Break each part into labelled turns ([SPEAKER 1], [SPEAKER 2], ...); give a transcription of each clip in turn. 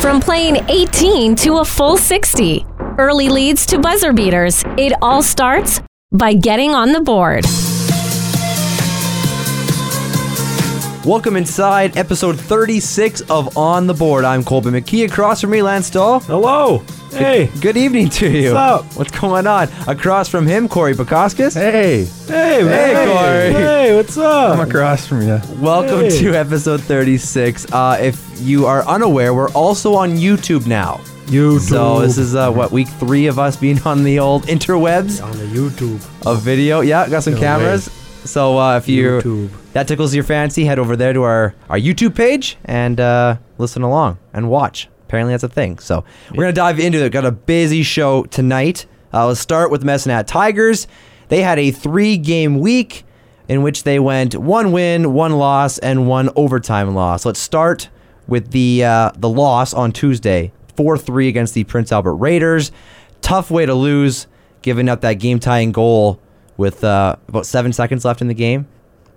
[SPEAKER 1] from playing 18 to a full 60. Early leads to buzzer beaters. It all starts by getting on the board.
[SPEAKER 2] Welcome inside episode 36 of On the Board. I'm Colby McKee. Across from me, Lance Dahl.
[SPEAKER 3] Hello. Hey.
[SPEAKER 2] Good evening to you.
[SPEAKER 3] What's up?
[SPEAKER 2] What's going on? Across from him, Corey Bukoskis.
[SPEAKER 4] Hey,
[SPEAKER 3] Hey, man.
[SPEAKER 2] Corey.
[SPEAKER 3] Hey, what's up?
[SPEAKER 4] I'm across from you.
[SPEAKER 2] Welcome
[SPEAKER 3] Hey.
[SPEAKER 2] to episode 36. Uh, if you are unaware, we're also on YouTube now.
[SPEAKER 3] YouTube.
[SPEAKER 2] So this is uh, what week three of us being on the old interwebs
[SPEAKER 3] on the YouTube.
[SPEAKER 2] of video. Yeah, got some
[SPEAKER 3] No
[SPEAKER 2] cameras.
[SPEAKER 3] way.
[SPEAKER 2] So uh, if you
[SPEAKER 3] YouTube.
[SPEAKER 2] that tickles your fancy, head over there to our our YouTube page and uh, listen along and watch. Apparently that's a thing. So we're gonna dive into it. Got a busy show tonight. Uh, let's start with the Messinat Tigers. They had a three game week in which they went one win, one loss, and one overtime loss. Let's start with the uh, the loss on Tuesday, four three against the Prince Albert Raiders. Tough way to lose, giving up that game tying goal with uh, about seven seconds left in the game.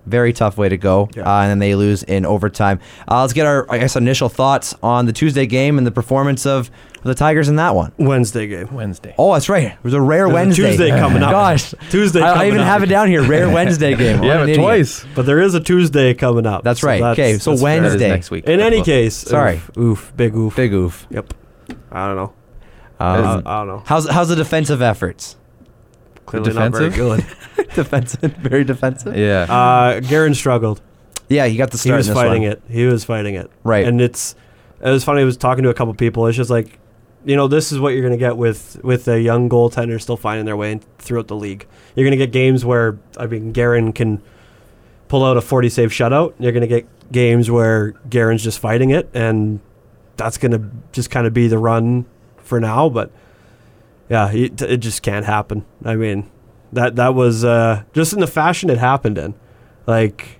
[SPEAKER 2] Very tough way to go, uh, and then they lose in overtime. Uh, let's get our, I guess, initial thoughts on the Tuesday game and the performance of the Tigers in that one.
[SPEAKER 3] Wednesday game.
[SPEAKER 4] Wednesday.
[SPEAKER 2] Oh, that's right. It was a rare
[SPEAKER 3] There's a
[SPEAKER 2] Wednesday.
[SPEAKER 3] Tuesday coming up.
[SPEAKER 2] Gosh,
[SPEAKER 3] Tuesday
[SPEAKER 2] I, I
[SPEAKER 3] coming
[SPEAKER 2] even
[SPEAKER 3] up.
[SPEAKER 2] have it down here. Rare Wednesday game.
[SPEAKER 4] Yeah,
[SPEAKER 2] What an
[SPEAKER 4] but
[SPEAKER 2] idiot.
[SPEAKER 4] twice.
[SPEAKER 3] But there is a Tuesday coming up.
[SPEAKER 2] That's right.
[SPEAKER 3] that's-
[SPEAKER 2] Okay, so
[SPEAKER 3] that's
[SPEAKER 2] Wednesday.
[SPEAKER 3] fair.
[SPEAKER 4] That is next week.
[SPEAKER 3] In any
[SPEAKER 4] Well,
[SPEAKER 3] case,
[SPEAKER 2] Sorry.
[SPEAKER 3] Oof, oof, big oof.
[SPEAKER 2] Big oof.
[SPEAKER 3] Yep. I don't know.
[SPEAKER 2] Um,
[SPEAKER 4] That is-
[SPEAKER 3] I, I don't know.
[SPEAKER 2] how's how's the defensive efforts?
[SPEAKER 3] Clearly not very
[SPEAKER 4] defensive?
[SPEAKER 3] good.
[SPEAKER 2] defensive, very defensive.
[SPEAKER 4] Yeah.
[SPEAKER 3] Uh, Garen struggled.
[SPEAKER 2] Yeah, he got the
[SPEAKER 3] He
[SPEAKER 2] start.
[SPEAKER 3] was
[SPEAKER 2] in this
[SPEAKER 3] fighting
[SPEAKER 2] one.
[SPEAKER 3] it. He was fighting it.
[SPEAKER 2] Right.
[SPEAKER 3] And it's it was funny. I was talking to a couple people. It's just like, you know, this is what you're going to get with with a young goaltender still finding their way in, throughout the league. You're going to get games where I mean, Garen can pull out a 40 save shutout. You're going to get games where Garen's just fighting it, and that's going to just kind of be the run for now. But yeah, it, it just can't happen. I mean, that that was uh, just in the fashion it happened in, like.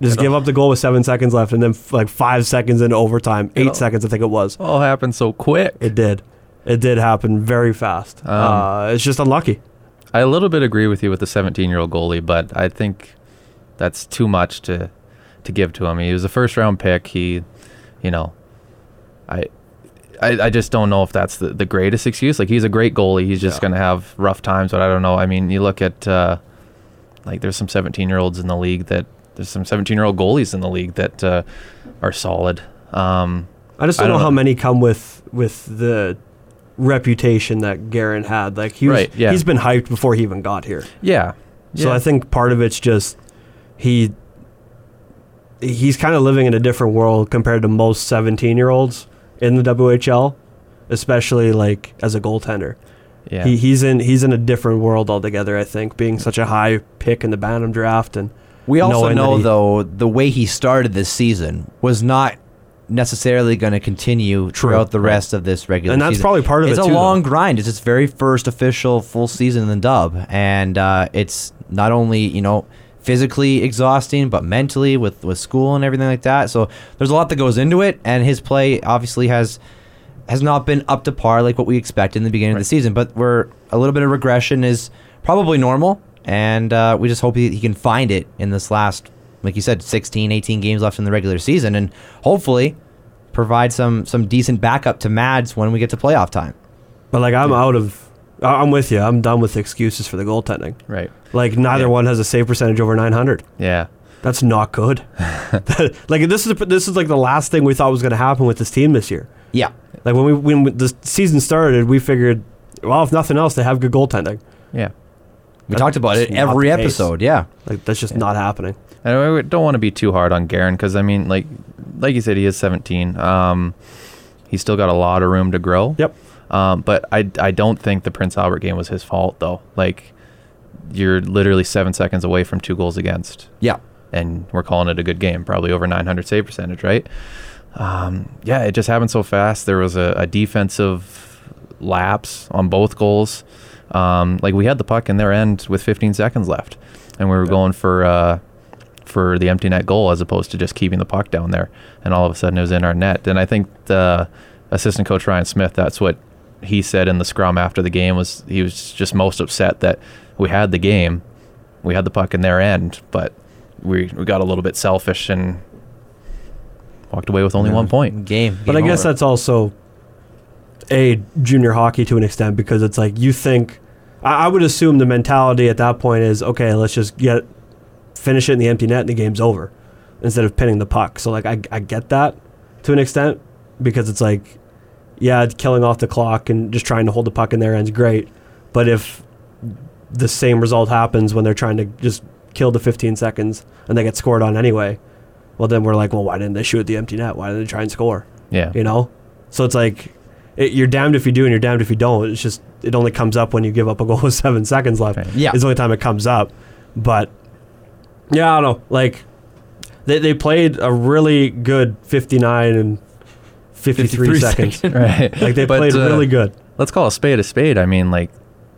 [SPEAKER 3] Just
[SPEAKER 4] It'll-
[SPEAKER 3] give up the goal with seven seconds left, and then f- like five seconds into overtime, 8
[SPEAKER 4] It'll- Oh.
[SPEAKER 3] seconds I think it was.
[SPEAKER 4] All happened so quick.
[SPEAKER 3] It did, it did happen very fast.
[SPEAKER 4] Um,
[SPEAKER 3] uh, it's just unlucky.
[SPEAKER 4] I a little bit agree with you with the 17 year old goalie, but I think that's too much to to give to him. He was a first round pick. He, you know, I. I, I just don't know if that's the, the greatest excuse. Like he's a great goalie. He's just
[SPEAKER 3] Yeah.
[SPEAKER 4] going to have rough times, but I don't know. I mean, you look at uh, like there's some 17 year olds in the league that there's some 17 year old goalies in the league that uh, are solid. Um,
[SPEAKER 3] I just
[SPEAKER 4] I
[SPEAKER 3] don't, know,
[SPEAKER 4] don't
[SPEAKER 3] how
[SPEAKER 4] know.
[SPEAKER 3] many come with with the reputation that Garin had. Like he was,
[SPEAKER 4] Right, yeah.
[SPEAKER 3] he's been hyped before he even got here.
[SPEAKER 4] yeah.
[SPEAKER 3] So I think part of it's just he he's kind of living in a different world compared to most 17 year olds in the WHL, especially like as a goaltender.
[SPEAKER 4] yeah.
[SPEAKER 3] He, he's in he's in a different world altogether. I think being such a high pick in the Bantam draft and
[SPEAKER 2] We also
[SPEAKER 3] knowing that
[SPEAKER 2] know
[SPEAKER 3] he-
[SPEAKER 2] though the way he started this season was not necessarily going to continue throughout the rest of this regular
[SPEAKER 3] And that's
[SPEAKER 2] season.
[SPEAKER 3] probably part of
[SPEAKER 2] it's
[SPEAKER 3] it,
[SPEAKER 2] It's a
[SPEAKER 3] too,
[SPEAKER 2] long
[SPEAKER 3] though.
[SPEAKER 2] grind. It's his very first official full season in the dub, and uh, it's not only you know physically exhausting, but mentally with with school and everything like that. So there's a lot that goes into it, and his play obviously has has not been up to par like what we expected in the beginning of the season. But we're a little bit of regression is probably normal, and uh, we just hope he, he can find it in this last, like you said, 16, 18 games left in the regular season, and hopefully provide some some decent backup to Mads when we get to playoff time.
[SPEAKER 3] but like I'm out of I- I'm with you. I'm done with excuses for the goaltending.
[SPEAKER 4] right.
[SPEAKER 3] Like neither
[SPEAKER 4] Yeah.
[SPEAKER 3] one has a save percentage over 900.
[SPEAKER 4] Yeah.
[SPEAKER 3] That's not good. like this is this is like the last thing we thought was going to happen with this team this year.
[SPEAKER 2] Yeah,
[SPEAKER 3] Like when we when the season started, we figured, well, if nothing else, they have good goaltending.
[SPEAKER 4] Yeah.
[SPEAKER 2] we talked about it
[SPEAKER 3] just not
[SPEAKER 2] every
[SPEAKER 3] the case.
[SPEAKER 2] episode. Yeah,
[SPEAKER 3] Like that's just not happening.
[SPEAKER 4] And I don't want to be too hard on Garen because I mean, like, like you said, he is 17. Um, he's still got a lot of room to grow.
[SPEAKER 3] Yep.
[SPEAKER 4] Um, but I, I don't think the Prince Albert game was his fault though. Like, you're literally seven seconds away from two goals against,
[SPEAKER 2] yeah.
[SPEAKER 4] and we're calling it a good game. Probably over 900 save percentage, right? Um, yeah, it just happened so fast. There was a, a defensive lapse on both goals. Um, like we had the puck in their end with 15 seconds left, and we were going for uh, for the empty net goal as opposed to just keeping the puck down there. And all of a sudden, it was in our net. And I think the assistant coach Ryan Smith, that's what he said in the scrum after the game was he was just most upset that we had the game, we had the puck in their end, but we we got a little bit selfish and walked away with only one point.
[SPEAKER 2] Game,
[SPEAKER 3] But I
[SPEAKER 2] game
[SPEAKER 3] guess
[SPEAKER 2] over.
[SPEAKER 3] that's also a junior hockey to an extent because it's like you think. I, I would assume the mentality at that point is okay. Let's just get finish it in the empty net and the game's over, instead of pinning the puck. So like I I get that to an extent because it's like yeah, killing off the clock and just trying to hold the puck in their end's great, but if the same result happens when they're trying to just kill the 15 seconds and they get scored on anyway, well then we're like, well, why didn't they shoot the empty net? Why didn't they try and score?
[SPEAKER 4] Yeah.
[SPEAKER 3] you know so it's like it, you're damned if you do and you're damned if you don't it's just it only comes up when you give up a goal with seven seconds left
[SPEAKER 4] Right.
[SPEAKER 2] Yeah.
[SPEAKER 3] it's the only time it comes up but yeah i don't know like they, they played a really good 59 and 53,
[SPEAKER 2] 53
[SPEAKER 3] seconds
[SPEAKER 4] right.
[SPEAKER 3] like they
[SPEAKER 4] But,
[SPEAKER 3] played
[SPEAKER 4] uh,
[SPEAKER 3] really good
[SPEAKER 4] Let's call a spade a spade. I mean, like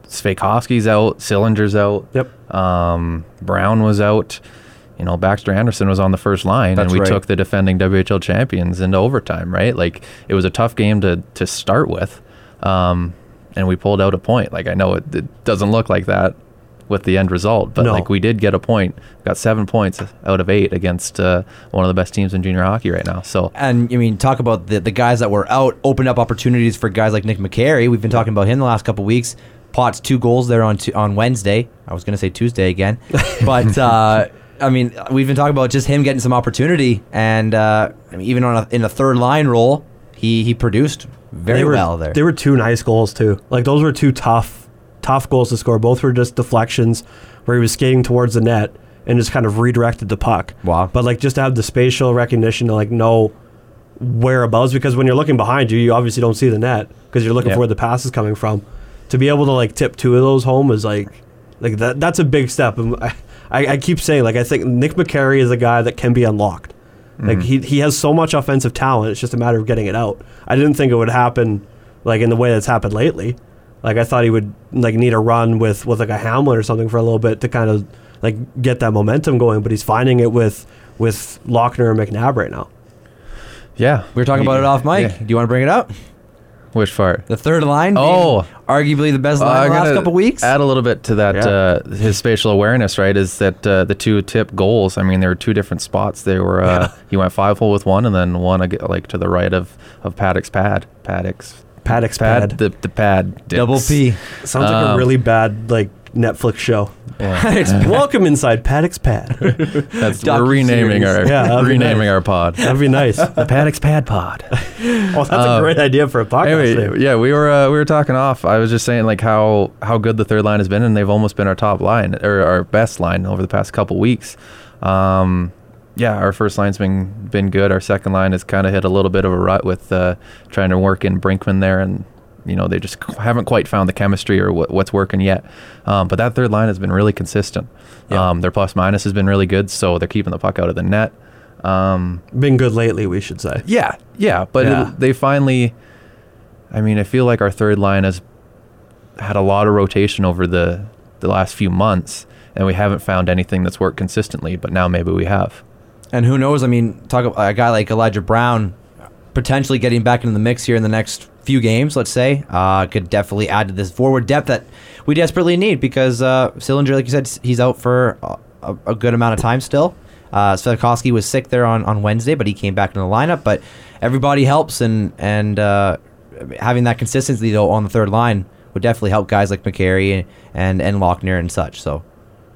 [SPEAKER 4] Sveikovsky's out, Sillinger's out,
[SPEAKER 3] yep
[SPEAKER 4] um, Brown was out. You know, Baxter Anderson was on the first line,
[SPEAKER 2] That's
[SPEAKER 4] and we
[SPEAKER 2] right.
[SPEAKER 4] took the defending WHL champions into overtime. Right, like it was a tough game to to start with, um, and we pulled out a point. Like I know it, it doesn't look like that with the end result, but
[SPEAKER 3] No.
[SPEAKER 4] like we did get a point. Got seven points out of eight against uh, one of the best teams in junior hockey right now. So
[SPEAKER 2] And I mean, talk about the, the guys that were out opened up opportunities for guys like Nick McCary. We've been talking about him the last couple weeks. Potts two goals there on tu- on Wednesday. I was going to say Tuesday again, but uh, I mean, we've been talking about just him getting some opportunity, and uh, I mean, even on a, in a third line role, he he produced very
[SPEAKER 3] they were,
[SPEAKER 2] well there.
[SPEAKER 3] They were two nice goals too. Like those were two tough, tough goals to score. Both were just deflections where he was skating towards the net and just kind of redirected the puck.
[SPEAKER 2] Wow.
[SPEAKER 3] But like just to have the spatial recognition to like know whereabouts because when you're looking behind you, you obviously don't see the net because you're looking
[SPEAKER 4] Yeah.
[SPEAKER 3] for where the pass is coming from. To be able to like tip two of those home is like like that that's a big step. And I, I, I keep saying like I think Nick McCary is a guy that can be unlocked.
[SPEAKER 4] Mm-hmm.
[SPEAKER 3] Like he he has so much offensive talent. It's just a matter of getting it out. I didn't think it would happen like in the way that's happened lately. Like I thought he would like need a run with with like a Hamlin or something for a little bit to kind of like get that momentum going. But he's finding it with with Lochner and McNabb right now.
[SPEAKER 4] yeah,
[SPEAKER 2] we were talking about it off mic. Do you want to bring it up?
[SPEAKER 4] Which part?
[SPEAKER 2] The third line, being
[SPEAKER 4] Oh.
[SPEAKER 2] arguably the best
[SPEAKER 4] Uh,
[SPEAKER 2] line in
[SPEAKER 4] I'm
[SPEAKER 2] the last
[SPEAKER 4] gonna
[SPEAKER 2] couple weeks.
[SPEAKER 4] Add a little bit to that.
[SPEAKER 3] Yeah.
[SPEAKER 4] Uh, his spatial awareness, right? Is that uh, the two tip goals? I mean, there were two different spots. They were uh, he went five hole with one, and then one ag- like to the right of of Paddock's pad. Paddock's
[SPEAKER 3] Paddock's
[SPEAKER 4] pad.
[SPEAKER 3] pad.
[SPEAKER 4] The the pad. dicks.
[SPEAKER 2] Double P.
[SPEAKER 3] Sounds like a
[SPEAKER 4] Um,
[SPEAKER 3] really bad like Netflix show.
[SPEAKER 4] Yeah.
[SPEAKER 3] Paddock's Welcome inside Paddock's pad.
[SPEAKER 4] That's we're renaming our
[SPEAKER 3] Docuseries. Yeah, that'd be
[SPEAKER 4] renaming
[SPEAKER 3] nice.
[SPEAKER 4] our pod.
[SPEAKER 3] That'd be nice.
[SPEAKER 4] The Paddock's pad pod. Uh,
[SPEAKER 3] Oh, that's a great idea for a podcast.
[SPEAKER 4] Anyway,
[SPEAKER 3] name.
[SPEAKER 4] yeah, we were uh, we were talking off. I was just saying like how how good the third line has been, and they've almost been our top line or our best line over the past couple weeks. Um, yeah, our first line's been been good. Our second line has kind of hit a little bit of a rut with uh, trying to work in Brinkman there, and you know they just qu- haven't quite found the chemistry or what, what's working yet. Um, but that third line has been really consistent.
[SPEAKER 3] Yeah.
[SPEAKER 4] Um, their plus minus has been really good, so they're keeping the puck out of the net. Um,
[SPEAKER 3] Been good lately, we should say.
[SPEAKER 4] yeah, yeah, but
[SPEAKER 3] Yeah.
[SPEAKER 4] It, they finally. I mean, I feel like our third line has had a lot of rotation over the the last few months, and we haven't found anything that's worked consistently. But now maybe we have.
[SPEAKER 2] And who knows? I mean, talk about a guy like Elijah Brown potentially getting back into the mix here in the next few games, let's say, uh, could definitely add to this forward depth that we desperately need because uh, Sillinger, like you said, he's out for a, a good amount of time still. Uh, Svetkovsky was sick there on, on Wednesday, but he came back into the lineup. But everybody helps, and and uh, having that consistency though on the third line would definitely help guys like McCary and and Lochner and such. So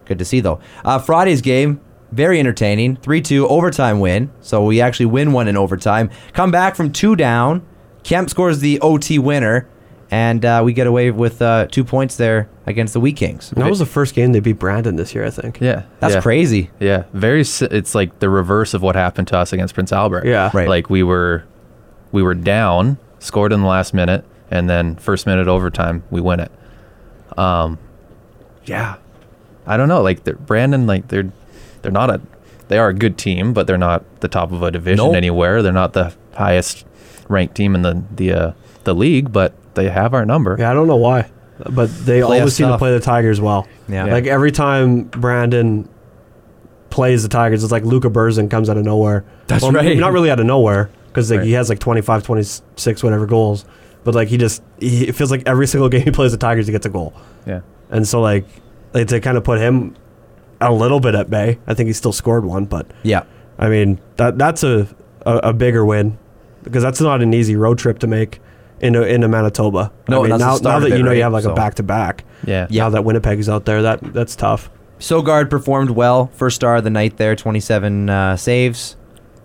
[SPEAKER 2] Good to see though. Uh, Friday's game very entertaining. Three two overtime win. So we actually win one in overtime. Come back from two down. Kemp scores the OT winner, and uh, we get away with uh, two points there against the Wee Kings.
[SPEAKER 3] That was the first game they beat Brandon this year, I think.
[SPEAKER 4] Yeah,
[SPEAKER 2] That's
[SPEAKER 4] yeah.
[SPEAKER 2] crazy.
[SPEAKER 4] Yeah, very. si- It's like the reverse of what happened to us against Prince Albert.
[SPEAKER 3] Yeah.
[SPEAKER 2] Right.
[SPEAKER 4] Like we were, we were down, scored in the last minute, and then first minute overtime, we win it. Um, yeah, I don't know. Like they're, Brandon, like they're, they're not a, they are a good team, but they're not the top of a division
[SPEAKER 2] Nope.
[SPEAKER 4] anywhere. They're not the highest ranked team in the the uh, the league, but they have our number.
[SPEAKER 3] Yeah, I don't know why, but they
[SPEAKER 2] Play
[SPEAKER 3] always
[SPEAKER 2] us
[SPEAKER 3] seem to
[SPEAKER 2] tough.
[SPEAKER 3] play the Tigers well.
[SPEAKER 2] Yeah.
[SPEAKER 3] Like every time Brandon plays the Tigers, it's like Luca Berzin comes out of nowhere. That's
[SPEAKER 2] right.
[SPEAKER 3] Not really out of nowhere because like, he
[SPEAKER 4] Right.
[SPEAKER 3] has like 25, 26, whatever goals. But like he just, he, it feels like every single game he plays the Tigers, he gets a goal.
[SPEAKER 4] yeah.
[SPEAKER 3] And so like, like to kind of put him a little bit at bay. I think he still scored one, but
[SPEAKER 2] Yeah.
[SPEAKER 3] I mean that that's a, a, a bigger win because that's not an easy road trip to make. into into Manitoba.
[SPEAKER 2] No,
[SPEAKER 3] I mean,
[SPEAKER 2] and that's
[SPEAKER 3] now,
[SPEAKER 2] the start
[SPEAKER 3] now that
[SPEAKER 2] of it,
[SPEAKER 3] you know
[SPEAKER 2] right?
[SPEAKER 3] you have like
[SPEAKER 2] So-
[SPEAKER 3] a back to back.
[SPEAKER 4] Yeah.
[SPEAKER 3] Now that Winnipeg's out there, that that's tough.
[SPEAKER 2] Sogard performed well. First star of the night there, 27 uh, saves.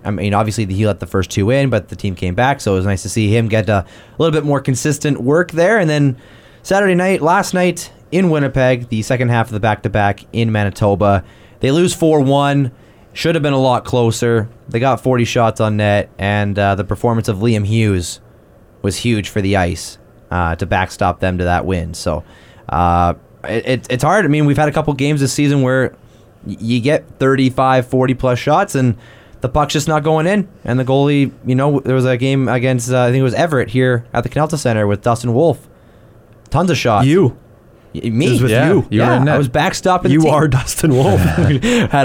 [SPEAKER 2] I mean, obviously he let the first two in, but the team came back, so it was nice to see him get a little bit more consistent work there. And then Saturday night, last night in Winnipeg, the second half of the back-to-back in Manitoba, they lose 4-1. Should have been a lot closer. They got 40 shots on net, and uh, the performance of Liam Hughes was huge for the ice uh, to backstop them to that win. So uh, it, it, it's hard. I mean, we've had a couple games this season where y- you get 35, 40 plus shots and the puck's just not going in. And the goalie, you know, there was a game against, uh, I think it was Everett here at the Canalta Center with Dustin Wolf. Tons of shots.
[SPEAKER 3] You
[SPEAKER 2] Y- me.
[SPEAKER 3] It was with
[SPEAKER 4] Yeah,
[SPEAKER 3] you.
[SPEAKER 4] you were
[SPEAKER 2] yeah,
[SPEAKER 4] in net.
[SPEAKER 2] I was backstopping. the
[SPEAKER 3] you
[SPEAKER 2] team.
[SPEAKER 3] are Dustin Wolf.
[SPEAKER 2] had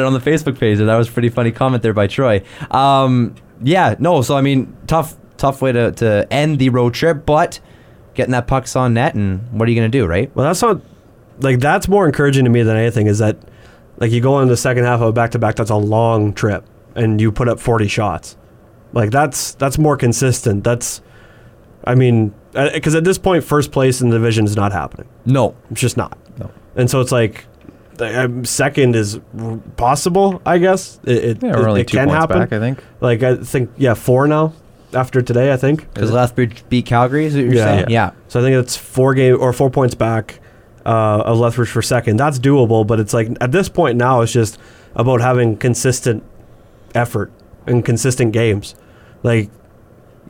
[SPEAKER 2] it on the Facebook page. and That was a pretty funny comment there by Troy. Um, yeah, no. So I mean, tough, tough way to, to end the road trip, but getting that pucks on net, and what are you gonna do, right?
[SPEAKER 3] Well, that's not like that's more encouraging to me than anything is that like you go into the second half of a back to back. That's a long trip, and you put up forty shots. Like that's that's more consistent. That's I mean, because at this point, first place in the division is not happening.
[SPEAKER 2] No,
[SPEAKER 3] It's just not.
[SPEAKER 4] No.
[SPEAKER 3] And so it's like th- um, second is r- possible, I guess. It, it,
[SPEAKER 4] Yeah,
[SPEAKER 3] it-
[SPEAKER 4] we're only
[SPEAKER 3] it
[SPEAKER 4] two
[SPEAKER 3] can
[SPEAKER 4] points
[SPEAKER 3] happen.
[SPEAKER 4] back, I think.
[SPEAKER 3] Like I think yeah, four now after today, I think.
[SPEAKER 2] because Lethbridge beat Calgary. Is what you're
[SPEAKER 3] Yeah.
[SPEAKER 2] saying? Yeah.
[SPEAKER 4] Yeah.
[SPEAKER 3] So I think it's four game or four points back uh, of Lethbridge for second. That's doable, but it's like at this point now, it's just about having consistent effort and consistent games. Like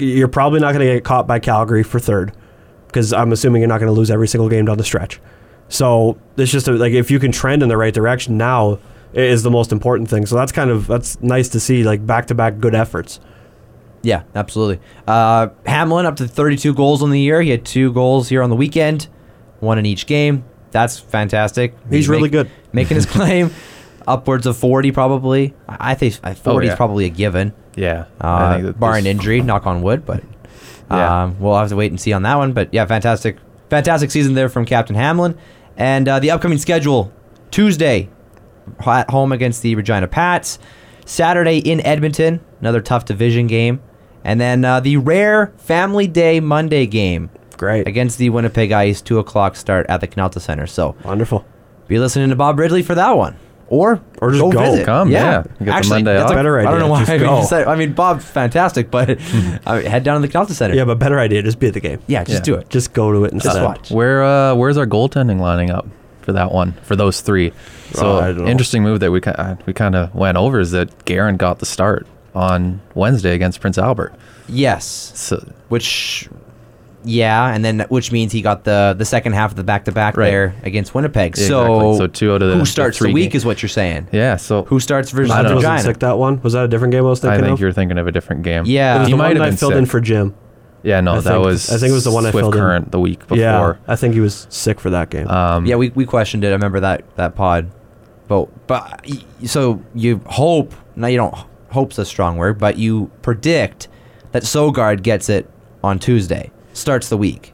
[SPEAKER 3] y- you're probably not going to get caught by Calgary for third because I'm assuming you're not going to lose every single game down the stretch. So it's just a, like if you can trend in the right direction now i- is the most important thing. So that's kind of that's nice to see like back to back good efforts.
[SPEAKER 2] Yeah, absolutely. Uh, Hamlin up to 32 goals on the year. He had two goals here on the weekend, one in each game. That's fantastic.
[SPEAKER 3] He's really good.
[SPEAKER 2] making his claim. Upwards of 40, probably. I I think uh, 40 is
[SPEAKER 4] yeah.
[SPEAKER 2] probably a given,
[SPEAKER 4] Yeah. I think
[SPEAKER 2] uh,
[SPEAKER 4] that
[SPEAKER 2] bar
[SPEAKER 4] this-
[SPEAKER 2] an injury. Knock on wood, but
[SPEAKER 4] Yeah.
[SPEAKER 2] um, we'll have to wait and see on that one. But yeah, fantastic, fantastic season there from Captain Hamlin, and uh, the upcoming schedule: Tuesday ho- at home against the Regina Pats, Saturday in Edmonton, another tough division game, and then uh, the rare Family Day Monday game
[SPEAKER 3] Great,
[SPEAKER 2] against the Winnipeg Ice, two o'clock start at the Canalta Center. So
[SPEAKER 3] wonderful.
[SPEAKER 2] be listening to Bob Ridley for that one. Or
[SPEAKER 3] Or just go.
[SPEAKER 2] visit.
[SPEAKER 4] Come, yeah. Get the
[SPEAKER 2] Actually,
[SPEAKER 4] Monday
[SPEAKER 2] that's
[SPEAKER 4] off.
[SPEAKER 2] a
[SPEAKER 3] Better
[SPEAKER 2] I don't
[SPEAKER 3] idea.
[SPEAKER 2] know why
[SPEAKER 3] Just
[SPEAKER 2] I
[SPEAKER 3] go.
[SPEAKER 2] said. I mean, Bob's fantastic, but I mean, head down to the Calta Center.
[SPEAKER 3] Yeah, but better idea just be at the game.
[SPEAKER 2] yeah, just do
[SPEAKER 4] Yeah.
[SPEAKER 2] it.
[SPEAKER 3] Just go to it and
[SPEAKER 2] Just
[SPEAKER 3] set.
[SPEAKER 2] watch.
[SPEAKER 4] Where uh, where's our goaltending lining up for that one? For those three, so
[SPEAKER 3] Oh, I don't know.
[SPEAKER 4] interesting move that we ki- uh, we kind of went over is that Garen got the start on Wednesday against Prince Albert.
[SPEAKER 2] Yes,
[SPEAKER 4] So
[SPEAKER 2] which, yeah, and then which means he got the the second half of the back to back
[SPEAKER 4] Right.
[SPEAKER 2] there against Winnipeg.
[SPEAKER 4] Yeah,
[SPEAKER 2] So,
[SPEAKER 4] exactly. So two out of the-
[SPEAKER 2] who
[SPEAKER 4] the
[SPEAKER 2] starts the
[SPEAKER 4] three
[SPEAKER 2] week
[SPEAKER 4] ga-
[SPEAKER 2] is what you're saying.
[SPEAKER 4] yeah, so
[SPEAKER 2] Who starts versus
[SPEAKER 4] I
[SPEAKER 3] I
[SPEAKER 4] don't know.
[SPEAKER 3] wasn't
[SPEAKER 2] Regina?
[SPEAKER 3] sick that one. Was that a different game I was
[SPEAKER 4] I
[SPEAKER 3] thinking
[SPEAKER 4] think
[SPEAKER 3] of?
[SPEAKER 4] you're thinking of a different game.
[SPEAKER 2] Yeah.
[SPEAKER 3] it was
[SPEAKER 4] You
[SPEAKER 3] the
[SPEAKER 4] might
[SPEAKER 3] one
[SPEAKER 4] have
[SPEAKER 3] I
[SPEAKER 4] been
[SPEAKER 3] filled in
[SPEAKER 4] sick.
[SPEAKER 3] for Jim.
[SPEAKER 4] yeah, no,
[SPEAKER 3] I
[SPEAKER 4] that
[SPEAKER 3] think-
[SPEAKER 4] was
[SPEAKER 3] I think it was the one I
[SPEAKER 4] Swift
[SPEAKER 3] filled in.
[SPEAKER 4] Current the week before.
[SPEAKER 3] Yeah, I think he was sick for that game.
[SPEAKER 4] Um,
[SPEAKER 2] yeah, we, we questioned it. I remember that that pod, but but y- so you hope now you don't hope's a strong word, but you predict that Sogard gets it on Tuesday, starts the week,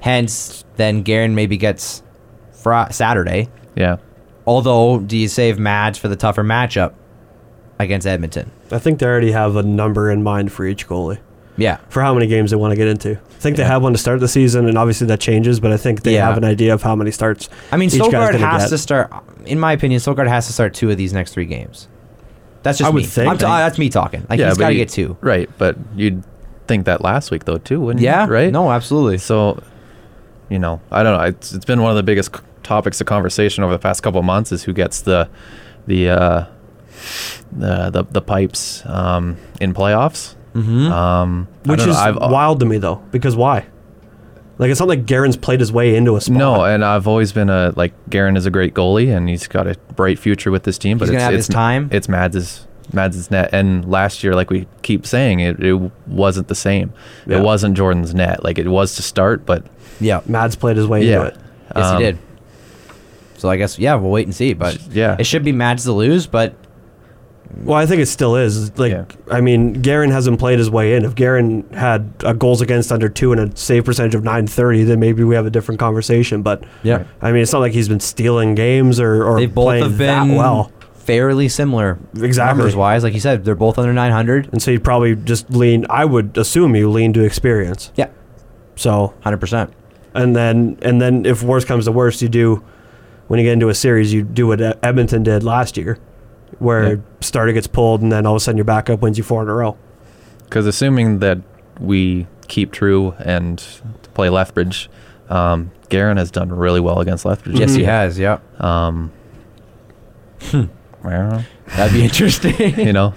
[SPEAKER 2] hence then Garen maybe gets Fri Saturday.
[SPEAKER 4] yeah,
[SPEAKER 2] Although, do you save Mads for the tougher matchup against Edmonton?
[SPEAKER 3] I think they already have a number in mind for each goalie
[SPEAKER 2] Yeah,
[SPEAKER 3] for how many games they want to get into. I think they have one to start the season, and obviously that changes. But I think they
[SPEAKER 2] Yeah.
[SPEAKER 3] have an idea of how many starts.
[SPEAKER 2] I mean
[SPEAKER 3] each guy's
[SPEAKER 2] Sogard
[SPEAKER 3] gonna
[SPEAKER 2] has
[SPEAKER 3] get.
[SPEAKER 2] to start. In my opinion, Sogard has to start two of these next three games. That's just
[SPEAKER 3] I would
[SPEAKER 2] me.
[SPEAKER 3] think.
[SPEAKER 2] I'm ta- that's me talking. Like
[SPEAKER 4] yeah,
[SPEAKER 2] he's
[SPEAKER 4] but
[SPEAKER 2] got to
[SPEAKER 4] you-
[SPEAKER 2] get two.
[SPEAKER 4] Right, but you'd think that last week though too, wouldn't
[SPEAKER 2] Yeah.
[SPEAKER 4] you? Right.
[SPEAKER 2] No, absolutely.
[SPEAKER 4] So, you know, I don't know. It's, it's been one of the biggest c- topics of conversation over the past couple of months is who gets the the uh, the, the the pipes um, in playoffs. Mm-hmm. Um, I
[SPEAKER 3] which
[SPEAKER 4] don't know,
[SPEAKER 3] is
[SPEAKER 4] I've,
[SPEAKER 3] wild to me though, because why? Like it's not like Garen's played his way into a spot.
[SPEAKER 4] No, and I've always been a like Garen is a great goalie and he's got a bright future with this team. But
[SPEAKER 2] He's gonna
[SPEAKER 4] it's,
[SPEAKER 2] have
[SPEAKER 4] it's
[SPEAKER 2] his time.
[SPEAKER 4] It's Mads' Mads' net, and last year, like we keep saying, it, it wasn't the same.
[SPEAKER 3] Yeah.
[SPEAKER 4] It wasn't Jordan's net. Like it was to start, but
[SPEAKER 2] Yeah.
[SPEAKER 3] Mads played his way
[SPEAKER 4] Yeah.
[SPEAKER 3] into it.
[SPEAKER 2] Yes,
[SPEAKER 4] Um,
[SPEAKER 2] he did. So I guess yeah, we'll wait and see. But
[SPEAKER 4] yeah.
[SPEAKER 2] it should be Mads to lose. But
[SPEAKER 3] Well, I think it still is. Like,
[SPEAKER 4] Yeah.
[SPEAKER 3] I mean, Garen hasn't played his way in. If Garen had a goals against under two and a save percentage of 930, then maybe we have a different conversation. But
[SPEAKER 2] Yeah.
[SPEAKER 3] I mean, it's not like he's been stealing games or, or
[SPEAKER 2] they both
[SPEAKER 3] playing
[SPEAKER 2] have
[SPEAKER 3] that
[SPEAKER 2] been
[SPEAKER 3] well.
[SPEAKER 2] fairly similar
[SPEAKER 3] Exactly.
[SPEAKER 2] numbers wise. Like you said, they're both under nine hundred.
[SPEAKER 3] And so you probably just lean. I would assume you lean to experience.
[SPEAKER 2] Yeah,
[SPEAKER 3] So
[SPEAKER 2] hundred percent.
[SPEAKER 3] and then and then if worse comes to worst, you do when you get into a series, you do what E-, Edmonton did last year, where
[SPEAKER 4] Yeah.
[SPEAKER 3] starter gets pulled and then all of a sudden your backup wins you four in a row.
[SPEAKER 4] Because assuming that we keep true and play Lethbridge, um, Garen has done really well against Lethbridge.
[SPEAKER 2] Yes, he
[SPEAKER 3] Mm-hmm.
[SPEAKER 2] has. Yeah,
[SPEAKER 4] Um, Hmm. well,
[SPEAKER 2] that'd be interesting.
[SPEAKER 4] you know,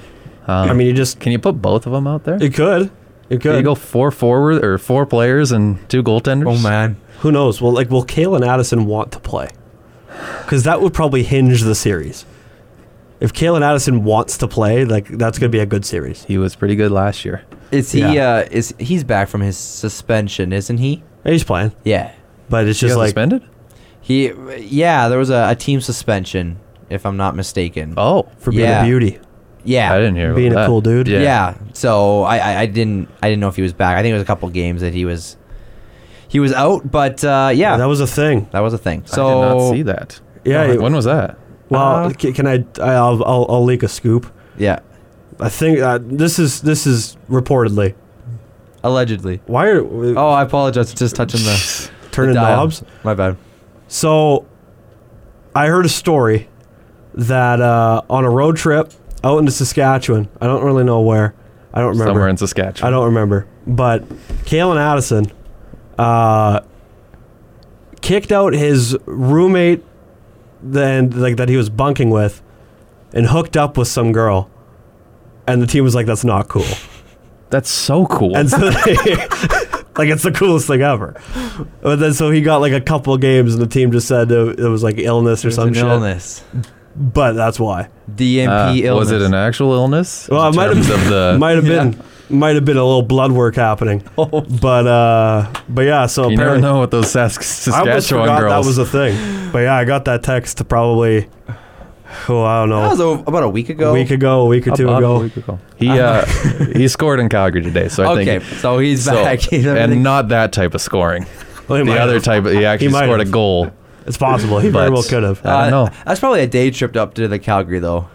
[SPEAKER 4] um,
[SPEAKER 3] I mean, you just
[SPEAKER 4] can you put both of them out there?
[SPEAKER 3] it could, it
[SPEAKER 4] Can
[SPEAKER 3] could.
[SPEAKER 4] you go four forward or four players and two goaltenders?
[SPEAKER 2] oh man,
[SPEAKER 3] Who knows? Well, like will Kalen Addison want to play? Because that would probably hinge the series. If Kalen Addison wants to play, like that's going to be a good series.
[SPEAKER 4] He was pretty good last year.
[SPEAKER 2] is he?
[SPEAKER 3] Yeah.
[SPEAKER 2] Uh, is he's back from his suspension, isn't he?
[SPEAKER 3] And he's playing,
[SPEAKER 2] Yeah,
[SPEAKER 3] but it's
[SPEAKER 4] He
[SPEAKER 3] just
[SPEAKER 4] got
[SPEAKER 3] like
[SPEAKER 4] suspended?
[SPEAKER 2] he. Yeah, there was a, a team suspension, if I'm not mistaken.
[SPEAKER 4] Oh,
[SPEAKER 3] for being
[SPEAKER 2] Yeah.
[SPEAKER 3] a beauty.
[SPEAKER 2] yeah,
[SPEAKER 4] I didn't hear about
[SPEAKER 3] Being a
[SPEAKER 4] that.
[SPEAKER 3] cool dude.
[SPEAKER 2] Yeah. So I, I, I didn't I didn't know if he was back. I think it was a couple games that he was he was out, but uh, yeah, that,
[SPEAKER 3] that
[SPEAKER 2] was,
[SPEAKER 3] was a thing.
[SPEAKER 2] a thing.
[SPEAKER 4] I did
[SPEAKER 2] So
[SPEAKER 4] not see that.
[SPEAKER 3] Yeah, it-
[SPEAKER 4] when was that?
[SPEAKER 3] Well,
[SPEAKER 2] Uh,
[SPEAKER 3] ca- can I? I- I'll, I'll, I'll leak a scoop.
[SPEAKER 2] yeah,
[SPEAKER 3] I think uh, this is this is reportedly.
[SPEAKER 2] allegedly.
[SPEAKER 3] Why are we
[SPEAKER 2] Oh, I apologize. Just touching the,
[SPEAKER 3] turning
[SPEAKER 2] the dial.
[SPEAKER 3] knobs?
[SPEAKER 2] My bad.
[SPEAKER 3] So, I heard a story that uh, on a road trip out into Saskatchewan. I don't really know where. I don't remember.
[SPEAKER 4] Somewhere in Saskatchewan.
[SPEAKER 3] I don't remember. But Kalen Addison uh, kicked out his roommate, then like that he was bunking with, and hooked up with some girl. And the team was like, "That's not cool."
[SPEAKER 4] That's so cool.
[SPEAKER 3] And so, they, like, it's the coolest thing ever. But then, so he got like a couple games, and the team just said it, it was like illness or
[SPEAKER 2] There's
[SPEAKER 3] some
[SPEAKER 2] an
[SPEAKER 3] shit.
[SPEAKER 2] illness.
[SPEAKER 3] But that's why.
[SPEAKER 2] DMP
[SPEAKER 4] Uh,
[SPEAKER 2] illness.
[SPEAKER 4] Was it an actual illness?
[SPEAKER 3] Well,
[SPEAKER 4] in
[SPEAKER 3] it might have-
[SPEAKER 4] terms of the
[SPEAKER 3] might have been, might have been a little blood work happening. But uh, but yeah. So
[SPEAKER 4] You never
[SPEAKER 3] apparently,
[SPEAKER 4] know with those Sask-
[SPEAKER 3] I almost
[SPEAKER 4] Saskatchewan
[SPEAKER 3] forgot
[SPEAKER 4] girls.
[SPEAKER 3] that was a thing. But yeah, I got that text probably. Oh, I don't know.
[SPEAKER 2] That was o- about a week ago.
[SPEAKER 3] a week ago, a week or two
[SPEAKER 4] Up- up
[SPEAKER 3] ago.
[SPEAKER 4] a week ago. He uh, he scored in Calgary today, so I
[SPEAKER 2] okay,
[SPEAKER 4] think
[SPEAKER 2] so he's
[SPEAKER 4] so,
[SPEAKER 2] back. He's everything-
[SPEAKER 4] and not that type of scoring.
[SPEAKER 3] Well, he
[SPEAKER 4] The
[SPEAKER 3] might
[SPEAKER 4] other
[SPEAKER 3] have.
[SPEAKER 4] type, of, he actually
[SPEAKER 3] might
[SPEAKER 4] scored
[SPEAKER 3] have.
[SPEAKER 4] a goal.
[SPEAKER 3] It's possible he very
[SPEAKER 4] but- uh,
[SPEAKER 3] well could have.
[SPEAKER 4] I don't know.
[SPEAKER 2] Uh, That's probably a day trip up to the Calgary though.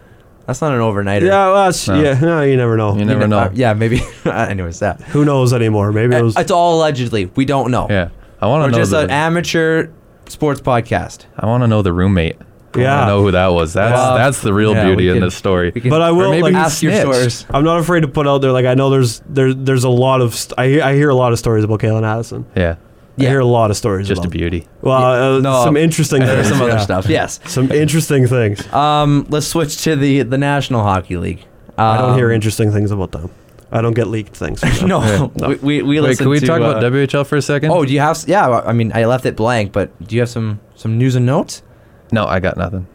[SPEAKER 2] That's not an overnighter.
[SPEAKER 3] yeah, well, that's,
[SPEAKER 4] No.
[SPEAKER 3] yeah. No, you never know.
[SPEAKER 4] You never
[SPEAKER 2] Uh,
[SPEAKER 4] know.
[SPEAKER 2] yeah, maybe. anyways, that.
[SPEAKER 3] Who knows anymore? Maybe it was.
[SPEAKER 2] It's all allegedly. We don't know.
[SPEAKER 4] Yeah, I want
[SPEAKER 2] We're
[SPEAKER 4] to know.
[SPEAKER 2] just an
[SPEAKER 4] The,
[SPEAKER 2] amateur sports podcast.
[SPEAKER 4] I want to know the roommate. I
[SPEAKER 3] Yeah.
[SPEAKER 4] want to know who that was. That's
[SPEAKER 2] Well,
[SPEAKER 4] that's the real
[SPEAKER 2] yeah,
[SPEAKER 4] beauty
[SPEAKER 2] we
[SPEAKER 4] in
[SPEAKER 2] can-
[SPEAKER 4] this story.
[SPEAKER 2] we can-
[SPEAKER 3] But I
[SPEAKER 2] Or
[SPEAKER 3] will
[SPEAKER 4] maybe
[SPEAKER 3] like,
[SPEAKER 4] he
[SPEAKER 2] ask your
[SPEAKER 4] snitched.
[SPEAKER 2] source.
[SPEAKER 3] I'm not afraid to put out there. Like I know there's there there's a lot of st- I hear- I hear a lot of stories about Kalen Addison.
[SPEAKER 4] yeah,
[SPEAKER 3] I
[SPEAKER 2] Yeah.
[SPEAKER 3] hear a lot of stories.
[SPEAKER 4] just a
[SPEAKER 3] about him.
[SPEAKER 4] beauty.
[SPEAKER 3] Well, uh,
[SPEAKER 2] No,
[SPEAKER 3] some interesting
[SPEAKER 2] There's
[SPEAKER 3] things.
[SPEAKER 2] some other
[SPEAKER 3] yeah.
[SPEAKER 2] stuff. Yes.
[SPEAKER 3] Some interesting things.
[SPEAKER 2] Um, let's switch to the the National Hockey League. Um,
[SPEAKER 3] I don't hear interesting things about them. I don't get leaked things. from them.
[SPEAKER 2] No,
[SPEAKER 4] no.
[SPEAKER 2] we we, we
[SPEAKER 4] Wait,
[SPEAKER 2] listen
[SPEAKER 4] can we
[SPEAKER 2] to,
[SPEAKER 4] talk about
[SPEAKER 2] uh,
[SPEAKER 4] WHL for a second?
[SPEAKER 2] Oh, do you have? s- Yeah, I mean, I left it blank, but do you have some some news and notes?
[SPEAKER 4] no, I got nothing.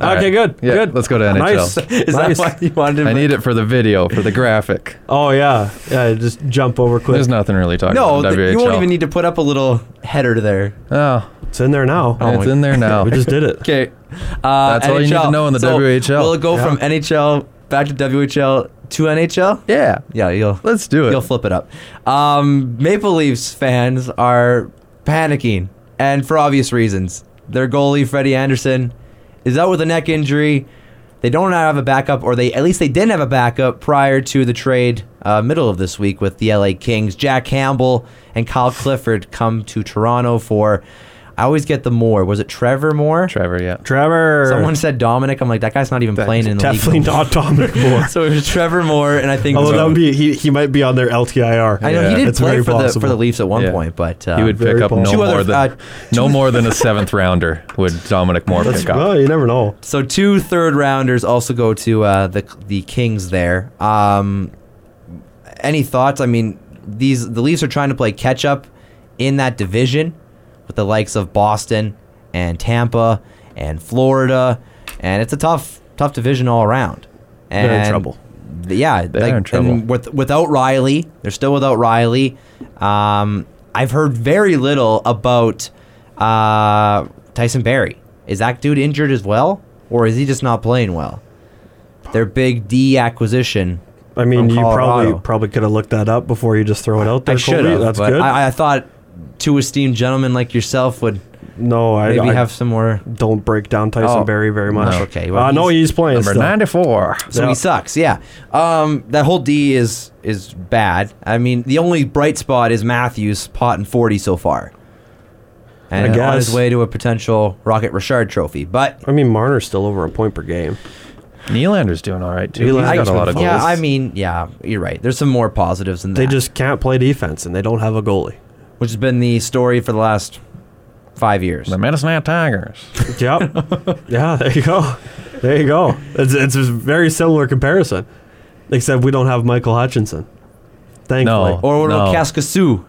[SPEAKER 4] All
[SPEAKER 3] Okay,
[SPEAKER 4] right.
[SPEAKER 3] good.
[SPEAKER 4] Yeah,
[SPEAKER 3] good.
[SPEAKER 4] let's go to
[SPEAKER 3] Nice.
[SPEAKER 4] NHL.
[SPEAKER 2] Is that
[SPEAKER 3] Nice.
[SPEAKER 2] why you wanted? To
[SPEAKER 4] I need it for the video, for the graphic.
[SPEAKER 3] Oh yeah, yeah. Just jump over quick.
[SPEAKER 4] There's nothing really talking
[SPEAKER 2] No,
[SPEAKER 4] about
[SPEAKER 2] th-
[SPEAKER 4] WHL.
[SPEAKER 2] you won't even need to put up a little header there.
[SPEAKER 4] oh,
[SPEAKER 3] it's in there now.
[SPEAKER 2] Oh
[SPEAKER 4] it's
[SPEAKER 2] my-
[SPEAKER 4] in there now.
[SPEAKER 3] We just did it.
[SPEAKER 2] Okay, uh,
[SPEAKER 4] That's all you need to know in the
[SPEAKER 2] so
[SPEAKER 4] WHL.
[SPEAKER 2] Will it go
[SPEAKER 3] Yeah.
[SPEAKER 2] from NHL back to WHL to NHL?
[SPEAKER 4] yeah,
[SPEAKER 2] Yeah, you'll
[SPEAKER 4] let's do it.
[SPEAKER 2] You'll flip it up. Um, Maple Leafs fans are panicking, and for obvious reasons. Their goalie Freddie Anderson is out with a neck injury. They don't have a backup, or they at least they didn't have a backup prior to the trade uh, middle of this week with the LA Kings. Jack Campbell and Kyle Clifford come to Toronto for. I always get the Moore. Was it Trevor Moore?
[SPEAKER 4] Trevor, yeah.
[SPEAKER 3] Trevor.
[SPEAKER 2] Someone said Dominic. I'm like that guy's not even playing in the
[SPEAKER 3] definitely
[SPEAKER 2] league.
[SPEAKER 3] not Dominic Moore.
[SPEAKER 2] So it was Trevor Moore, and I think
[SPEAKER 3] Although that would be he, he might be on their LTIR.
[SPEAKER 2] I know
[SPEAKER 4] Yeah.
[SPEAKER 2] he did
[SPEAKER 3] It's
[SPEAKER 2] play
[SPEAKER 3] very
[SPEAKER 2] for the, for
[SPEAKER 3] possible.
[SPEAKER 2] the Leafs at one
[SPEAKER 4] Yeah.
[SPEAKER 2] point, but uh,
[SPEAKER 4] he would pick
[SPEAKER 3] very
[SPEAKER 4] up
[SPEAKER 3] bold.
[SPEAKER 4] no
[SPEAKER 2] Two
[SPEAKER 4] more
[SPEAKER 2] other-
[SPEAKER 4] than
[SPEAKER 2] uh,
[SPEAKER 4] no more than a seventh rounder would Dominic Moore pick up.
[SPEAKER 3] Well, you never know.
[SPEAKER 2] So two third rounders also go to uh, the the Kings there. Um, any thoughts? I mean, these the Leafs are trying to play catch up in that division with the likes of Boston and Tampa and Florida, and it's a tough tough division all around. And
[SPEAKER 3] in trouble.
[SPEAKER 2] th- Yeah,
[SPEAKER 4] They are in
[SPEAKER 2] and
[SPEAKER 4] trouble.
[SPEAKER 2] with, without Riley, they're still without Riley. Um, I've heard very little about uh, Tyson Berry. Is that dude injured as well, or is he just not playing well? Their big D acquisition.
[SPEAKER 3] I mean,
[SPEAKER 2] From
[SPEAKER 3] you
[SPEAKER 2] Colorado.
[SPEAKER 3] probably probably could have looked that up before you just throw it out there.
[SPEAKER 2] I should
[SPEAKER 3] Colby.
[SPEAKER 2] have.
[SPEAKER 3] That's
[SPEAKER 2] but
[SPEAKER 3] good.
[SPEAKER 2] I, I thought two esteemed gentlemen like yourself would
[SPEAKER 3] No, I,
[SPEAKER 2] Maybe
[SPEAKER 3] I
[SPEAKER 2] have some more.
[SPEAKER 3] don't break down Tyson
[SPEAKER 2] Oh.
[SPEAKER 3] Berry very much.
[SPEAKER 2] No, okay, well,
[SPEAKER 3] well, uh, no,
[SPEAKER 2] he's
[SPEAKER 3] he's playing
[SPEAKER 4] Number
[SPEAKER 3] still.
[SPEAKER 4] 94.
[SPEAKER 2] So
[SPEAKER 3] Yeah.
[SPEAKER 2] he sucks. Yeah. Um, that whole D is is bad. I mean, the only bright spot is Matthews pot and forty so far, and
[SPEAKER 3] I
[SPEAKER 2] on his
[SPEAKER 3] guess.
[SPEAKER 2] way to a potential Rocket Richard Trophy. But
[SPEAKER 3] I mean, Marner's still over a point per game.
[SPEAKER 4] Nylander's doing all right, too. He's
[SPEAKER 3] Nylander's
[SPEAKER 4] got a
[SPEAKER 3] been
[SPEAKER 4] lot of
[SPEAKER 3] fine.
[SPEAKER 4] goals.
[SPEAKER 2] yeah, I mean, yeah, you're right. There's some more positives than that.
[SPEAKER 3] They just can't play defense, and they don't have a goalie.
[SPEAKER 2] which has been the story for the last five years.
[SPEAKER 4] The Medicine Tigers.
[SPEAKER 3] Yep. yeah, there you go. There you go. It's, it's a very similar comparison, except we don't have Michael Hutchinson. Thankfully.
[SPEAKER 4] No.
[SPEAKER 2] Or what about
[SPEAKER 4] No.
[SPEAKER 2] Kaskasu?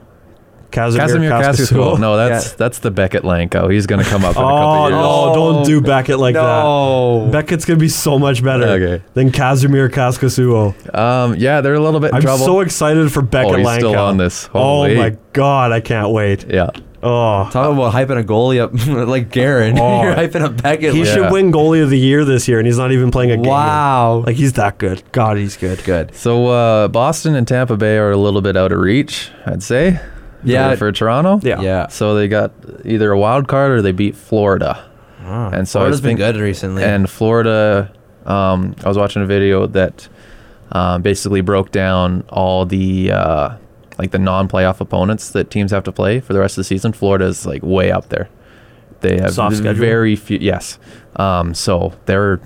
[SPEAKER 3] Casimir
[SPEAKER 4] Casimir
[SPEAKER 3] Kaskasuo.
[SPEAKER 4] Kaskasuo. No, that's
[SPEAKER 2] Yeah.
[SPEAKER 4] that's the Beckett Lanko. He's going to come up in a couple
[SPEAKER 3] Oh,
[SPEAKER 4] years.
[SPEAKER 3] no, don't do Beckett like
[SPEAKER 2] No.
[SPEAKER 3] that. Beckett's going to be so much better
[SPEAKER 4] Okay.
[SPEAKER 3] than Casimir Kaskasuo.
[SPEAKER 4] Um, yeah, they're a little bit in
[SPEAKER 3] I'm
[SPEAKER 4] trouble.
[SPEAKER 3] so excited for Beckett
[SPEAKER 4] Oh, he's still
[SPEAKER 3] Lankow.
[SPEAKER 4] on this.
[SPEAKER 3] Oh,
[SPEAKER 4] Holy.
[SPEAKER 3] my God. I can't wait.
[SPEAKER 4] yeah.
[SPEAKER 3] Oh.
[SPEAKER 2] Talk about hyping a goalie up like Garen.
[SPEAKER 3] Oh.
[SPEAKER 2] You're hyping up Beckett.
[SPEAKER 3] He
[SPEAKER 2] like-
[SPEAKER 3] should win goalie of the year this year, and he's not even playing a game.
[SPEAKER 2] Wow.
[SPEAKER 3] Like, he's that good. God, he's good.
[SPEAKER 2] Good.
[SPEAKER 4] So uh, Boston and Tampa Bay are a little bit out of reach, I'd say.
[SPEAKER 2] Yeah.
[SPEAKER 4] For, for Toronto.
[SPEAKER 3] Yeah.
[SPEAKER 2] Yeah.
[SPEAKER 4] So they got either a wild card or they beat Florida.
[SPEAKER 3] Ah.
[SPEAKER 4] And so I
[SPEAKER 2] Florida's
[SPEAKER 4] was
[SPEAKER 2] been
[SPEAKER 4] thinking,
[SPEAKER 2] good recently.
[SPEAKER 4] and Florida, um, I was watching a video that um, basically broke down all the uh, like the non-playoff opponents that teams have to play for the rest of the season. Florida's like way up there. They have
[SPEAKER 3] Soft schedule?
[SPEAKER 4] very few. Yes, um, so they're.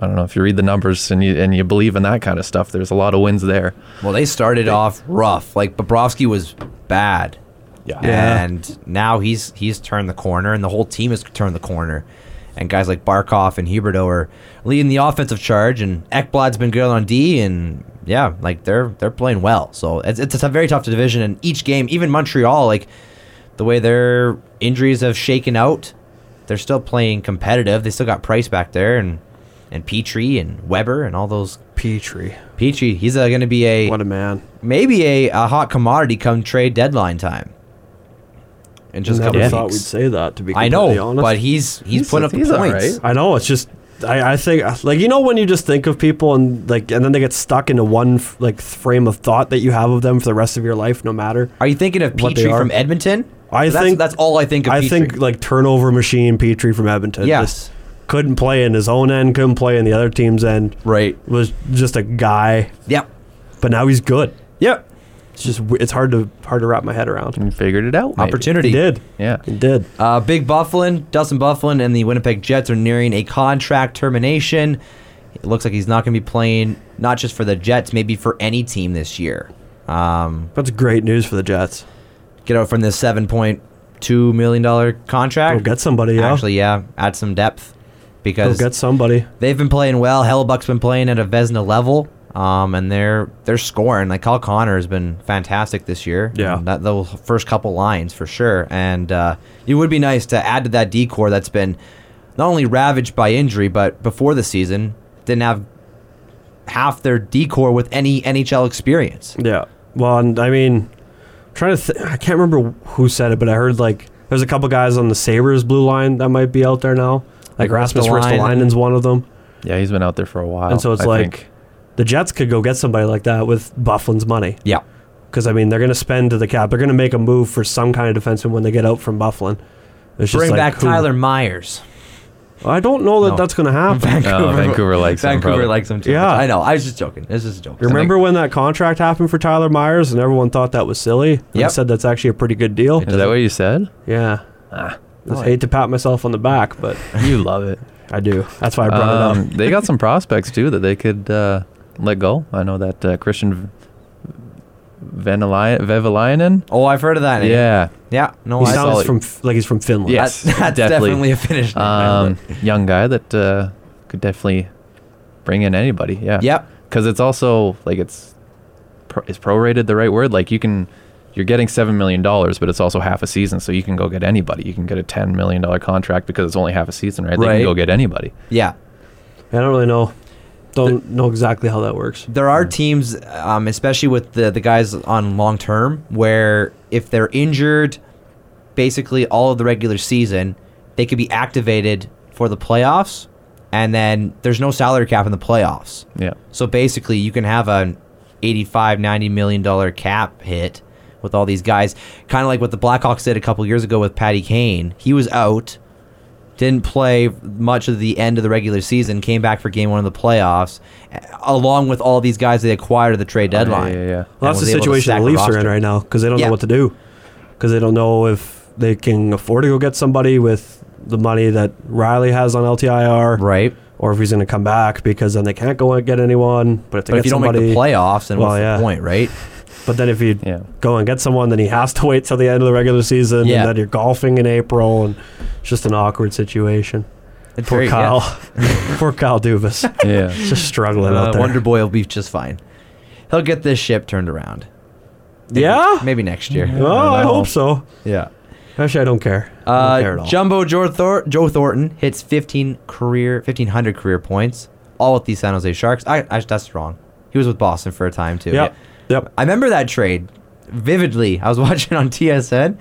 [SPEAKER 4] I don't know if you read the numbers and you and you believe in that kind of stuff. There's a lot of wins there.
[SPEAKER 2] well, they started off rough. Like Bobrovsky was bad,
[SPEAKER 4] Yeah.
[SPEAKER 3] Yeah.
[SPEAKER 2] and now he's he's turned the corner, and the whole team has turned the corner. And guys like Barkov and Huberto are leading the offensive charge, and Ekblad's been good on D, and yeah, like they're they're playing well. So it's it's a very tough division, and each game, even Montreal, like the way their injuries have shaken out, they're still playing competitive. They still got Price back there, and and Petrie and Weber and all those
[SPEAKER 3] Petrie.
[SPEAKER 2] Peachy, he's uh, going to be a
[SPEAKER 3] What a man.
[SPEAKER 2] maybe a, a hot commodity come trade deadline time. In just a
[SPEAKER 3] Never
[SPEAKER 2] couple of
[SPEAKER 3] thought we'd
[SPEAKER 2] weeks.
[SPEAKER 3] say that. To be
[SPEAKER 2] I
[SPEAKER 3] completely
[SPEAKER 2] know,
[SPEAKER 3] honest.
[SPEAKER 2] but he's he's,
[SPEAKER 4] He's-
[SPEAKER 2] putting up
[SPEAKER 4] he's all
[SPEAKER 2] points.
[SPEAKER 4] right.
[SPEAKER 3] I know it's just I, I think like you know when you just think of people and like and then they get stuck into one f- like frame of thought that you have of them for the rest of your life, no matter.
[SPEAKER 2] Are you thinking of
[SPEAKER 3] What they
[SPEAKER 2] Petrie
[SPEAKER 3] are.
[SPEAKER 2] from Edmonton?
[SPEAKER 3] I
[SPEAKER 2] that's,
[SPEAKER 3] think-
[SPEAKER 2] that's all I think of.
[SPEAKER 3] I
[SPEAKER 2] Petrie.
[SPEAKER 3] think like turnover machine Petrie from Edmonton.
[SPEAKER 2] Yeah.
[SPEAKER 3] just couldn't play in his own end, couldn't play in the other team's end.
[SPEAKER 2] right.
[SPEAKER 3] Was just a guy,
[SPEAKER 2] Yep.
[SPEAKER 3] but now he's good.
[SPEAKER 2] Yep.
[SPEAKER 3] It's just w- it's hard to hard to wrap my head around.
[SPEAKER 4] We figured it out. maybe.
[SPEAKER 2] Mm. Opportunity.
[SPEAKER 3] He did,
[SPEAKER 4] Yeah.
[SPEAKER 3] he did.
[SPEAKER 2] Uh, Big Bufflin, Dustin Bufflin, and the Winnipeg Jets are nearing a contract termination. It looks like he's not going to be playing not just for the Jets, maybe for any team this year. Um,
[SPEAKER 3] That's great news for the Jets.
[SPEAKER 2] get out from this seven point two million dollar
[SPEAKER 3] Go
[SPEAKER 2] contract.
[SPEAKER 3] get somebody. Yeah. Oh,
[SPEAKER 2] Actually, yeah, add some depth
[SPEAKER 3] Go
[SPEAKER 2] because
[SPEAKER 3] get somebody.
[SPEAKER 2] they've been playing well. Hellebuck's been playing at a Vesna level, um, and they're they're scoring. Like Kyle Connor has been fantastic this year.
[SPEAKER 3] Yeah.
[SPEAKER 2] And that those first couple lines for sure. And uh, it would be nice to add to that decor that's been not only ravaged by injury, but before the season didn't have half their decor with any NHL experience.
[SPEAKER 3] Yeah. Well, and I mean, I'm trying to, th- I can't remember who said it, but I heard like there's a couple guys on the Sabres blue line that might be out there now. Like
[SPEAKER 2] Like
[SPEAKER 3] Rasmus
[SPEAKER 2] Ristolainen. Oh,
[SPEAKER 3] Ristolainen's one of them,
[SPEAKER 4] Yeah, he's been out there for a while.
[SPEAKER 3] and so it's
[SPEAKER 4] I
[SPEAKER 3] like
[SPEAKER 4] think.
[SPEAKER 3] the Jets could go get somebody like that with Bufflin's money
[SPEAKER 2] Yeah.
[SPEAKER 3] because I mean they're going to spend to the cap, they're going to make a move for some kind of defenseman when they get out from Bufflin. It's just
[SPEAKER 2] Bring
[SPEAKER 3] like,
[SPEAKER 2] back
[SPEAKER 3] who-
[SPEAKER 2] Tyler Myers.
[SPEAKER 3] I don't know that
[SPEAKER 2] No.
[SPEAKER 3] that's going to happen.
[SPEAKER 4] Oh, Vancouver likes him,
[SPEAKER 2] Vancouver
[SPEAKER 4] probably.
[SPEAKER 2] likes him too.
[SPEAKER 3] Yeah.
[SPEAKER 2] much. I know. I was just joking. This is a joke.
[SPEAKER 3] Remember when that contract happened for Tyler Myers and everyone thought that was silly? And I
[SPEAKER 2] Yep.
[SPEAKER 3] said that's actually a pretty good deal.
[SPEAKER 4] Is that what you said?
[SPEAKER 3] Yeah. I
[SPEAKER 2] Oh,
[SPEAKER 3] hate to pat myself on the back, but
[SPEAKER 4] You love it.
[SPEAKER 3] I do. That's why I brought it up.
[SPEAKER 4] Um, they got some prospects too that they could uh, let go. I know that uh, Christian Veneli- Vevelainen.
[SPEAKER 2] Oh, I've heard of that. name.
[SPEAKER 4] Yeah,
[SPEAKER 2] Yeah. No,
[SPEAKER 3] He
[SPEAKER 2] I
[SPEAKER 3] sounds
[SPEAKER 4] solid.
[SPEAKER 3] from F- like he's from Finland.
[SPEAKER 4] Yeah.
[SPEAKER 2] that's,
[SPEAKER 4] Yes,
[SPEAKER 2] that's
[SPEAKER 4] definitely.
[SPEAKER 2] definitely. a finished name.
[SPEAKER 4] um, young guy that uh, could definitely bring in anybody. Yeah.
[SPEAKER 2] Yep.
[SPEAKER 4] Because it's also like it's pro- is prorated the right word? Like you can. You're getting seven million dollars, but it's also half a season, so you can go get anybody. You can get a ten million dollar contract because it's only half a season, right? They
[SPEAKER 2] Right.
[SPEAKER 4] can go get anybody.
[SPEAKER 2] yeah.
[SPEAKER 3] I don't really know. Don't know exactly how that works.
[SPEAKER 2] There
[SPEAKER 4] hmm.
[SPEAKER 2] are teams, um, especially with the, the guys on long term, where if they're injured basically all of the regular season, they could be activated for the playoffs, and then there's no salary cap in the playoffs.
[SPEAKER 4] Yeah.
[SPEAKER 2] So basically, you can have an 85, 90 million dollar cap hit with all these guys. Kind of like what the Blackhawks did a couple years ago with Patty Kane. He was out, didn't play much of the end of the regular season, came back for game one of the playoffs, a- along with all these guys they acquired at the trade
[SPEAKER 4] Oh, yeah,
[SPEAKER 2] deadline.
[SPEAKER 4] yeah, yeah. Well,
[SPEAKER 2] And
[SPEAKER 3] Well, that's the
[SPEAKER 2] was able to
[SPEAKER 3] situation
[SPEAKER 2] stack
[SPEAKER 3] the Leafs are in
[SPEAKER 2] roster.
[SPEAKER 3] right now because they don't
[SPEAKER 2] Yeah.
[SPEAKER 3] know what to do because they don't know if they can afford to go get somebody with the money that Riley has on LTIR,
[SPEAKER 2] Right.
[SPEAKER 3] or if he's going to come back because then they can't go and get anyone. But if they
[SPEAKER 2] But
[SPEAKER 3] get
[SPEAKER 2] if you don't
[SPEAKER 3] somebody,
[SPEAKER 2] make the playoffs, then
[SPEAKER 3] Well,
[SPEAKER 2] what's
[SPEAKER 3] yeah.
[SPEAKER 2] the point, right?
[SPEAKER 3] but then if you
[SPEAKER 4] Yeah.
[SPEAKER 3] go and get someone, then he has to wait till the end of the regular season,
[SPEAKER 2] Yeah.
[SPEAKER 3] and then you're golfing in April, and it's just an awkward situation.
[SPEAKER 2] It's
[SPEAKER 3] Poor
[SPEAKER 2] very- yeah.
[SPEAKER 3] Kyle, poor Kyle Dubas,
[SPEAKER 4] yeah.
[SPEAKER 3] just struggling
[SPEAKER 2] Uh,
[SPEAKER 3] out there.
[SPEAKER 2] Wonder Boy will be just fine. He'll get this ship turned around. Maybe-
[SPEAKER 3] yeah.
[SPEAKER 2] Maybe next year.
[SPEAKER 3] Oh, I
[SPEAKER 4] know.
[SPEAKER 3] hope so.
[SPEAKER 2] Yeah.
[SPEAKER 3] Actually, I don't care. I don't care at
[SPEAKER 2] Uh,
[SPEAKER 3] all.
[SPEAKER 2] Jumbo Joe, Thor- Joe Thornton hits 15 career 1500 career points, all with the San Jose Sharks. I, I that's wrong. He was with Boston for a time too.
[SPEAKER 3] Yep. Yep.
[SPEAKER 2] I remember that trade vividly. I was watching on TSN,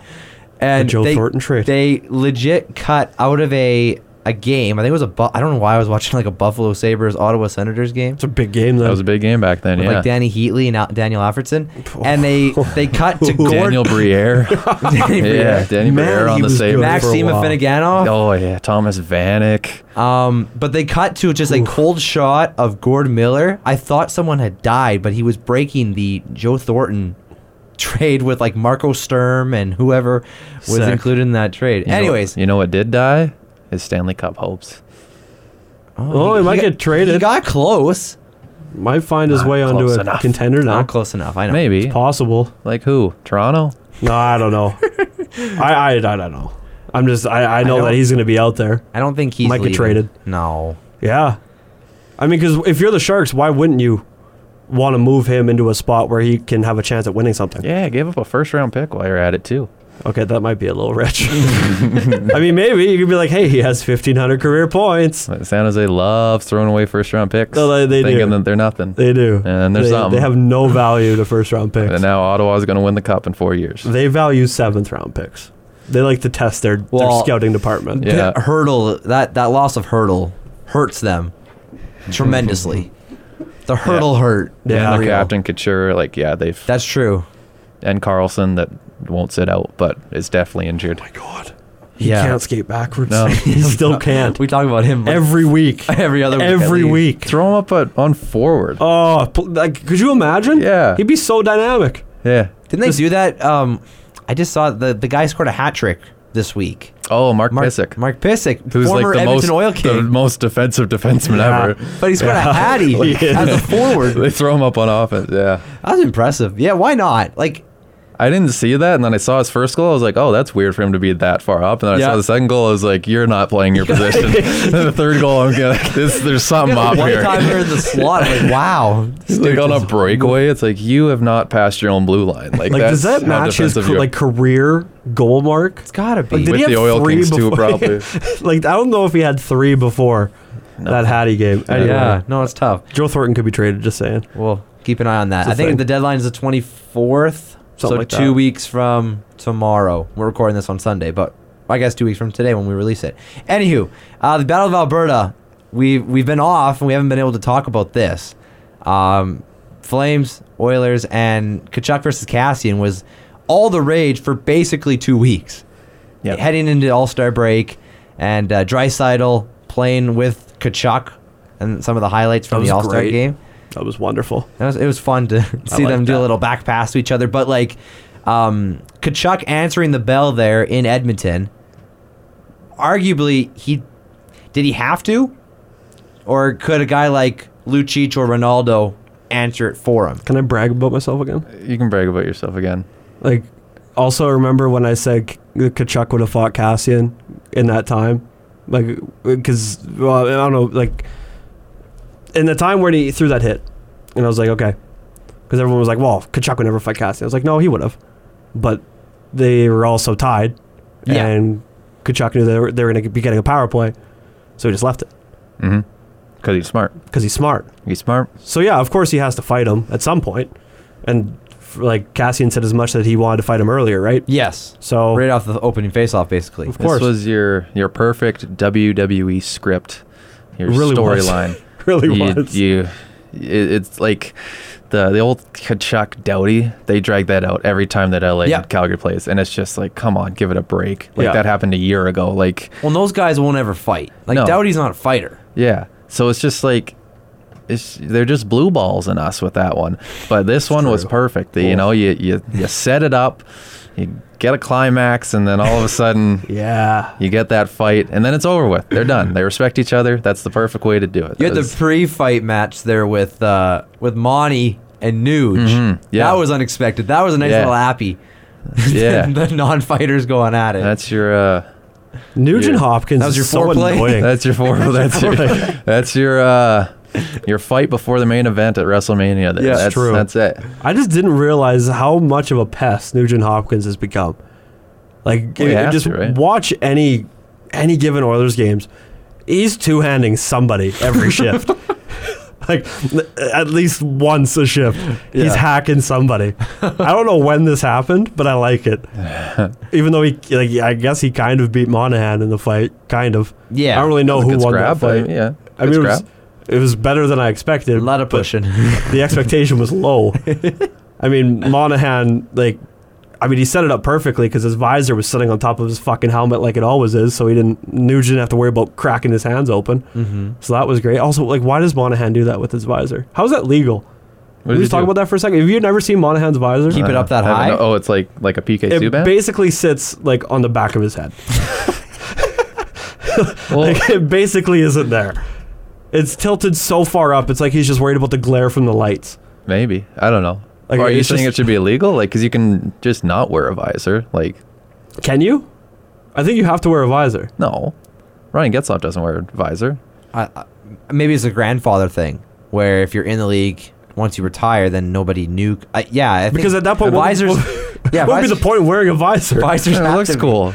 [SPEAKER 2] and
[SPEAKER 3] The Joe
[SPEAKER 2] they,
[SPEAKER 3] Thornton trade.
[SPEAKER 2] They legit cut out of a a game. I think it was a. Bu- I don't know why I was watching like a Buffalo Sabres Ottawa Senators game.
[SPEAKER 3] It's a big game, though.
[SPEAKER 4] That was a big game back then.
[SPEAKER 2] With
[SPEAKER 4] Yeah.
[SPEAKER 2] like Danny Heatley and Al- Daniel Alfredson, and they they cut to Gord-
[SPEAKER 4] Daniel Briere.
[SPEAKER 2] Danny Briere.
[SPEAKER 4] yeah, Danny
[SPEAKER 3] Man,
[SPEAKER 4] Briere on
[SPEAKER 3] he
[SPEAKER 4] the
[SPEAKER 3] was good.
[SPEAKER 4] Sabres.
[SPEAKER 3] Max-
[SPEAKER 2] Maxima
[SPEAKER 3] For a while.
[SPEAKER 2] Finneganoff.
[SPEAKER 4] Oh yeah, Thomas Vanek.
[SPEAKER 2] Um, but they cut to just a cold shot of Gord Miller. I thought someone had died, but he was breaking the Joe Thornton trade with like Marco Sturm and whoever was
[SPEAKER 3] Sick.
[SPEAKER 2] included in that trade.
[SPEAKER 4] You know-
[SPEAKER 2] Anyways,
[SPEAKER 4] you know what did die? His Stanley Cup hopes.
[SPEAKER 3] Oh, he might
[SPEAKER 2] got-
[SPEAKER 3] get traded.
[SPEAKER 2] He got close.
[SPEAKER 3] Might find his
[SPEAKER 4] Not
[SPEAKER 3] way onto
[SPEAKER 4] close
[SPEAKER 3] a
[SPEAKER 4] enough.
[SPEAKER 3] contender now.
[SPEAKER 2] Not close enough. I know.
[SPEAKER 4] Maybe.
[SPEAKER 3] Possible.
[SPEAKER 4] Like who? Toronto?
[SPEAKER 3] No, I don't know. I, I, I don't know. I'm just, I, I know
[SPEAKER 2] don't-
[SPEAKER 3] that he's going to be out there.
[SPEAKER 2] I don't think he's
[SPEAKER 3] Might get
[SPEAKER 2] leaving.
[SPEAKER 3] traded.
[SPEAKER 2] No.
[SPEAKER 3] Yeah. I mean, because if you're the Sharks, why wouldn't you want to move him into a spot where he can have a chance at winning something?
[SPEAKER 4] Yeah, gave up a first round pick while you're at it too.
[SPEAKER 3] Okay, that might be a little rich. I mean, maybe you could be like, hey, he has 1,500 career points.
[SPEAKER 4] Like, San Jose loves throwing away first round picks.
[SPEAKER 3] No, they- they
[SPEAKER 4] thinking
[SPEAKER 3] do.
[SPEAKER 4] that they're nothing.
[SPEAKER 3] They do.
[SPEAKER 4] And there's
[SPEAKER 3] they,
[SPEAKER 4] something.
[SPEAKER 3] They have no value to first round picks.
[SPEAKER 4] and now Ottawa's going to win the cup in four years.
[SPEAKER 3] They value seventh round picks. They like to test their, their
[SPEAKER 2] Well,
[SPEAKER 3] scouting department.
[SPEAKER 4] Yeah.
[SPEAKER 2] That hurdle that that loss of hurdle hurts them tremendously. the hurdle hurt.
[SPEAKER 3] Yeah.
[SPEAKER 4] And
[SPEAKER 2] Real.
[SPEAKER 4] their captain Couture, like yeah, they've
[SPEAKER 2] That's true.
[SPEAKER 4] and Carlson that won't sit out, but is definitely injured.
[SPEAKER 3] Oh my God. He
[SPEAKER 2] Yeah.
[SPEAKER 3] can't skate backwards.
[SPEAKER 4] No.
[SPEAKER 3] he still can't.
[SPEAKER 2] We talk about him like,
[SPEAKER 3] Every week.
[SPEAKER 2] every other week. at
[SPEAKER 3] Every
[SPEAKER 2] least.
[SPEAKER 3] week.
[SPEAKER 4] Throw him up at, on forward.
[SPEAKER 3] Oh, pl- like, could you imagine?
[SPEAKER 4] Yeah.
[SPEAKER 3] He'd be so dynamic.
[SPEAKER 4] Yeah.
[SPEAKER 2] Didn't they do that? Um, I just saw the the guy scored a hat trick this week.
[SPEAKER 4] Oh, Mark,
[SPEAKER 2] Mark
[SPEAKER 4] Pesic.
[SPEAKER 2] Mark Pissick,
[SPEAKER 4] who's
[SPEAKER 2] former
[SPEAKER 4] like the
[SPEAKER 2] Edmonton
[SPEAKER 4] most
[SPEAKER 2] Oil
[SPEAKER 4] the
[SPEAKER 2] King,
[SPEAKER 4] most defensive defenseman
[SPEAKER 3] Yeah.
[SPEAKER 4] ever.
[SPEAKER 2] but he scored a hattie as a forward.
[SPEAKER 4] They throw him up on offense. Yeah.
[SPEAKER 2] That was impressive. Yeah, why not? Like,
[SPEAKER 4] I didn't see that, and then I saw his first goal. I was like, "Oh, that's weird for him to be that far up." And then I
[SPEAKER 2] Yeah.
[SPEAKER 4] saw the second goal. I was like, "You're not playing your position." and the third goal, I'm gonna, this, there's something up
[SPEAKER 2] one
[SPEAKER 4] here.
[SPEAKER 2] time we were in the slot. I'm like, wow, this
[SPEAKER 4] Like
[SPEAKER 2] dude
[SPEAKER 4] on a
[SPEAKER 2] just-
[SPEAKER 4] breakaway, it's like you have not passed your own blue line. Like,
[SPEAKER 3] Like, does
[SPEAKER 4] that's
[SPEAKER 3] that
[SPEAKER 4] how
[SPEAKER 3] match his
[SPEAKER 4] defensive
[SPEAKER 3] ca-
[SPEAKER 4] you are.
[SPEAKER 3] like career goal mark?
[SPEAKER 2] it's gotta be.
[SPEAKER 3] did
[SPEAKER 4] with
[SPEAKER 3] he
[SPEAKER 4] the
[SPEAKER 3] have
[SPEAKER 4] Oil
[SPEAKER 3] three
[SPEAKER 4] Kings too?
[SPEAKER 3] before?
[SPEAKER 4] Probably.
[SPEAKER 3] Like, I don't know if he had three before that Hattie game. Anyway,
[SPEAKER 2] yeah, no, it's tough.
[SPEAKER 3] Joe Thornton could be traded. Just saying.
[SPEAKER 2] We'll keep an eye on that.
[SPEAKER 3] It's a
[SPEAKER 2] I think
[SPEAKER 3] thing.
[SPEAKER 2] the deadline is the 24th, so
[SPEAKER 3] Something like
[SPEAKER 2] two
[SPEAKER 3] that.
[SPEAKER 2] weeks from tomorrow. We're recording this on Sunday, but I guess two weeks from today when we release it. Anywho, uh, the Battle of Alberta, we've we've been off and we haven't been able to talk about this. Um, Flames, Oilers, and Kachuk versus Cassian was all the rage for basically two weeks
[SPEAKER 4] Yeah.
[SPEAKER 2] heading into All Star break, and uh, Drysidle playing with Kachuk, and some of the highlights
[SPEAKER 3] That
[SPEAKER 2] from
[SPEAKER 3] was
[SPEAKER 2] the All Star
[SPEAKER 3] great.
[SPEAKER 2] game.
[SPEAKER 3] That was wonderful.
[SPEAKER 2] That was, it was fun to see them
[SPEAKER 4] like
[SPEAKER 2] do a
[SPEAKER 4] that.
[SPEAKER 2] little back pass to each other, but like um, Kachuk answering the bell there in Edmonton. Arguably, he did he have to, or could a guy like Lucic or Ronaldo answer it for him?
[SPEAKER 3] Can I brag about myself again?
[SPEAKER 4] You can brag about yourself again.
[SPEAKER 3] Like, also remember when I said K- Kachuk would have fought Cassian in that time? Like, because well, I don't know. Like, in the time when he threw that hit, and I was like, okay, because everyone was like, well, Kachuk would never fight Cassian. I was like, no, he would have, but they were also tied,
[SPEAKER 2] Yeah.
[SPEAKER 3] and Kachuk knew they were, they were going to be getting a power play, so he just left it
[SPEAKER 4] Mm-hmm. Because he's smart.
[SPEAKER 3] because he's smart.
[SPEAKER 4] He's smart.
[SPEAKER 3] So yeah, of course he has to fight him at some point, and f- like Cassian said as much that he wanted to fight him earlier, right?
[SPEAKER 2] Yes,
[SPEAKER 3] So
[SPEAKER 2] right off the opening faceoff, basically.
[SPEAKER 3] Of course.
[SPEAKER 4] This was your your perfect WWE script. Your
[SPEAKER 3] Really was.
[SPEAKER 4] storyline.
[SPEAKER 3] really was.
[SPEAKER 4] you, you it, it's like the the old Kachuk Doughty, they drag that out every time that LA
[SPEAKER 2] Yeah.
[SPEAKER 4] and Calgary plays, and it's just like, come on, give it a break. Like
[SPEAKER 3] Yeah.
[SPEAKER 4] that happened a year ago. Like
[SPEAKER 2] Well, and those guys won't ever fight. Like
[SPEAKER 4] No.
[SPEAKER 2] Dowdy's not a fighter.
[SPEAKER 4] yeah, so it's just like. It's, they're just blue balls in us with that one, but this one was
[SPEAKER 2] true.
[SPEAKER 4] perfect. You know, you, you you set it up, you get a climax, and then all of a sudden
[SPEAKER 3] Yeah.
[SPEAKER 4] you get that fight, and then it's over with. They're done. They respect each other. That's the perfect way to do it.
[SPEAKER 2] You had the
[SPEAKER 4] That was-
[SPEAKER 2] pre-fight match there with uh, with Monty and Nuge.
[SPEAKER 4] yeah.
[SPEAKER 2] That was unexpected. That was a nice
[SPEAKER 4] Yeah.
[SPEAKER 2] little happy.
[SPEAKER 4] Yeah.
[SPEAKER 2] the non-fighters going at it.
[SPEAKER 4] that's your uh,
[SPEAKER 3] Nugent
[SPEAKER 4] Yeah.
[SPEAKER 3] Hopkins
[SPEAKER 2] That was your
[SPEAKER 3] is so
[SPEAKER 2] foreplay?
[SPEAKER 3] annoying.
[SPEAKER 4] That's your four. That's your that's your uh, your fight before the main event at WrestleMania. There.
[SPEAKER 3] Yeah, it's
[SPEAKER 4] that's
[SPEAKER 3] true.
[SPEAKER 4] That's it.
[SPEAKER 3] I just didn't realize how much of a pest Nugent Hopkins has become. Like,
[SPEAKER 4] Well, he
[SPEAKER 3] you
[SPEAKER 4] has
[SPEAKER 3] just
[SPEAKER 4] to, right?
[SPEAKER 3] watch any any given Oilers games. He's two handing somebody every shift. Like l- at least once a shift, he's
[SPEAKER 2] Yeah.
[SPEAKER 3] hacking somebody. I don't know when this happened, but I like it. Even though he, like, I guess he kind of beat Monahan in the fight, kind of.
[SPEAKER 2] Yeah.
[SPEAKER 3] I don't really know
[SPEAKER 4] It's a
[SPEAKER 3] who
[SPEAKER 4] good
[SPEAKER 3] won that
[SPEAKER 4] scrap,
[SPEAKER 3] fight.
[SPEAKER 4] but yeah,
[SPEAKER 3] I mean, it
[SPEAKER 4] good
[SPEAKER 3] was,
[SPEAKER 4] scrap.
[SPEAKER 3] it was better than I expected.
[SPEAKER 2] a lot of
[SPEAKER 3] but-
[SPEAKER 2] pushing.
[SPEAKER 3] the expectation was low. I mean, Monahan, like, I mean, he set it up perfectly because his visor was sitting on top of his fucking helmet like it always is, so he didn't Nugent didn't have to worry about cracking his hands open.
[SPEAKER 2] mm-hmm.
[SPEAKER 3] So that was great. Also, like, why does Monahan do that with his visor? How is that legal?
[SPEAKER 4] What
[SPEAKER 3] Can
[SPEAKER 4] did
[SPEAKER 3] we
[SPEAKER 4] you
[SPEAKER 3] just talk
[SPEAKER 4] do?
[SPEAKER 3] about that for a second? Have you never seen Monahan's visor?
[SPEAKER 2] Keep it up that
[SPEAKER 4] I don't
[SPEAKER 2] high?
[SPEAKER 4] know. Oh, it's like like a PK
[SPEAKER 3] it
[SPEAKER 4] Subban.
[SPEAKER 3] basically sits like on the back of his head.
[SPEAKER 4] well,
[SPEAKER 3] Like, it basically isn't there. It's tilted so far up. It's like he's just worried about the glare from the lights.
[SPEAKER 4] maybe I don't know.
[SPEAKER 3] Like,
[SPEAKER 4] Are you
[SPEAKER 3] it's
[SPEAKER 4] saying
[SPEAKER 3] just-
[SPEAKER 4] it should be illegal? Like, because you can just not wear a visor. Like,
[SPEAKER 3] Can you? I think you have to wear a visor.
[SPEAKER 4] no, Ryan Getzloff doesn't wear a visor.
[SPEAKER 2] I, I, maybe it's a grandfather thing where if you're in the league once you retire, then nobody knew. I, yeah, I think
[SPEAKER 3] Because at that point, what-
[SPEAKER 2] visors.
[SPEAKER 3] what-
[SPEAKER 2] yeah,
[SPEAKER 3] what would be
[SPEAKER 2] visors,
[SPEAKER 3] the point of wearing a visor?
[SPEAKER 2] Visors
[SPEAKER 4] It
[SPEAKER 2] have
[SPEAKER 4] looks
[SPEAKER 2] to be-
[SPEAKER 4] cool.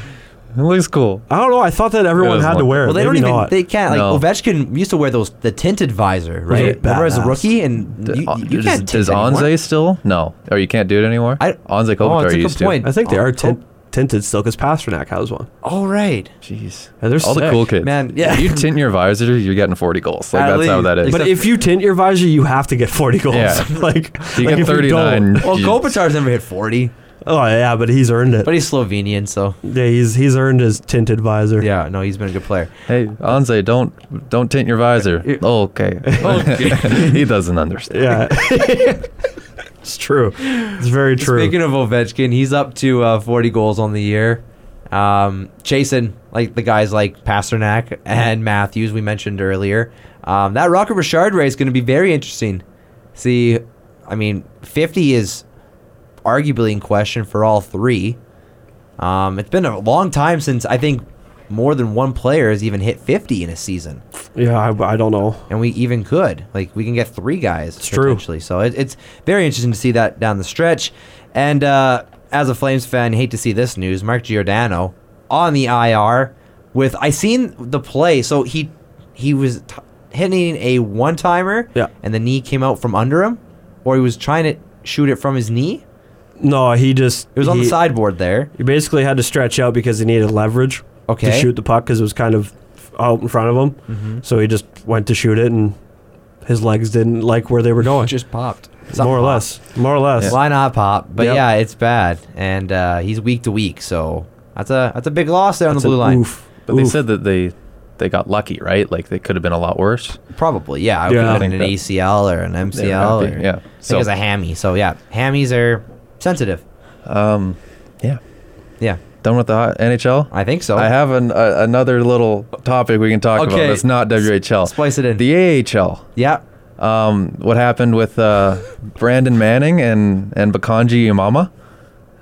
[SPEAKER 4] It looks cool.
[SPEAKER 3] I don't know. I thought that
[SPEAKER 4] It
[SPEAKER 3] everyone
[SPEAKER 4] was
[SPEAKER 3] had to
[SPEAKER 4] one-
[SPEAKER 3] wear it.
[SPEAKER 2] Well, they
[SPEAKER 3] Maybe
[SPEAKER 2] don't even.
[SPEAKER 3] not.
[SPEAKER 2] They can't. Like
[SPEAKER 4] No.
[SPEAKER 2] Ovechkin used to wear those the tinted visor,
[SPEAKER 3] are
[SPEAKER 2] right? Remember as a
[SPEAKER 3] badass.
[SPEAKER 2] rookie, and you,
[SPEAKER 4] Uh,
[SPEAKER 2] you
[SPEAKER 4] does,
[SPEAKER 2] can't
[SPEAKER 4] does
[SPEAKER 2] tint anymore.
[SPEAKER 4] Anze still? No, or you can't do it anymore.
[SPEAKER 2] I-
[SPEAKER 4] Anze Kopitar
[SPEAKER 2] Oh, it's a good
[SPEAKER 4] used to.
[SPEAKER 2] point.
[SPEAKER 3] I think they
[SPEAKER 2] Oh,
[SPEAKER 3] are
[SPEAKER 2] cool.
[SPEAKER 3] tin- tinted still because Pasternak has one.
[SPEAKER 2] All right.
[SPEAKER 4] Jeez,
[SPEAKER 3] Yeah, they're
[SPEAKER 4] all the
[SPEAKER 3] sick.
[SPEAKER 4] cool kids,
[SPEAKER 2] Man, yeah.
[SPEAKER 4] If you tint your visor, you're getting 40 goals. Like
[SPEAKER 2] At
[SPEAKER 4] that's how that is.
[SPEAKER 2] least.
[SPEAKER 3] But
[SPEAKER 2] Except
[SPEAKER 3] if you tint your visor, you have to get 40 goals.
[SPEAKER 4] Yeah.
[SPEAKER 3] like,
[SPEAKER 4] you
[SPEAKER 3] like if
[SPEAKER 4] get
[SPEAKER 3] you don't-
[SPEAKER 4] 39.
[SPEAKER 2] Well,
[SPEAKER 4] Jeez.
[SPEAKER 2] Kopitar's never hit 40,
[SPEAKER 3] oh, yeah, but he's earned it.
[SPEAKER 2] but he's Slovenian, so
[SPEAKER 3] yeah, he's he's earned his tinted visor.
[SPEAKER 2] yeah, no, he's been a good player.
[SPEAKER 4] hey, Anze, don't don't tint your visor. Oh, okay. he doesn't understand.
[SPEAKER 3] Yeah. it's true. It's very true.
[SPEAKER 2] Speaking of Ovechkin, he's up to uh, 40 goals on the year. Um, chasing like the guys like Pasternak and Matthews we mentioned earlier. Um, that Rocket Richard race is going to be very interesting. See, I mean, 50 is arguably in question for all three. Um, it's been a long time since I think more than one player has even hit 50 in a season.
[SPEAKER 3] yeah, I, I don't know.
[SPEAKER 2] and we even could like we can get three guys
[SPEAKER 3] It's true.
[SPEAKER 2] potentially. So it, it's very interesting to see that down the stretch. And uh, as a Flames fan, hate to see this news. Mark Giordano on the IR with I seen the play. So he he was t- hitting a one timer,
[SPEAKER 3] Yeah.
[SPEAKER 2] and the knee came out from under him, or he was trying to shoot it from his knee.
[SPEAKER 3] No, he just.
[SPEAKER 2] It was on the
[SPEAKER 3] he-
[SPEAKER 2] sideboard there.
[SPEAKER 3] He basically had to stretch out because he needed leverage to
[SPEAKER 2] Okay.
[SPEAKER 3] shoot the puck because it was kind of out in front of him.
[SPEAKER 4] Mm-hmm.
[SPEAKER 3] So he just went to shoot it, and his legs didn't like where they were going.
[SPEAKER 2] Just popped.
[SPEAKER 3] more or
[SPEAKER 2] Something popped.
[SPEAKER 3] less. More or less.
[SPEAKER 2] Why not pop? But
[SPEAKER 3] Yep.
[SPEAKER 2] yeah, it's bad, and uh, he's week to week, so that's a that's a big loss there on
[SPEAKER 3] That's
[SPEAKER 2] the blue
[SPEAKER 3] an
[SPEAKER 2] line.
[SPEAKER 3] Oof.
[SPEAKER 4] But they
[SPEAKER 3] Oof.
[SPEAKER 4] said that they they got lucky, right? Like they could have been a lot worse.
[SPEAKER 2] Probably, yeah. I
[SPEAKER 3] Yeah.
[SPEAKER 2] would have
[SPEAKER 4] I
[SPEAKER 2] been
[SPEAKER 4] think
[SPEAKER 2] an
[SPEAKER 4] that-
[SPEAKER 2] ACL or an
[SPEAKER 4] They were
[SPEAKER 2] MCL.
[SPEAKER 4] happy,
[SPEAKER 2] Or,
[SPEAKER 4] yeah.
[SPEAKER 2] I think
[SPEAKER 4] So
[SPEAKER 2] it's a hammy. So yeah, hammies are sensitive.
[SPEAKER 4] um, yeah,
[SPEAKER 2] Yeah,
[SPEAKER 4] done with the hot NHL.
[SPEAKER 2] I think so.
[SPEAKER 4] I have an, uh, another little topic we can talk about
[SPEAKER 2] Okay.
[SPEAKER 4] that's not WHL.
[SPEAKER 2] Splice it in.
[SPEAKER 4] The AHL.
[SPEAKER 2] yeah.
[SPEAKER 4] um, what happened with uh, Brandon Manning and and Bakanji Umama.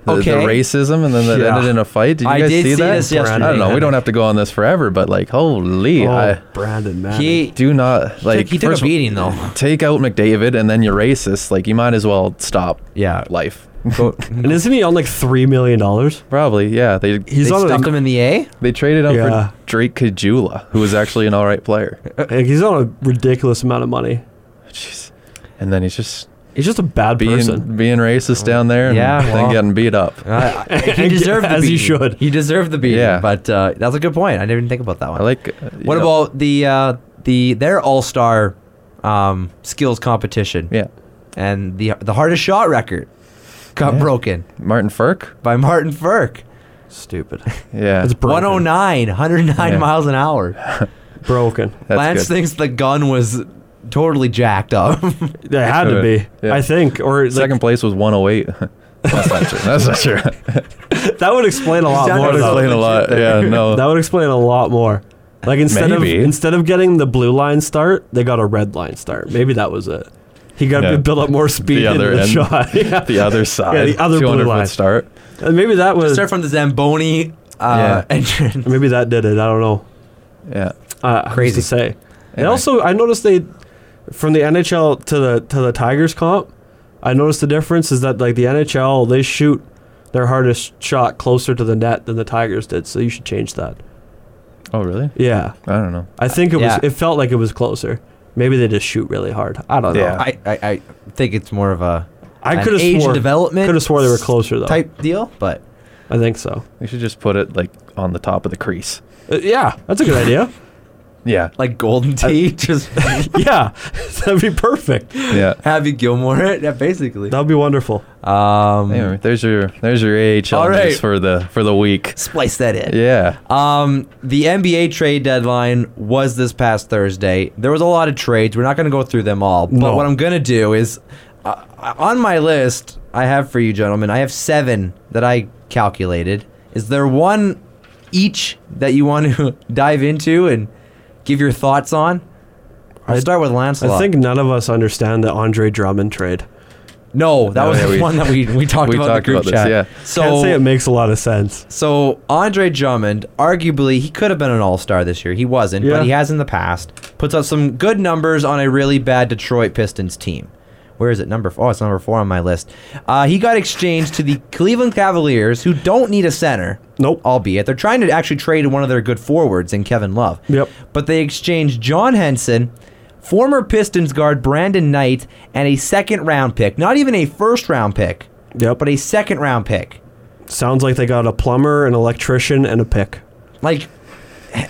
[SPEAKER 4] The, the
[SPEAKER 2] Okay.
[SPEAKER 4] racism and then that
[SPEAKER 3] Yeah.
[SPEAKER 4] ended in a fight. Did you
[SPEAKER 2] I
[SPEAKER 4] guys
[SPEAKER 2] did
[SPEAKER 4] see
[SPEAKER 2] see
[SPEAKER 4] that?
[SPEAKER 2] this
[SPEAKER 4] I don't know.
[SPEAKER 2] yesterday.
[SPEAKER 4] We don't have to go on this forever, but like, holy,
[SPEAKER 3] Oh,
[SPEAKER 4] I
[SPEAKER 3] Brandon Manning.
[SPEAKER 2] He
[SPEAKER 4] do not like.
[SPEAKER 2] took- he took a
[SPEAKER 4] first of all,
[SPEAKER 2] beating, though.
[SPEAKER 4] Take out McDavid and then you're racist. Like you might as well stop.
[SPEAKER 2] Yeah.
[SPEAKER 4] life.
[SPEAKER 3] and isn't he on like $3 million?
[SPEAKER 4] Probably, yeah. They
[SPEAKER 3] He's
[SPEAKER 2] they
[SPEAKER 3] on
[SPEAKER 2] stuck him
[SPEAKER 3] a,
[SPEAKER 2] in the A.
[SPEAKER 4] they traded up
[SPEAKER 3] Yeah.
[SPEAKER 4] for Drake Kajula, who was actually an all right player.
[SPEAKER 3] like, he's on a ridiculous amount of money.
[SPEAKER 4] Jeez. And then he's just
[SPEAKER 3] He's just a bad
[SPEAKER 4] being
[SPEAKER 3] person.
[SPEAKER 4] being racist down there and
[SPEAKER 2] Yeah,
[SPEAKER 4] then
[SPEAKER 2] well.
[SPEAKER 4] getting beat up.
[SPEAKER 2] Uh, he deserved the
[SPEAKER 3] As he
[SPEAKER 2] beating.
[SPEAKER 3] should.
[SPEAKER 2] He deserved the beating.
[SPEAKER 4] Yeah.
[SPEAKER 2] But uh, that's a good point. I didn't even think about that one.
[SPEAKER 4] I like. uh, you
[SPEAKER 2] what
[SPEAKER 4] know,
[SPEAKER 2] about the uh, the their All Star um, skills competition?
[SPEAKER 4] Yeah.
[SPEAKER 2] and the the hardest shot record got
[SPEAKER 4] Yeah.
[SPEAKER 2] broken
[SPEAKER 4] Martin Firk.
[SPEAKER 2] by Martin Firk.
[SPEAKER 3] Stupid.
[SPEAKER 4] Yeah,
[SPEAKER 3] It's broken.
[SPEAKER 2] 109, 109
[SPEAKER 4] Yeah.
[SPEAKER 2] miles an hour.
[SPEAKER 3] broken.
[SPEAKER 4] that's
[SPEAKER 2] Lance
[SPEAKER 4] good.
[SPEAKER 2] thinks the gun was totally jacked up.
[SPEAKER 3] It had to be.
[SPEAKER 4] Yeah.
[SPEAKER 3] I think, or like,
[SPEAKER 4] Second place was 108. that's not true. That's not true.
[SPEAKER 3] that would explain a lot
[SPEAKER 2] That
[SPEAKER 4] That
[SPEAKER 3] more.
[SPEAKER 4] would
[SPEAKER 2] was
[SPEAKER 3] though.
[SPEAKER 4] explain a lot. Yeah, no.
[SPEAKER 3] That would explain a lot more. Like instead
[SPEAKER 4] Maybe.
[SPEAKER 3] of instead of getting the blue line start, they got a red line start. Maybe that was it. He got
[SPEAKER 4] Yeah.
[SPEAKER 3] to build up more speed
[SPEAKER 4] The other
[SPEAKER 3] in the
[SPEAKER 4] end.
[SPEAKER 3] shot. yeah.
[SPEAKER 4] the other side.
[SPEAKER 3] Yeah, the other blue
[SPEAKER 4] 200 foot
[SPEAKER 3] line.
[SPEAKER 4] start.
[SPEAKER 3] And maybe that was
[SPEAKER 2] Start from the Zamboni uh,
[SPEAKER 4] Yeah.
[SPEAKER 2] entrance.
[SPEAKER 3] maybe that did it. I don't know.
[SPEAKER 4] Yeah.
[SPEAKER 3] Uh,
[SPEAKER 2] Crazy.
[SPEAKER 3] Crazy to say. And
[SPEAKER 4] Anyway.
[SPEAKER 3] also, I noticed they from the NHL to the to the Tigers comp. I noticed the difference is that like the NHL they shoot their hardest shot closer to the net than the Tigers did. So you should change that.
[SPEAKER 4] Oh, really?
[SPEAKER 3] Yeah.
[SPEAKER 4] I don't know.
[SPEAKER 3] I think it
[SPEAKER 2] Yeah.
[SPEAKER 3] was. It felt like it was closer. Maybe they just shoot really hard. I don't
[SPEAKER 4] Yeah.
[SPEAKER 3] know.
[SPEAKER 2] I, I, I think it's more of a
[SPEAKER 3] I,
[SPEAKER 2] an
[SPEAKER 3] could
[SPEAKER 2] age
[SPEAKER 3] have swore.
[SPEAKER 2] and development
[SPEAKER 3] Could have swore they were closer though.
[SPEAKER 2] type deal, but
[SPEAKER 3] I think so.
[SPEAKER 4] We should just put it like on the top of the crease.
[SPEAKER 3] Uh, yeah, that's a good idea.
[SPEAKER 4] Yeah.
[SPEAKER 2] like Golden Tee, just
[SPEAKER 3] yeah, that'd be perfect.
[SPEAKER 4] Yeah.
[SPEAKER 2] Happy Gilmore it, yeah, basically.
[SPEAKER 3] That'd be wonderful.
[SPEAKER 2] Um,
[SPEAKER 4] Anyway, there's your there's your AHL
[SPEAKER 2] All
[SPEAKER 4] news
[SPEAKER 2] right.
[SPEAKER 4] for the for the week.
[SPEAKER 2] Splice that in.
[SPEAKER 4] Yeah.
[SPEAKER 2] Um, the NBA trade deadline was this past Thursday. There was a lot of trades. We're not going to go through them all. But
[SPEAKER 3] No.
[SPEAKER 2] what I'm going to do is, uh, on my list, I have for you, gentlemen, I have seven that I calculated. Is there one each that you want to dive into and give your thoughts on? I'll
[SPEAKER 3] I-
[SPEAKER 2] start with Lancelot.
[SPEAKER 3] I think none of us understand the Andre Drummond trade.
[SPEAKER 2] no, that
[SPEAKER 4] No,
[SPEAKER 2] was
[SPEAKER 4] yeah,
[SPEAKER 2] the
[SPEAKER 4] we-
[SPEAKER 2] one that we, we talked
[SPEAKER 4] we
[SPEAKER 2] about
[SPEAKER 4] talked
[SPEAKER 2] in the group
[SPEAKER 4] about this,
[SPEAKER 2] chat.
[SPEAKER 4] yeah.
[SPEAKER 2] So
[SPEAKER 3] Can't say it makes a lot of sense.
[SPEAKER 2] So Andre Drummond, arguably, he could have been an All Star this year. He wasn't,
[SPEAKER 3] Yeah.
[SPEAKER 2] but he has in the past. Puts up some good numbers on a really bad Detroit Pistons team. Where is it? Number four. Oh, it's number four on my list. Uh, he got exchanged to the Cleveland Cavaliers, who don't need a center.
[SPEAKER 3] Nope.
[SPEAKER 2] Albeit they're trying to actually trade one of their good forwards in Kevin Love.
[SPEAKER 3] Yep.
[SPEAKER 2] But they exchanged John Henson, former Pistons guard Brandon Knight, and a second round pick. Not even a first round pick,
[SPEAKER 3] Yep.
[SPEAKER 2] but a second round pick.
[SPEAKER 3] Sounds like they got a plumber, an electrician, and a pick.
[SPEAKER 2] Like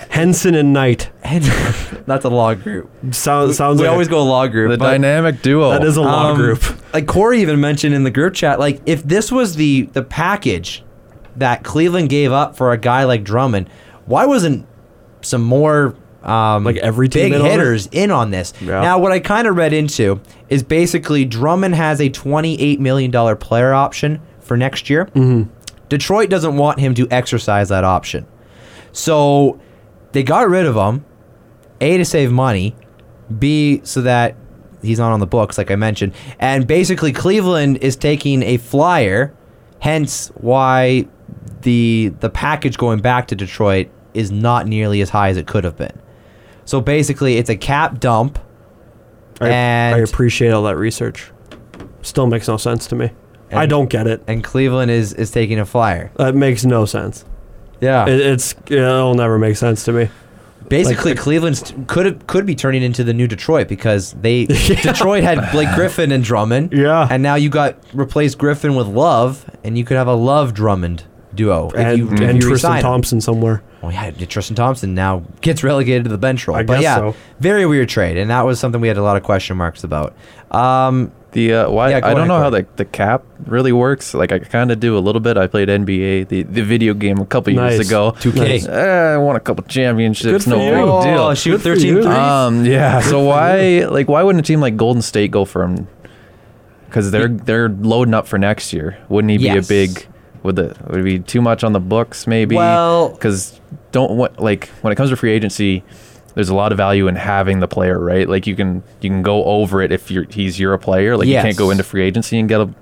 [SPEAKER 3] Henson and Knight.
[SPEAKER 2] And that's a log group.
[SPEAKER 3] Sounds sounds
[SPEAKER 2] we
[SPEAKER 3] like
[SPEAKER 2] always
[SPEAKER 3] a,
[SPEAKER 2] go log group.
[SPEAKER 4] The
[SPEAKER 2] but,
[SPEAKER 4] dynamic duo.
[SPEAKER 3] that is a law
[SPEAKER 2] um,
[SPEAKER 3] group.
[SPEAKER 2] Like Corey even mentioned in the group chat, like if this was the the package that Cleveland gave up for a guy like Drummond, why wasn't some more um,
[SPEAKER 3] Like every team
[SPEAKER 2] big
[SPEAKER 3] in on it?
[SPEAKER 2] hitters in on this?
[SPEAKER 3] Yeah.
[SPEAKER 2] Now, what I kind of read into is basically Drummond has a twenty eight million dollar player option for next year.
[SPEAKER 3] Mm-hmm.
[SPEAKER 2] Detroit doesn't want him to exercise that option. So they got rid of him, A, to save money, B, so that he's not on the books, like I mentioned. And basically, Cleveland is taking a flyer, hence why the, the package going back to Detroit is not nearly as high as it could have been. So basically, it's a cap dump.
[SPEAKER 3] I, I
[SPEAKER 2] and-
[SPEAKER 3] appreciate all that research. Still makes no sense to me. I
[SPEAKER 2] And-
[SPEAKER 3] don't get it.
[SPEAKER 2] And Cleveland is, is taking a flyer.
[SPEAKER 3] That makes no sense.
[SPEAKER 2] Yeah.
[SPEAKER 3] It, it's it'll never make sense to me.
[SPEAKER 2] Basically, Cleveland's Cleveland could could be turning into the new Detroit because they Detroit had Blake Griffin and Drummond.
[SPEAKER 3] Yeah.
[SPEAKER 2] and now you got replaced Griffin with Love, and you could have a Love Drummond duo if
[SPEAKER 3] And,
[SPEAKER 2] you if
[SPEAKER 3] and
[SPEAKER 2] you
[SPEAKER 3] Tristan
[SPEAKER 2] resign him.
[SPEAKER 3] Thompson somewhere.
[SPEAKER 2] Oh yeah, Tristan Thompson now gets relegated to the bench role.
[SPEAKER 3] I
[SPEAKER 2] but
[SPEAKER 3] guess
[SPEAKER 2] yeah,
[SPEAKER 3] so.
[SPEAKER 2] very weird trade, and that was something we had a lot of question marks about. Um,
[SPEAKER 4] The uh, why
[SPEAKER 2] Yeah, go
[SPEAKER 4] I don't
[SPEAKER 2] ahead,
[SPEAKER 4] know
[SPEAKER 2] go
[SPEAKER 4] how
[SPEAKER 2] ahead.
[SPEAKER 4] the, the cap really works. Like I kind of do a little bit. I played NBA the, the video game a couple
[SPEAKER 3] Nice.
[SPEAKER 4] years ago.
[SPEAKER 2] 2K.
[SPEAKER 4] Eh, I won a couple championships.
[SPEAKER 3] Good
[SPEAKER 4] no
[SPEAKER 3] for you.
[SPEAKER 4] big
[SPEAKER 2] oh,
[SPEAKER 4] deal.
[SPEAKER 2] shoot,
[SPEAKER 3] Good for
[SPEAKER 2] thirteen Uh,
[SPEAKER 3] you.
[SPEAKER 2] threes.
[SPEAKER 4] Um, yeah. So why like why wouldn't a team like Golden State go for him? Because they're they're loading up for next year. Wouldn't he be
[SPEAKER 2] Yes.
[SPEAKER 4] a big? Would the would it be too much on the books? Maybe.
[SPEAKER 2] Well-
[SPEAKER 4] because don't what like when it comes to free agency. There's a lot of value in having the player, right? Like you can you can go over it if you're he's your player. Like
[SPEAKER 2] Yes.
[SPEAKER 4] you can't go into free agency and get a.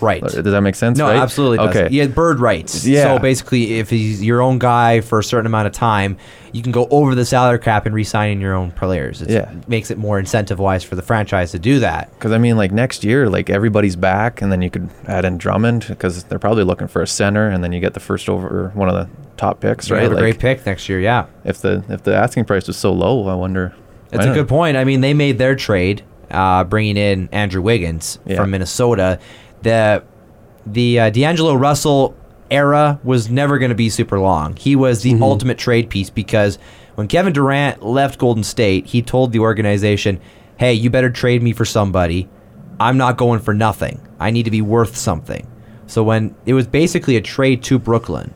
[SPEAKER 2] right.
[SPEAKER 4] Does that make sense?
[SPEAKER 2] No,
[SPEAKER 4] right?
[SPEAKER 2] absolutely. Does.
[SPEAKER 4] Okay.
[SPEAKER 2] Okay. Yeah, bird rights.
[SPEAKER 4] Yeah.
[SPEAKER 2] So basically, if he's your own guy for a certain amount of time, you can go over the salary cap and re-signing your own players. It
[SPEAKER 4] Yeah.
[SPEAKER 2] makes it more incentive-wise for the franchise to do that.
[SPEAKER 4] Because I mean, like next year, like everybody's back, and then you could add in Drummond because they're probably looking for a center, and then you get the first over one of the top picks,
[SPEAKER 2] You
[SPEAKER 4] right?
[SPEAKER 2] have a
[SPEAKER 4] Like
[SPEAKER 2] great pick next year. Yeah,
[SPEAKER 4] if the if the asking price was so low, I wonder. I
[SPEAKER 2] it's a
[SPEAKER 4] don't
[SPEAKER 2] good
[SPEAKER 4] know.
[SPEAKER 2] point. I mean, they made their trade, uh, bringing in Andrew Wiggins
[SPEAKER 4] Yeah.
[SPEAKER 2] from Minnesota. The the uh, D'Angelo Russell era was never going to be super long. He was the ultimate trade piece because when Kevin Durant left Golden State, he told the organization, "Hey, you better trade me for somebody I'm not going for nothing. I need to be worth something. So when it was basically a trade to Brooklyn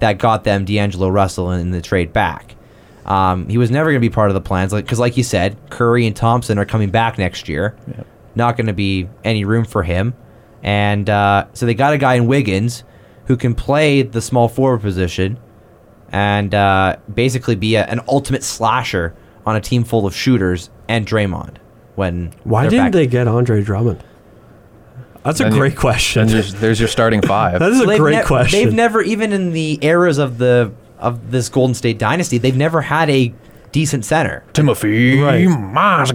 [SPEAKER 2] that got them D'Angelo Russell and the trade back. Um, he was never going to be part of the plans because, like you said, Curry and Thompson are coming back next year. Not going to be any room for him, and uh, so they got a guy in Wiggins who can play the small forward position and uh, basically be a, an ultimate slasher on a team full of shooters and Draymond. When
[SPEAKER 3] Why
[SPEAKER 2] they're
[SPEAKER 3] didn't
[SPEAKER 2] back-
[SPEAKER 3] they get Andre Drummond? That's a
[SPEAKER 4] Then you-
[SPEAKER 3] great question.
[SPEAKER 4] Then there's, there's your starting five.
[SPEAKER 3] That is a
[SPEAKER 2] They've
[SPEAKER 3] great
[SPEAKER 2] ne-
[SPEAKER 3] question.
[SPEAKER 2] They've never, even in the eras of the of this Golden State dynasty, they've never had a decent center.
[SPEAKER 4] Timothy
[SPEAKER 3] Right.
[SPEAKER 4] Mozgov.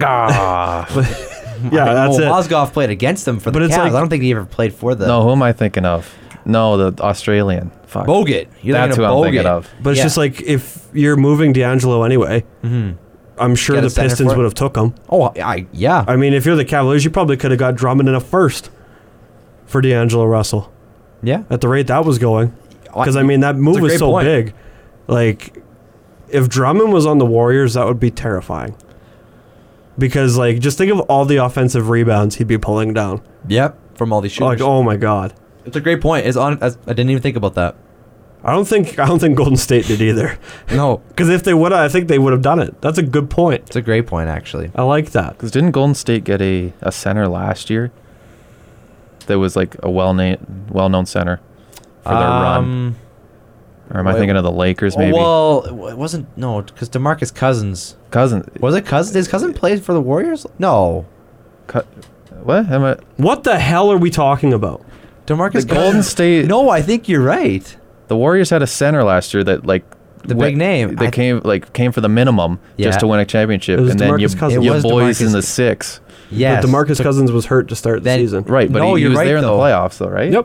[SPEAKER 3] yeah, that's
[SPEAKER 2] well,
[SPEAKER 3] it.
[SPEAKER 2] Mozgov played against them for the
[SPEAKER 3] But it's
[SPEAKER 2] Cavs.
[SPEAKER 3] like-
[SPEAKER 2] I don't think he ever played for the
[SPEAKER 4] no, who am I thinking of? No, the Australian. Fuck.
[SPEAKER 2] Bogut. You're
[SPEAKER 4] That's who
[SPEAKER 2] thinking
[SPEAKER 4] I'm
[SPEAKER 2] of Bogut.
[SPEAKER 4] thinking of.
[SPEAKER 3] But it's
[SPEAKER 2] Yeah. Mm-hmm.
[SPEAKER 3] just like if you're moving D'Angelo anyway, I'm sure
[SPEAKER 2] Get a
[SPEAKER 3] the
[SPEAKER 2] center
[SPEAKER 3] Pistons
[SPEAKER 2] for it.
[SPEAKER 3] would have took him.
[SPEAKER 2] oh, I yeah.
[SPEAKER 3] I mean, if you're the Cavaliers, you probably could have got Drummond in a first for D'Angelo Russell
[SPEAKER 2] yeah.
[SPEAKER 3] at the rate that was going. Because I mean, that
[SPEAKER 2] a
[SPEAKER 3] move was
[SPEAKER 2] great
[SPEAKER 3] so
[SPEAKER 2] point.
[SPEAKER 3] big. Like, if Drummond was on the Warriors, that would be terrifying. Because like, just think of all the offensive rebounds he'd be pulling down.
[SPEAKER 2] Yep. From all these shooters.
[SPEAKER 3] Like, oh my god.
[SPEAKER 2] It's a great point. It's on. I didn't even think about that.
[SPEAKER 3] I don't think I don't think Golden State did either.
[SPEAKER 2] No,
[SPEAKER 3] Because if they would, I think they would have done it. That's a good point.
[SPEAKER 2] it's a great point actually.
[SPEAKER 3] I like that.
[SPEAKER 4] Because didn't Golden State get a, a center last year? That was like a well known well known center for their run.
[SPEAKER 2] Um,
[SPEAKER 4] Or am I
[SPEAKER 2] wait.
[SPEAKER 4] thinking of the Lakers? Maybe
[SPEAKER 2] Well, it wasn't no because Demarcus Cousins
[SPEAKER 4] cousin.
[SPEAKER 2] was it Cousins? His cousin played for the Warriors? No,
[SPEAKER 4] Cu- what am I?
[SPEAKER 3] What the hell are we talking about?
[SPEAKER 2] Demarcus
[SPEAKER 4] The Golden
[SPEAKER 2] Cousins-
[SPEAKER 4] State-
[SPEAKER 2] No, I think you're right.
[SPEAKER 4] The Warriors had a center last year that like
[SPEAKER 2] The
[SPEAKER 4] went-
[SPEAKER 2] big name.
[SPEAKER 4] They
[SPEAKER 2] I-
[SPEAKER 4] came like came for the minimum
[SPEAKER 2] Yeah.
[SPEAKER 4] just to win a championship,
[SPEAKER 3] It was
[SPEAKER 4] and then you
[SPEAKER 3] DeMarcus Cousins. It
[SPEAKER 4] your
[SPEAKER 2] was
[SPEAKER 4] boys in
[SPEAKER 2] DeMarcus.
[SPEAKER 4] the six,
[SPEAKER 2] Yes,
[SPEAKER 3] But DeMarcus Cousins was hurt to start the
[SPEAKER 2] Then-
[SPEAKER 3] season.
[SPEAKER 4] right? But
[SPEAKER 2] No,
[SPEAKER 4] he, he
[SPEAKER 2] you're
[SPEAKER 4] was
[SPEAKER 2] right,
[SPEAKER 4] there in the
[SPEAKER 2] though.
[SPEAKER 4] playoffs, though, right?
[SPEAKER 3] Yep.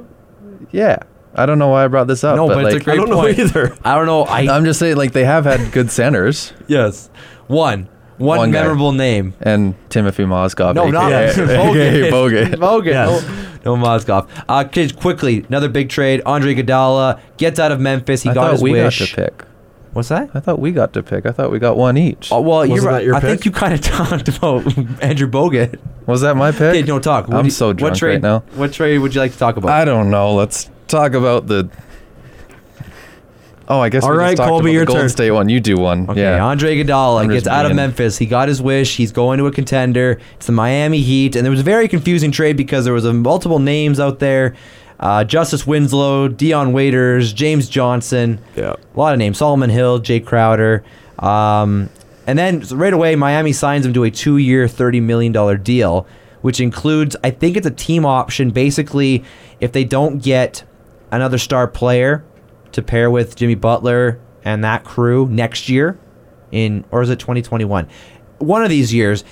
[SPEAKER 4] Yeah, I don't know why I brought this up.
[SPEAKER 2] No,
[SPEAKER 4] but,
[SPEAKER 2] but it's a
[SPEAKER 4] like,
[SPEAKER 2] great
[SPEAKER 3] I don't know
[SPEAKER 2] point.
[SPEAKER 3] either.
[SPEAKER 2] I don't know. I
[SPEAKER 4] I'm just saying, like they have had good centers,
[SPEAKER 2] yes, one one,
[SPEAKER 4] One guy.
[SPEAKER 2] memorable name.
[SPEAKER 4] and Timothy Mozgov.
[SPEAKER 2] No,
[SPEAKER 4] aka,
[SPEAKER 2] not
[SPEAKER 4] aka Bogut.
[SPEAKER 2] Bogut. Oh.
[SPEAKER 3] Yes.
[SPEAKER 2] No, no Mozgov. Uh, kids, quickly, another big trade. Andre Iguodala gets out of Memphis. He
[SPEAKER 4] I
[SPEAKER 2] got
[SPEAKER 4] thought
[SPEAKER 2] his
[SPEAKER 4] we
[SPEAKER 2] wish.
[SPEAKER 4] got to pick. Uh,
[SPEAKER 2] What's that?
[SPEAKER 4] I thought we got to pick. I thought we got one each.
[SPEAKER 2] Oh, well, you're
[SPEAKER 3] Wasn't
[SPEAKER 2] right.
[SPEAKER 3] that your
[SPEAKER 2] I think
[SPEAKER 3] pick?
[SPEAKER 2] you kind of talked about Andrew Bogut.
[SPEAKER 4] Was that my pick?
[SPEAKER 2] Okay, no talk. What
[SPEAKER 4] I'm
[SPEAKER 2] do you-
[SPEAKER 4] so drunk
[SPEAKER 2] what trade,
[SPEAKER 4] right now.
[SPEAKER 2] What trade would you like to talk about?
[SPEAKER 4] I don't know. Let's talk about the. Oh, I guess.
[SPEAKER 3] All
[SPEAKER 4] we just
[SPEAKER 3] right,
[SPEAKER 4] talked
[SPEAKER 3] Colby,
[SPEAKER 4] about the
[SPEAKER 3] your
[SPEAKER 4] Golden
[SPEAKER 3] turn.
[SPEAKER 4] State one. You do one.
[SPEAKER 2] Okay,
[SPEAKER 4] yeah.
[SPEAKER 2] Andre Iguodala
[SPEAKER 4] I'm
[SPEAKER 2] gets
[SPEAKER 4] just
[SPEAKER 2] out of
[SPEAKER 4] being-
[SPEAKER 2] Memphis. He got his wish. He's going to a contender. It's the Miami Heat, and there was a very confusing trade because there was a multiple names out there: uh, Justice Winslow, Dion Waiters, James Johnson.
[SPEAKER 3] Yeah.
[SPEAKER 2] a lot of names: Solomon Hill, Jay Crowder. Um, and then so right away, Miami signs him to a two-year, thirty million dollar deal, which includes, I think it's a team option. Basically, if they don't get another star player to pair with Jimmy Butler and that crew next year, in or is it 2021? One of these years,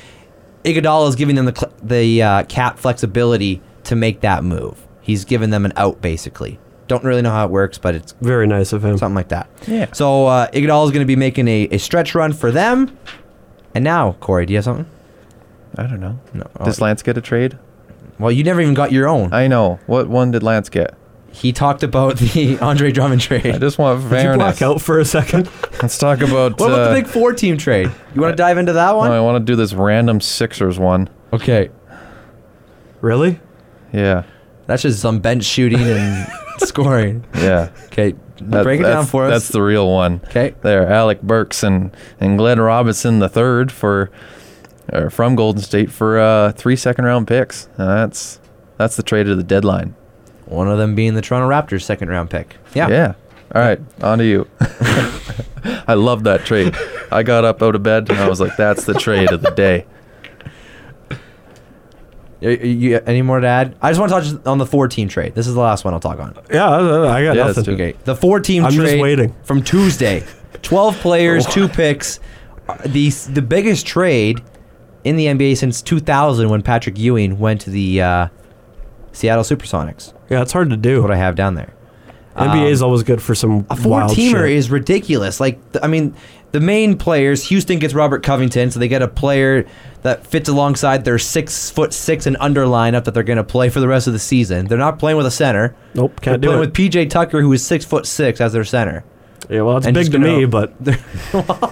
[SPEAKER 2] Iguodala is giving them the cl- the uh, cap flexibility to make that move. He's giving them an out, basically. Don't really know how it works, but it's
[SPEAKER 3] Very nice of him.
[SPEAKER 2] something like that.
[SPEAKER 4] Yeah.
[SPEAKER 2] So uh, Iguodala is going to be making a, a stretch run for them. And now, Corey, do you have something?
[SPEAKER 4] I don't know.
[SPEAKER 2] No.
[SPEAKER 4] Does Lance get a trade?
[SPEAKER 2] Well, you never even got your own.
[SPEAKER 4] I know. What one did Lance get?
[SPEAKER 2] he talked about the Andre Drummond
[SPEAKER 4] I
[SPEAKER 2] trade.
[SPEAKER 4] just want
[SPEAKER 3] Did you black
[SPEAKER 4] fairness.
[SPEAKER 3] out for a second?
[SPEAKER 4] Let's talk about.
[SPEAKER 2] What about
[SPEAKER 4] uh,
[SPEAKER 2] the Big Four team trade? You want to dive into that
[SPEAKER 4] no, I
[SPEAKER 2] one?
[SPEAKER 4] want to do this random Sixers one.
[SPEAKER 2] Okay.
[SPEAKER 3] really?
[SPEAKER 4] Yeah.
[SPEAKER 2] That's just some bench shooting and scoring.
[SPEAKER 4] Yeah.
[SPEAKER 2] Okay,
[SPEAKER 4] That-
[SPEAKER 2] break it down
[SPEAKER 4] that's-
[SPEAKER 2] for us.
[SPEAKER 4] That's the real one.
[SPEAKER 2] 'Kay.
[SPEAKER 4] There, Alec Burks and, and Glenn Robinson the third for or from Golden State for uh, three second round picks. Uh, that's that's the trade of the deadline.
[SPEAKER 2] One of them being the Toronto Raptors second round pick. Yeah.
[SPEAKER 4] Yeah. All right, on to you. I love that trade. I got up out of bed and I was like, "That's the trade of the day."
[SPEAKER 2] Y- y- you- any more to add? I just want to touch on the four team trade. This is the last one I'll talk on.
[SPEAKER 3] Yeah, I I got
[SPEAKER 4] Yeah, let's
[SPEAKER 3] nothing.
[SPEAKER 4] do it.
[SPEAKER 2] Okay. The four team
[SPEAKER 3] I'm just
[SPEAKER 2] trade
[SPEAKER 3] waiting.
[SPEAKER 2] from Tuesday. 12 players, two picks. Uh, The, the biggest trade in the NBA since 2000 when Patrick Ewing went to the uh, Seattle Supersonics.
[SPEAKER 3] Yeah, it's hard to
[SPEAKER 2] What
[SPEAKER 3] do.
[SPEAKER 2] I have down there.
[SPEAKER 3] NBA is always good for some
[SPEAKER 2] um, A four
[SPEAKER 3] wild
[SPEAKER 2] teamer
[SPEAKER 3] shit.
[SPEAKER 2] is ridiculous. Like, th- I mean, the main players, Houston gets Robert Covington, so they get a player that fits alongside their six foot six and under lineup that they're going to play for the rest of the season. They're not playing with a center.
[SPEAKER 3] Nope,
[SPEAKER 2] They're
[SPEAKER 3] can't do
[SPEAKER 2] playing
[SPEAKER 3] it.
[SPEAKER 2] with PJ Tucker, who is six foot six, as their center.
[SPEAKER 3] Yeah, well, it's
[SPEAKER 2] And
[SPEAKER 3] big
[SPEAKER 2] just
[SPEAKER 3] to
[SPEAKER 2] gonna-
[SPEAKER 3] me, but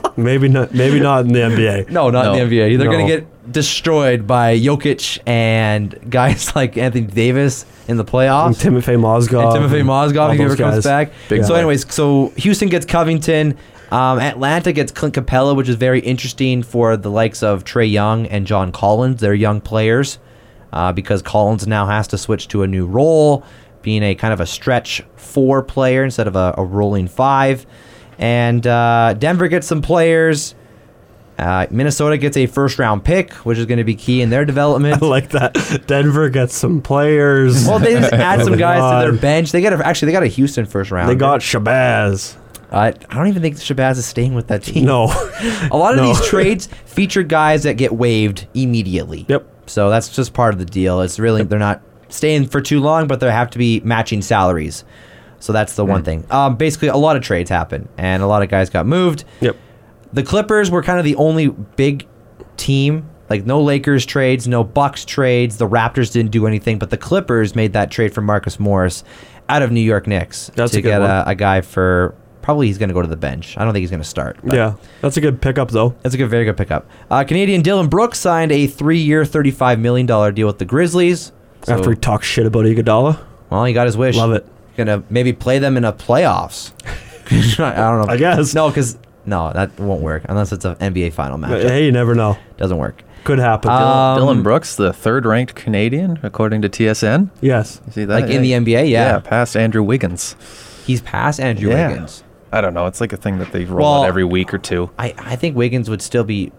[SPEAKER 3] maybe not. Maybe not in the NBA.
[SPEAKER 2] No, not in the
[SPEAKER 4] No.
[SPEAKER 2] NBA. They're going
[SPEAKER 3] No.
[SPEAKER 2] to get destroyed by Jokic and guys like Anthony Davis in the
[SPEAKER 3] And
[SPEAKER 2] playoffs.
[SPEAKER 3] Timofey Mozgov.
[SPEAKER 2] and Timothy
[SPEAKER 3] and all
[SPEAKER 2] Mozgov, if he
[SPEAKER 3] those
[SPEAKER 2] ever comes
[SPEAKER 3] guys.
[SPEAKER 2] back.
[SPEAKER 4] Big
[SPEAKER 2] so,
[SPEAKER 4] guy.
[SPEAKER 2] anyways, so Houston gets Covington. Um, Atlanta gets Clint Capella, which is very interesting for the likes of Trey Young and John Collins. They're young players uh, because Collins now has to switch to a new role, being a kind of a stretch four player instead of a, a rolling five. And uh, Denver gets some players. Uh, Minnesota gets a first round pick, which is going to be key in their development.
[SPEAKER 3] I like that. Denver gets some players.
[SPEAKER 2] Well, they just add some guys to their
[SPEAKER 3] God.
[SPEAKER 2] bench. They got a, actually they got a Houston first round.
[SPEAKER 3] They got Shabazz.
[SPEAKER 2] I, I don't even think Shabazz is staying with that team.
[SPEAKER 3] No.
[SPEAKER 2] A lot of
[SPEAKER 3] No.
[SPEAKER 2] these trades feature guys that get waived immediately.
[SPEAKER 3] Yep.
[SPEAKER 2] So that's just part of the deal. It's really they're not staying for too long, but they have to be matching salaries. So that's the
[SPEAKER 3] Mm.
[SPEAKER 2] one thing. Um, basically, a lot of trades happen, and a lot of guys got moved.
[SPEAKER 3] Yep.
[SPEAKER 2] The Clippers were kind of the only big team. Like no Lakers trades, no Bucks trades. The Raptors didn't do anything, but the Clippers made that trade for Marcus Morris out of New York Knicks
[SPEAKER 3] That's
[SPEAKER 2] to
[SPEAKER 3] a good
[SPEAKER 2] get
[SPEAKER 3] one.
[SPEAKER 2] A, a guy for probably he's going to go to the bench. I don't think he's going to start. but-
[SPEAKER 3] Yeah, that's a good pickup though.
[SPEAKER 2] that's a good, very good pickup. Uh, Canadian Dylan Brooks signed a three-year, thirty-five million dollar deal with the Grizzlies. So-
[SPEAKER 3] After we talk shit about Iguodala,
[SPEAKER 2] well, he got his wish.
[SPEAKER 3] Love it.
[SPEAKER 2] Gonna maybe play them in a playoffs. I don't know.
[SPEAKER 3] I guess.
[SPEAKER 2] No, because no, that won't work unless it's an NBA final match.
[SPEAKER 3] hey, you never know.
[SPEAKER 2] Doesn't work.
[SPEAKER 3] Could happen.
[SPEAKER 2] Uh, Um,
[SPEAKER 4] Dylan Brooks, the third-ranked Canadian according to TSN.
[SPEAKER 3] yes.
[SPEAKER 4] You see that?
[SPEAKER 2] Like in the
[SPEAKER 4] Yeah.
[SPEAKER 2] NBA, yeah,
[SPEAKER 4] past Andrew Wiggins.
[SPEAKER 2] he's past Andrew
[SPEAKER 4] Yeah.
[SPEAKER 2] Wiggins.
[SPEAKER 4] I don't know. It's like a thing that they roll
[SPEAKER 2] Well-
[SPEAKER 4] out every week or two.
[SPEAKER 2] I, I think Wiggins would still be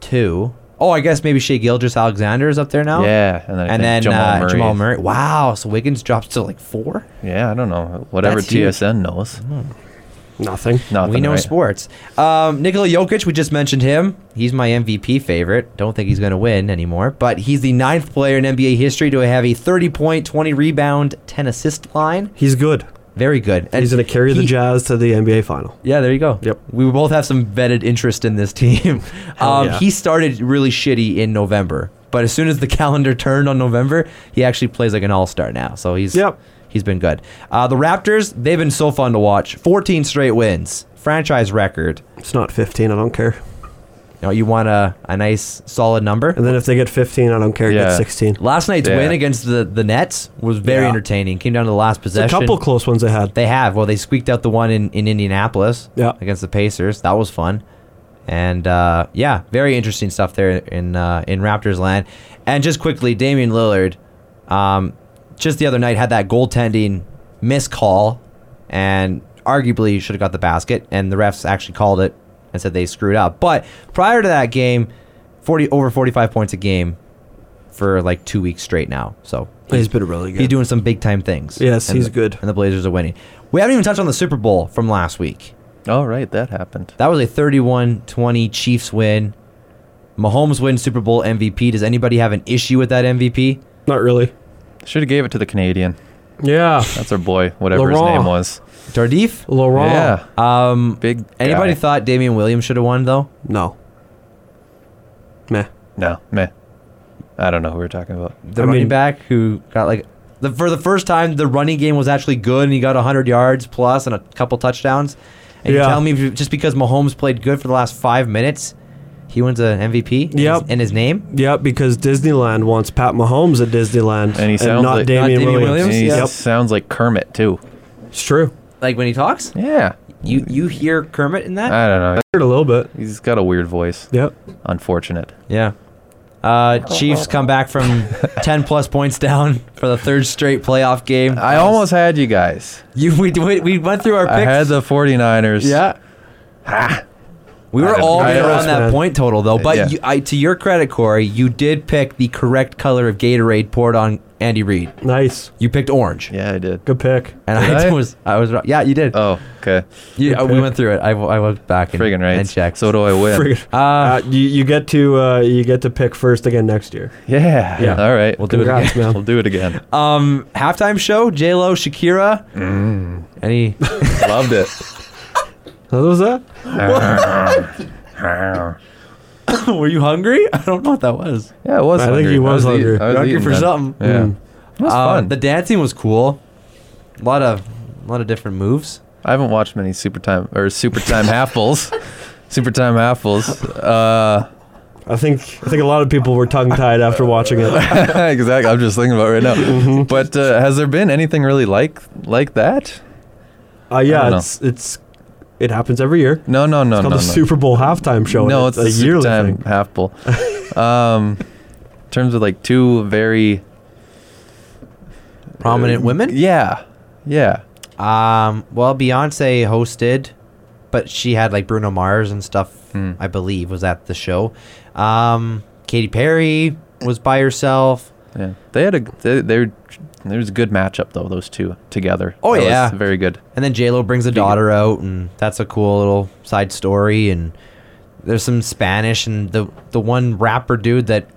[SPEAKER 2] two. Oh, I guess maybe Shea Gilgis Alexander is up there now.
[SPEAKER 4] Yeah, and then, I
[SPEAKER 2] And
[SPEAKER 4] think
[SPEAKER 2] then
[SPEAKER 4] Jamal,
[SPEAKER 2] uh,
[SPEAKER 4] Murray.
[SPEAKER 2] Jamal Murray. Wow, so Wiggins drops to like four.
[SPEAKER 4] Yeah, I don't know. Whatever
[SPEAKER 2] That's huge. Mm-hmm.
[SPEAKER 4] TSN knows.
[SPEAKER 3] Nothing.
[SPEAKER 4] Nothing,
[SPEAKER 2] we know
[SPEAKER 4] right?
[SPEAKER 2] sports. Um, Nikola Jokic, we just mentioned him. He's my MVP favorite. Don't think he's going to win anymore, but he's the ninth player in NBA history to have a 30 point, 20 rebound, 10 assist line.
[SPEAKER 3] He's good.
[SPEAKER 2] Very good. And
[SPEAKER 3] He's going to carry the
[SPEAKER 2] he-
[SPEAKER 3] Jazz to the NBA final.
[SPEAKER 2] Yeah, there you go.
[SPEAKER 3] Yep.
[SPEAKER 2] We both have some vetted interest in this team. Um,
[SPEAKER 3] yeah.
[SPEAKER 2] He started really shitty in November, but as soon as the calendar turned on November, he actually plays like an all star now. So he's
[SPEAKER 3] Yep.
[SPEAKER 2] he's been good. Uh, the Raptors, they've been so fun to watch. 14 straight wins, franchise record.
[SPEAKER 3] It's not 15. I don't care.
[SPEAKER 2] You know, you want a, a nice solid number.
[SPEAKER 3] And then if they get 15, I don't care. Get
[SPEAKER 4] Yeah.
[SPEAKER 3] 16.
[SPEAKER 2] Last night's
[SPEAKER 4] Yeah.
[SPEAKER 2] win against the, the Nets was very
[SPEAKER 3] Yeah.
[SPEAKER 2] entertaining. Came down to the last
[SPEAKER 3] It's a
[SPEAKER 2] possession.
[SPEAKER 3] couple close ones they had.
[SPEAKER 2] They have. Well, they squeaked out the one in, in Indianapolis
[SPEAKER 3] Yeah.
[SPEAKER 2] against the Pacers. That was fun. And uh, yeah, very interesting stuff there in uh, in Raptors land. And just quickly, Damian Lillard, um, just the other night had that goaltending miscall, and arguably should have got the basket. And the refs actually called it and said they screwed up. But prior to that game, forty over forty five points a game for like two weeks straight now. So
[SPEAKER 3] He's been really good.
[SPEAKER 2] He's doing some big time things.
[SPEAKER 3] Yes,
[SPEAKER 2] And
[SPEAKER 3] he's
[SPEAKER 2] the-
[SPEAKER 3] good.
[SPEAKER 2] And the Blazers are winning. We haven't even touched on the Super Bowl from last week.
[SPEAKER 4] Oh, right, that happened.
[SPEAKER 2] That was a 31-20 Chiefs win. Mahomes wins Super Bowl MVP. Does anybody have an issue with that MVP?
[SPEAKER 3] not really.
[SPEAKER 4] Should have gave it to the Canadian.
[SPEAKER 3] Yeah.
[SPEAKER 4] That's our boy, whatever his
[SPEAKER 3] Laurent.
[SPEAKER 4] name was.
[SPEAKER 2] Tardif?
[SPEAKER 3] Laurent.
[SPEAKER 4] Yeah,
[SPEAKER 2] Um
[SPEAKER 4] big.
[SPEAKER 2] anybody
[SPEAKER 4] guy.
[SPEAKER 2] thought Damian Williams should have won though?
[SPEAKER 3] No. Meh.
[SPEAKER 4] No, meh. I don't know who we're talking about.
[SPEAKER 2] The
[SPEAKER 3] I
[SPEAKER 2] running
[SPEAKER 3] mean-
[SPEAKER 2] back who got like the, for the first time the running game was actually good and he got 100 yards plus and a couple touchdowns. And you
[SPEAKER 3] Yeah.
[SPEAKER 2] tell me just because Mahomes played good for the last 5 minutes, he wins an MVP and
[SPEAKER 3] Yep.
[SPEAKER 2] his- and his name?
[SPEAKER 3] Yeah, because Disneyland wants Pat Mahomes at Disneyland
[SPEAKER 4] And he sounds
[SPEAKER 3] not
[SPEAKER 4] like-
[SPEAKER 3] Damian
[SPEAKER 2] Not Damian
[SPEAKER 3] Williams.
[SPEAKER 4] And
[SPEAKER 2] Williams?
[SPEAKER 4] he
[SPEAKER 2] Yeah.
[SPEAKER 3] Yep.
[SPEAKER 4] sounds like Kermit too.
[SPEAKER 3] It's true.
[SPEAKER 2] Like when he talks?
[SPEAKER 4] Yeah,
[SPEAKER 2] You you hear Kermit in that?
[SPEAKER 4] I don't know.
[SPEAKER 3] Heard a little bit.
[SPEAKER 4] He's got a weird voice.
[SPEAKER 3] Yep.
[SPEAKER 4] Unfortunate.
[SPEAKER 2] yeah. Uh, Chiefs come back from 10 plus points down for the third straight playoff game.
[SPEAKER 4] I almost had you guys.
[SPEAKER 2] you we we, we went through our picks.
[SPEAKER 4] I had the 49ers.
[SPEAKER 2] yeah. We
[SPEAKER 4] I
[SPEAKER 2] were
[SPEAKER 4] didn't-
[SPEAKER 2] all
[SPEAKER 4] I
[SPEAKER 2] around
[SPEAKER 3] didn't-
[SPEAKER 2] that point total though, but
[SPEAKER 4] Yeah.
[SPEAKER 2] you, I, to your credit, Corey, you did pick the correct color of Gatorade poured on Andy Reid.
[SPEAKER 3] Nice.
[SPEAKER 2] You picked orange,
[SPEAKER 4] Yeah, I did.
[SPEAKER 3] Good pick.
[SPEAKER 2] and
[SPEAKER 4] Did
[SPEAKER 2] I,
[SPEAKER 4] I?
[SPEAKER 2] was I was wrong. yeah, you did.
[SPEAKER 4] Oh, okay.
[SPEAKER 2] You- uh, we
[SPEAKER 3] pick.
[SPEAKER 2] went through it. I, w- I went back and,
[SPEAKER 4] Friggin' right.
[SPEAKER 2] and checked.
[SPEAKER 4] So do I win.
[SPEAKER 3] Friggin-
[SPEAKER 2] uh,
[SPEAKER 4] Ah.
[SPEAKER 3] Uh, you, you get to uh, you get to pick first again next year.
[SPEAKER 4] Yeah.
[SPEAKER 3] Yeah.
[SPEAKER 4] All right.
[SPEAKER 2] We'll do it
[SPEAKER 3] Congrats, man.
[SPEAKER 4] We'll do it again.
[SPEAKER 2] um, halftime show: J Lo, Shakira,
[SPEAKER 4] Mm.
[SPEAKER 2] any
[SPEAKER 4] Loved it.
[SPEAKER 3] What was that?
[SPEAKER 2] Were you hungry? I don't know what that was.
[SPEAKER 4] Yeah, it was.
[SPEAKER 3] I think he was
[SPEAKER 4] eat-
[SPEAKER 3] hungry.
[SPEAKER 4] I was
[SPEAKER 2] Hungry
[SPEAKER 4] eating
[SPEAKER 2] for
[SPEAKER 4] then.
[SPEAKER 2] something.
[SPEAKER 4] Yeah,
[SPEAKER 3] Mm.
[SPEAKER 4] it was
[SPEAKER 2] Uh,
[SPEAKER 4] fun.
[SPEAKER 2] The dancing was cool. A lot of, a lot of different moves.
[SPEAKER 4] I haven't watched many super time or super time half bulls, super time half bulls. Uh,
[SPEAKER 3] I think I think a lot of people were tongue tied after watching it.
[SPEAKER 4] exactly. I'm just thinking about it right now.
[SPEAKER 3] Mm-hmm.
[SPEAKER 4] But uh, has there been anything really like like that?
[SPEAKER 3] Uh,
[SPEAKER 4] know.
[SPEAKER 3] yeah, it's it's it happens every year.
[SPEAKER 4] No, no, no,
[SPEAKER 3] It's
[SPEAKER 4] no,
[SPEAKER 3] called
[SPEAKER 4] no.
[SPEAKER 3] the Super Bowl halftime show.
[SPEAKER 4] no,
[SPEAKER 3] and
[SPEAKER 4] it's, a
[SPEAKER 3] a yearly
[SPEAKER 4] super time
[SPEAKER 3] thing.
[SPEAKER 4] half bull. um, in terms of like two very
[SPEAKER 2] Prominent women.
[SPEAKER 4] Uh, Yeah, yeah.
[SPEAKER 2] Um, well, Beyonce hosted, but she had like Bruno Mars and stuff. I believe was at the show. Um, Katy Perry was by herself.
[SPEAKER 4] Yeah, they had a they, they were, there was a good matchup though. Those two together.
[SPEAKER 2] Oh,
[SPEAKER 4] That was
[SPEAKER 2] yeah.
[SPEAKER 4] very good.
[SPEAKER 2] And then J Lo brings a daughter out, and that's a cool little side story. And there's some Spanish, and the the one rapper dude that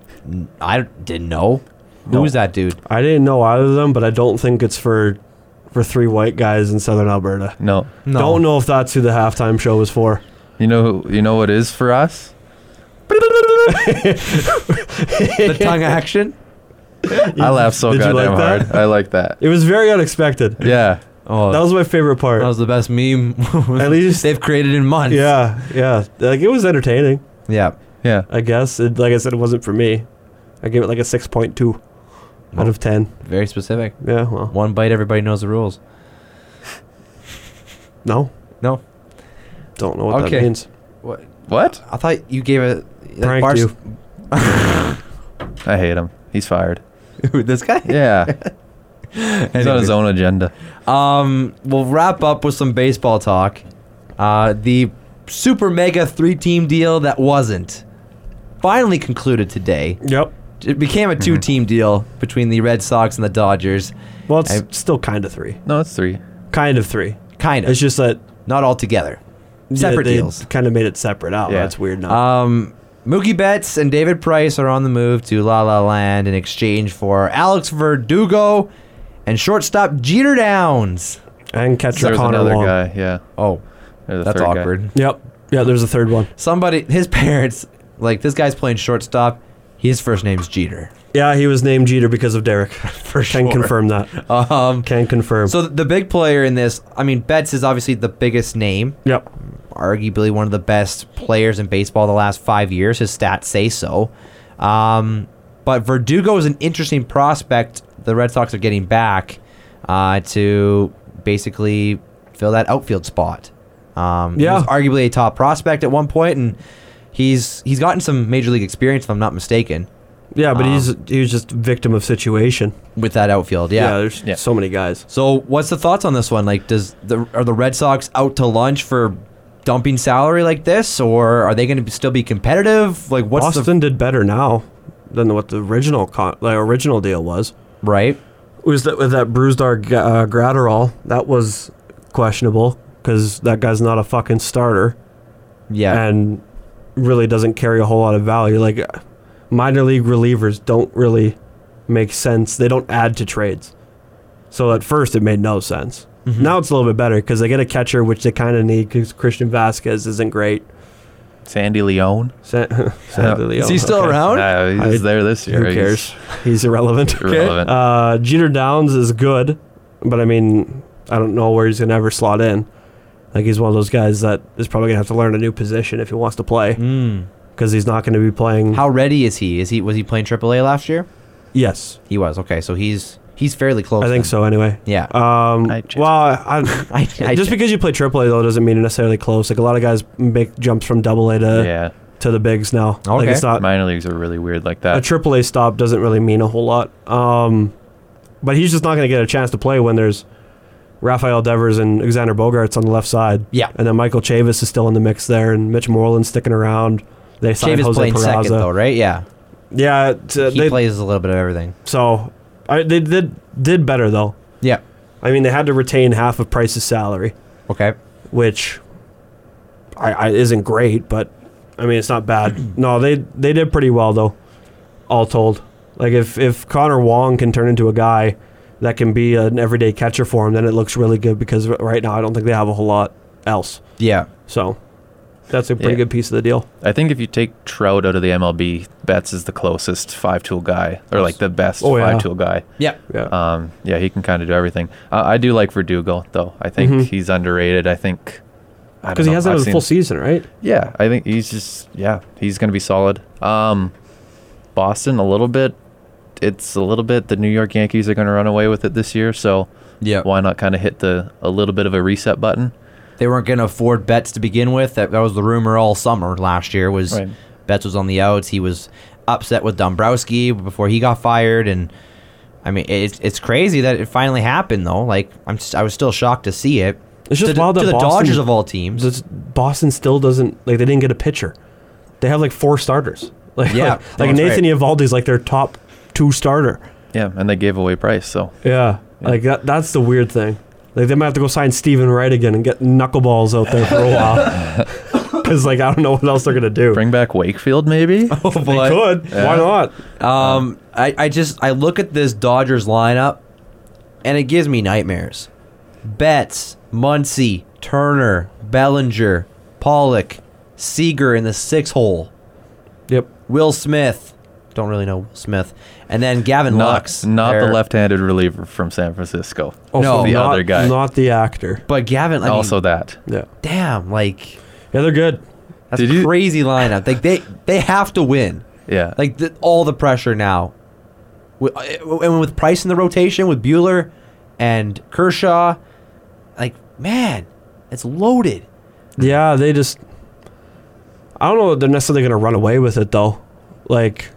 [SPEAKER 2] I didn't know. Who's that dude?
[SPEAKER 3] I didn't know either of them, but I don't think it's for for three white guys in Southern Alberta.
[SPEAKER 4] No,
[SPEAKER 2] No.
[SPEAKER 3] Don't know if that's who the halftime show was for.
[SPEAKER 4] you know who- you know what is for us.
[SPEAKER 2] The tongue action.
[SPEAKER 4] I laughed so
[SPEAKER 3] Did you
[SPEAKER 4] goddamn
[SPEAKER 3] like that?
[SPEAKER 4] hard. I like that.
[SPEAKER 3] It was very unexpected.
[SPEAKER 4] Yeah.
[SPEAKER 2] Oh,
[SPEAKER 3] That was my favorite part.
[SPEAKER 2] That was the best meme
[SPEAKER 3] At least-
[SPEAKER 2] they've created in months.
[SPEAKER 3] yeah, yeah. Like it was entertaining.
[SPEAKER 2] Yeah.
[SPEAKER 4] Yeah.
[SPEAKER 3] I guess. It, like I said, it wasn't for me. I gave it like a six point two out of ten.
[SPEAKER 2] Very specific.
[SPEAKER 3] Yeah. Well,
[SPEAKER 2] One bite, everybody knows the rules.
[SPEAKER 3] no,
[SPEAKER 2] No.
[SPEAKER 3] don't know what
[SPEAKER 2] Okay.
[SPEAKER 3] that means.
[SPEAKER 2] What?
[SPEAKER 4] What?
[SPEAKER 2] I thought you gave a that
[SPEAKER 3] Pranked
[SPEAKER 2] Bars-
[SPEAKER 3] you.
[SPEAKER 4] I hate him. He's fired.
[SPEAKER 2] Who, this guy.
[SPEAKER 4] Yeah. He's on his own agenda.
[SPEAKER 2] Um, we'll wrap up with some baseball talk. Uh, the super mega three team deal that wasn't finally concluded today.
[SPEAKER 3] Yep.
[SPEAKER 2] It became a
[SPEAKER 3] Mm-hmm.
[SPEAKER 2] two team deal between the Red Sox and the Dodgers.
[SPEAKER 3] Well, it's
[SPEAKER 2] I-
[SPEAKER 3] still kind of three.
[SPEAKER 4] No, it's three.
[SPEAKER 3] Kind of three.
[SPEAKER 2] Kind of.
[SPEAKER 3] It's just that
[SPEAKER 2] Not all together. Separate deals.
[SPEAKER 3] Kind of made it separate out.
[SPEAKER 4] Yeah.
[SPEAKER 3] That's weird. Now.
[SPEAKER 2] Um, Mookie Betts and David Price are on the move to La La Land in exchange for Alex Verdugo and shortstop Jeter Downs.
[SPEAKER 3] and catcher
[SPEAKER 4] There's
[SPEAKER 3] Connor
[SPEAKER 4] another
[SPEAKER 3] Wong.
[SPEAKER 4] guy. Yeah.
[SPEAKER 2] Oh,
[SPEAKER 4] There's a
[SPEAKER 2] that's
[SPEAKER 4] third guy.
[SPEAKER 2] awkward.
[SPEAKER 3] Yep. Yeah. There's a third one.
[SPEAKER 2] Somebody, his parents, like this guy's playing shortstop. His first name's Jeter.
[SPEAKER 3] Yeah, he was named Jeter because of Derek. For Can
[SPEAKER 2] sure.
[SPEAKER 3] confirm that.
[SPEAKER 2] Um,
[SPEAKER 3] Can confirm.
[SPEAKER 2] so the big player in this, I mean, Betts is obviously the biggest name,
[SPEAKER 3] yep.
[SPEAKER 2] arguably one of the best players in baseball the last five years. His stats say so. Um, but Verdugo is an interesting prospect. The Red Sox are getting back uh, to basically fill that outfield spot. Um,
[SPEAKER 3] Yeah.
[SPEAKER 2] he was arguably a top prospect at one point, and he's he's gotten some major league experience, if I'm not mistaken,
[SPEAKER 3] Yeah, but he's he was just victim of situation.
[SPEAKER 2] with that outfield.
[SPEAKER 3] Yeah.
[SPEAKER 2] Yeah.
[SPEAKER 3] there's
[SPEAKER 4] Yeah.
[SPEAKER 3] so many guys.
[SPEAKER 2] So, what's the thoughts on this one? Like, does the are the Red Sox out to lunch for dumping salary like this, or are they going to still be competitive? Like, what's
[SPEAKER 3] Boston did better now than what the original con- like original deal was.
[SPEAKER 2] the right?
[SPEAKER 3] Was that with that bruised our g- uh, Gratterall? That was questionable because that guy's not a fucking starter
[SPEAKER 2] Yeah,
[SPEAKER 3] and really doesn't carry a whole lot of value. Like uh, minor league relievers don't really make sense. They don't add to trades. So at first it made no sense.
[SPEAKER 2] Mm-hmm.
[SPEAKER 3] Now it's a little bit better because they get a catcher, which they kind of need because Christian Vasquez isn't great.
[SPEAKER 4] Sandy Leone.
[SPEAKER 3] Sa- Sadly,
[SPEAKER 2] is he
[SPEAKER 3] oh,
[SPEAKER 2] still
[SPEAKER 3] okay.
[SPEAKER 2] around?
[SPEAKER 4] Uh, he's
[SPEAKER 3] I-
[SPEAKER 4] there this year.
[SPEAKER 3] Who cares?
[SPEAKER 4] He's
[SPEAKER 3] He's irrelevant.
[SPEAKER 4] irrelevant.
[SPEAKER 3] Uh, Jeter Downs is good, but I mean, I don't know where he's gonna ever slot in. Like he's one of those guys that is probably gonna have to learn a new position if he wants to play, because he's not gonna be playing.
[SPEAKER 2] Hmm. How ready is he? Is he was he playing AAA last year?
[SPEAKER 3] Yes,
[SPEAKER 2] He was okay, so he's he's fairly close.
[SPEAKER 3] I think
[SPEAKER 2] then.
[SPEAKER 3] so. Anyway,
[SPEAKER 2] Yeah,
[SPEAKER 3] um,
[SPEAKER 4] I just-
[SPEAKER 3] well, I,
[SPEAKER 2] I, I
[SPEAKER 3] just because you play AAA though doesn't mean you're necessarily close. Like a lot of guys make jumps from AA to
[SPEAKER 4] yeah.
[SPEAKER 3] to the bigs now. Like
[SPEAKER 2] Okay.
[SPEAKER 3] it's not
[SPEAKER 4] Minor leagues are really weird like
[SPEAKER 3] uh, a
[SPEAKER 4] that.
[SPEAKER 3] triple A stop doesn't really mean a whole lot. Um, but he's just not going to get a chance to play when there's Rafael Devers and Alexander Bogarts on the left side.
[SPEAKER 2] Yeah.
[SPEAKER 3] And then Michael Chavis is still in the mix there, and Mitch Moreland's sticking around. They signed
[SPEAKER 2] Chavis
[SPEAKER 3] Jose
[SPEAKER 2] playing
[SPEAKER 3] Peraza.
[SPEAKER 2] second though, right? Yeah,
[SPEAKER 3] Yeah. it's, uh,
[SPEAKER 2] he
[SPEAKER 3] they,
[SPEAKER 2] plays a little bit of everything.
[SPEAKER 3] so I, they did did better though.
[SPEAKER 2] Yeah.
[SPEAKER 3] I mean, they had to retain half of Price's salary,
[SPEAKER 2] Okay.
[SPEAKER 3] which I, I isn't great, but I mean it's not bad. no, they they did pretty well though, all told. Like if if Connor Wong can turn into a guy that can be an everyday catcher for him, then it looks really good because r- right now I don't think they have a whole lot else.
[SPEAKER 2] Yeah.
[SPEAKER 3] So That's a pretty
[SPEAKER 4] Yeah.
[SPEAKER 3] good piece of the deal.
[SPEAKER 4] I think if you take Trout out of the MLB, Betts is the closest five tool guy, or like the best
[SPEAKER 3] Oh, yeah.
[SPEAKER 4] five tool guy.
[SPEAKER 2] Yeah.
[SPEAKER 3] Yeah.
[SPEAKER 4] Um, yeah, he can kind of do everything. Uh, I do like Verdugo though. I think
[SPEAKER 3] Mhm.
[SPEAKER 4] he's underrated. I think I don't
[SPEAKER 3] Because he
[SPEAKER 4] know.
[SPEAKER 3] hasn't
[SPEAKER 4] I've
[SPEAKER 3] had a
[SPEAKER 4] seen-
[SPEAKER 3] full season, right?
[SPEAKER 4] Yeah, I think he's just yeah, he's gonna be solid. Um, Boston a little bit. It's a little bit. The New York Yankees are gonna run away with it this year, so
[SPEAKER 2] Yeah.
[SPEAKER 4] why not kind of hit the a little bit of a reset button?
[SPEAKER 2] They weren't going to afford Betts to begin with. That, that was the rumor all summer last year was
[SPEAKER 4] Right.
[SPEAKER 2] Betts was on the outs. He was upset with Dombrowski before he got fired and I mean it's it's crazy that it finally happened though. Like I'm s- I was still shocked to see it.
[SPEAKER 3] It's just
[SPEAKER 2] to,
[SPEAKER 3] wild
[SPEAKER 2] to
[SPEAKER 3] that
[SPEAKER 2] the
[SPEAKER 3] Boston-
[SPEAKER 2] Dodgers of all teams.
[SPEAKER 3] This- Boston still doesn't like they didn't get a pitcher. They have like four starters. Like
[SPEAKER 2] Yeah,
[SPEAKER 3] like,
[SPEAKER 2] no,
[SPEAKER 3] like
[SPEAKER 2] that's
[SPEAKER 3] Nathan
[SPEAKER 2] right.
[SPEAKER 3] Eovaldi's like their top two starter.
[SPEAKER 4] Yeah, and they gave away Price, so
[SPEAKER 3] Yeah, like that, that's the weird thing. Like they might have to go sign Steven Wright again and get knuckleballs out there for a while. Because like I don't know what else they're gonna do.
[SPEAKER 4] bring back Wakefield maybe.
[SPEAKER 2] Oh,
[SPEAKER 3] they
[SPEAKER 2] boy.
[SPEAKER 3] could. Why not?
[SPEAKER 2] Um, I, I just I look at this Dodgers lineup, and it gives me nightmares. Betts, Muncy, Turner, Bellinger, Pollock, Seager in the six hole,
[SPEAKER 3] Yep.
[SPEAKER 2] Will Smith. Don't really know Will Smith, and then Gavin
[SPEAKER 4] Not,
[SPEAKER 2] Lux.
[SPEAKER 4] not the
[SPEAKER 2] there. Oh,
[SPEAKER 4] left-handed reliever from San Francisco.
[SPEAKER 2] No.
[SPEAKER 4] the
[SPEAKER 3] not,
[SPEAKER 4] other guy.
[SPEAKER 3] not the actor.
[SPEAKER 2] But Gavin, I mean,
[SPEAKER 4] also that.
[SPEAKER 3] Yeah,
[SPEAKER 2] damn, like
[SPEAKER 3] yeah, they're good.
[SPEAKER 2] that's
[SPEAKER 4] Did you-
[SPEAKER 2] crazy lineup. Like they they have to win.
[SPEAKER 4] Yeah.
[SPEAKER 2] Like the, all the pressure now, with, uh, and with Price in the rotation with Bueller and Kershaw, like man, it's loaded.
[SPEAKER 3] Yeah, they just. I don't know. If they're necessarily going to run away with it though. Like,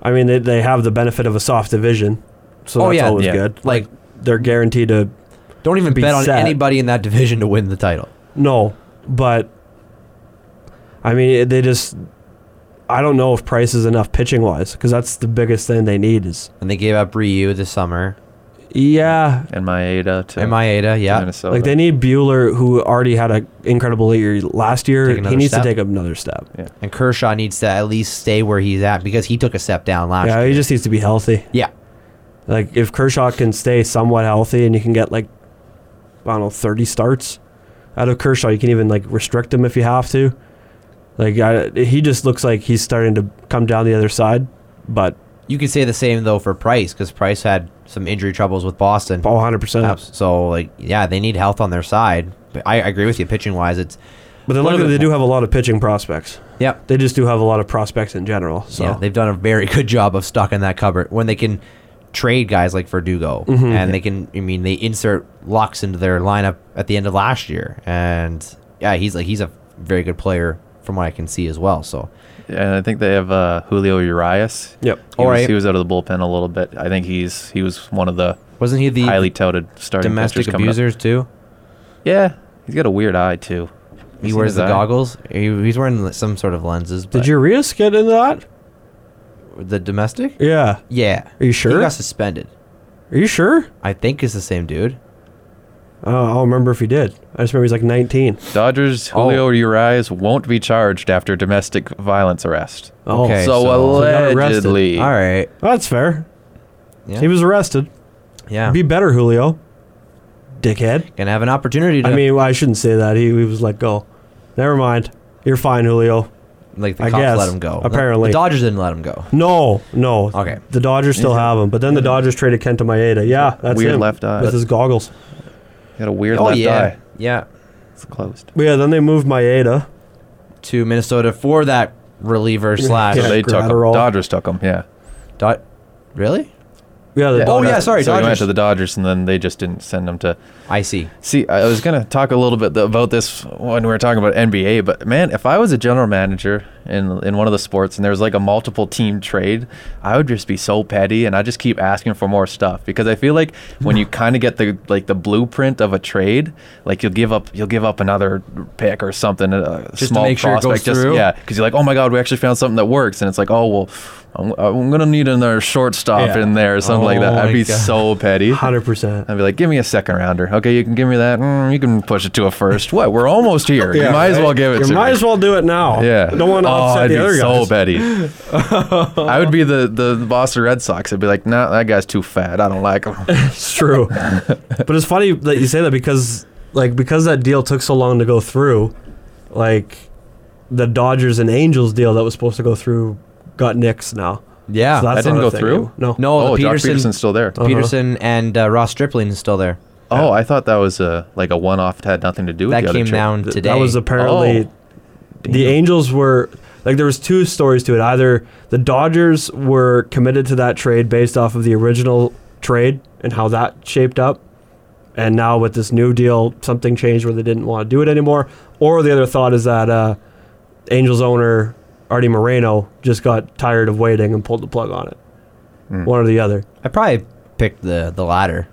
[SPEAKER 3] I mean, they they have the benefit of a soft division, so
[SPEAKER 2] Oh,
[SPEAKER 3] that's
[SPEAKER 2] yeah,
[SPEAKER 3] always
[SPEAKER 4] yeah.
[SPEAKER 3] good.
[SPEAKER 2] Like-
[SPEAKER 3] they're guaranteed to
[SPEAKER 2] Don't even
[SPEAKER 3] Be
[SPEAKER 2] bet on
[SPEAKER 3] set.
[SPEAKER 2] anybody in that division to win the title.
[SPEAKER 3] no, but I mean, it- they just. I don't know if Price is enough pitching wise because that's the biggest thing they need is
[SPEAKER 2] And they gave up Ryu this summer.
[SPEAKER 3] yeah.
[SPEAKER 4] and Maeda to
[SPEAKER 2] And Maeda, yeah.
[SPEAKER 4] Minnesota.
[SPEAKER 3] Like they need Bueller, who already had an incredible year last year.
[SPEAKER 2] Take
[SPEAKER 3] He
[SPEAKER 2] another
[SPEAKER 3] needs
[SPEAKER 2] step.
[SPEAKER 3] to take another step.
[SPEAKER 4] Yeah.
[SPEAKER 2] And Kershaw needs to at least stay where he's at because he took a step down last
[SPEAKER 3] Yeah,
[SPEAKER 2] year.
[SPEAKER 3] he just needs to be healthy.
[SPEAKER 2] Yeah.
[SPEAKER 3] Like if Kershaw can stay somewhat healthy and you can get like I don't know, thirty starts out of Kershaw, you can even like restrict him if you have to. Like I, he just looks like he's starting to come down the other side, but
[SPEAKER 2] You could say the same though for Price because Price had some injury troubles with Boston.
[SPEAKER 3] 100 Oh, percent.
[SPEAKER 2] Abs- So like, yeah, they need health on their side. But I, I agree with you, pitching wise, it's
[SPEAKER 3] But they're
[SPEAKER 2] What are
[SPEAKER 3] luckily
[SPEAKER 2] the-
[SPEAKER 3] they do have a lot of pitching prospects.
[SPEAKER 2] yep.
[SPEAKER 3] They just do have a lot of prospects in general. So
[SPEAKER 2] Yeah, they've done a very good job of stocking that cupboard when they can trade guys like Verdugo and they can. I mean, they insert Lux into their lineup at the end of last year, and yeah, he's like he's a very good player from what I can see as well. So
[SPEAKER 4] and I think they have uh, Julio Urias.
[SPEAKER 3] Yep.
[SPEAKER 4] He
[SPEAKER 2] All
[SPEAKER 4] was,
[SPEAKER 2] right.
[SPEAKER 4] he was out of the bullpen a little bit. I think he's he was one of the
[SPEAKER 2] wasn't he the
[SPEAKER 4] highly touted starting
[SPEAKER 2] domestic
[SPEAKER 4] pitchers coming up.
[SPEAKER 2] abusers too?
[SPEAKER 4] Yeah, he's got a weird eye too. You
[SPEAKER 2] He
[SPEAKER 4] seen
[SPEAKER 2] wears
[SPEAKER 4] his
[SPEAKER 2] the
[SPEAKER 4] eye?
[SPEAKER 2] goggles. He, he's wearing some sort of lenses.
[SPEAKER 3] did Urias get into that?
[SPEAKER 2] you the domestic?
[SPEAKER 3] Yeah.
[SPEAKER 2] Yeah.
[SPEAKER 3] Are you sure?
[SPEAKER 2] He got suspended.
[SPEAKER 3] Are you sure?
[SPEAKER 2] I think it's the same dude.
[SPEAKER 3] Uh, I don't remember if he did. I just remember he's like 19.
[SPEAKER 4] Dodgers Julio
[SPEAKER 2] Oh.
[SPEAKER 4] Urias won't be charged after domestic violence arrest.
[SPEAKER 3] Oh,
[SPEAKER 2] Okay.
[SPEAKER 4] so,
[SPEAKER 2] so-
[SPEAKER 3] So he got arrested.
[SPEAKER 4] allegedly,
[SPEAKER 2] All right.
[SPEAKER 3] that's fair.
[SPEAKER 2] Yeah.
[SPEAKER 3] He was arrested.
[SPEAKER 2] yeah.
[SPEAKER 3] Be better, Julio. Dickhead.
[SPEAKER 2] Gonna have an opportunity to.
[SPEAKER 3] I mean, well, I shouldn't say that. He, he was let go. Never mind. You're fine, Julio.
[SPEAKER 2] Like the
[SPEAKER 3] I
[SPEAKER 2] cops
[SPEAKER 3] guess,
[SPEAKER 2] let him go. The-
[SPEAKER 3] apparently.
[SPEAKER 2] the Dodgers didn't let him go.
[SPEAKER 3] No, no.
[SPEAKER 2] Okay.
[SPEAKER 3] The Dodgers still have him, but then the Dodgers traded Kenta Maeda. Yeah, that's
[SPEAKER 4] Weird
[SPEAKER 3] him.
[SPEAKER 4] left eye.
[SPEAKER 3] with his goggles.
[SPEAKER 4] he got a weird left eye.
[SPEAKER 2] Oh, yeah,
[SPEAKER 4] It's closed.
[SPEAKER 3] But yeah, then they moved Maeda.
[SPEAKER 2] to Minnesota for that reliever slash.
[SPEAKER 4] So
[SPEAKER 3] Yeah,
[SPEAKER 4] they took him.
[SPEAKER 3] Gratterall.
[SPEAKER 4] Dodgers took him. Yeah.
[SPEAKER 2] Dot, really?
[SPEAKER 3] Yeah. The
[SPEAKER 4] Yeah.
[SPEAKER 2] Oh,
[SPEAKER 3] Dodgers-
[SPEAKER 2] yeah, sorry,
[SPEAKER 4] so he
[SPEAKER 2] Dodgers.
[SPEAKER 4] went to the Dodgers, and then they just didn't send him to.
[SPEAKER 2] I see.
[SPEAKER 4] See, I was gonna talk a little bit th- about this when we were talking about NBA, but man, if I was a general manager in in one of the sports and there was like a multiple team trade, I would just be so petty and I just keep asking for more stuff because I feel like when you kind of get the like the blueprint of a trade, like you'll give up you'll give up another pick or something, a
[SPEAKER 2] to
[SPEAKER 4] small
[SPEAKER 2] make sure it goes
[SPEAKER 4] prospect, just
[SPEAKER 2] through?
[SPEAKER 4] yeah, because you're like, oh my god, we actually found something that works, and it's like, oh well, I'm, I'm gonna need another shortstop
[SPEAKER 3] Yeah.
[SPEAKER 4] in there or something like
[SPEAKER 2] Oh
[SPEAKER 4] that.
[SPEAKER 2] my
[SPEAKER 4] I'd be
[SPEAKER 2] God.
[SPEAKER 4] so petty.
[SPEAKER 3] 100%.
[SPEAKER 4] I'd be like, give me a second rounder. Okay, you can give me that. Mm, you can push it to a first. What? We're almost here. you might as well give it
[SPEAKER 3] You
[SPEAKER 4] to
[SPEAKER 3] might
[SPEAKER 4] me.
[SPEAKER 3] as well do it now.
[SPEAKER 4] Yeah.
[SPEAKER 3] Don't want to
[SPEAKER 4] oh,
[SPEAKER 3] upset
[SPEAKER 4] I'd
[SPEAKER 3] the
[SPEAKER 4] be
[SPEAKER 3] other
[SPEAKER 4] so
[SPEAKER 3] guys.
[SPEAKER 4] petty. I would be the, the, the Boston Red Sox. I'd be like, nah, that guy's too fat. I don't like him.
[SPEAKER 3] It's true. but it's funny that you say that because like because that deal took so long to go through, like the Dodgers and Angels deal that was supposed to go through got nixed now.
[SPEAKER 2] Yeah.
[SPEAKER 3] So
[SPEAKER 4] that
[SPEAKER 3] not
[SPEAKER 4] didn't
[SPEAKER 3] a
[SPEAKER 4] go
[SPEAKER 3] thing
[SPEAKER 4] through?
[SPEAKER 3] anymore. No.
[SPEAKER 2] no, the
[SPEAKER 4] oh,
[SPEAKER 2] Oh,
[SPEAKER 4] Josh
[SPEAKER 2] Peterson,
[SPEAKER 4] Peterson's still there.
[SPEAKER 3] Uh-huh.
[SPEAKER 2] Peterson and uh, Ross Stripling is still there.
[SPEAKER 4] Oh, I thought that was a like a one-off. Had nothing to do with
[SPEAKER 2] That
[SPEAKER 4] the other
[SPEAKER 2] came
[SPEAKER 4] trade.
[SPEAKER 2] down
[SPEAKER 3] Th-
[SPEAKER 2] today.
[SPEAKER 3] That was apparently
[SPEAKER 4] Oh.
[SPEAKER 3] the Angels were like there was two stories to it. Either the Dodgers were committed to that trade based off of the original trade and how that shaped up. And now with this new deal, something changed where they didn't want to do it anymore. Or the other thought is that uh, Angels owner Artie Moreno just got tired of waiting and pulled the plug on it. One or the other.
[SPEAKER 2] I probably picked the the latter.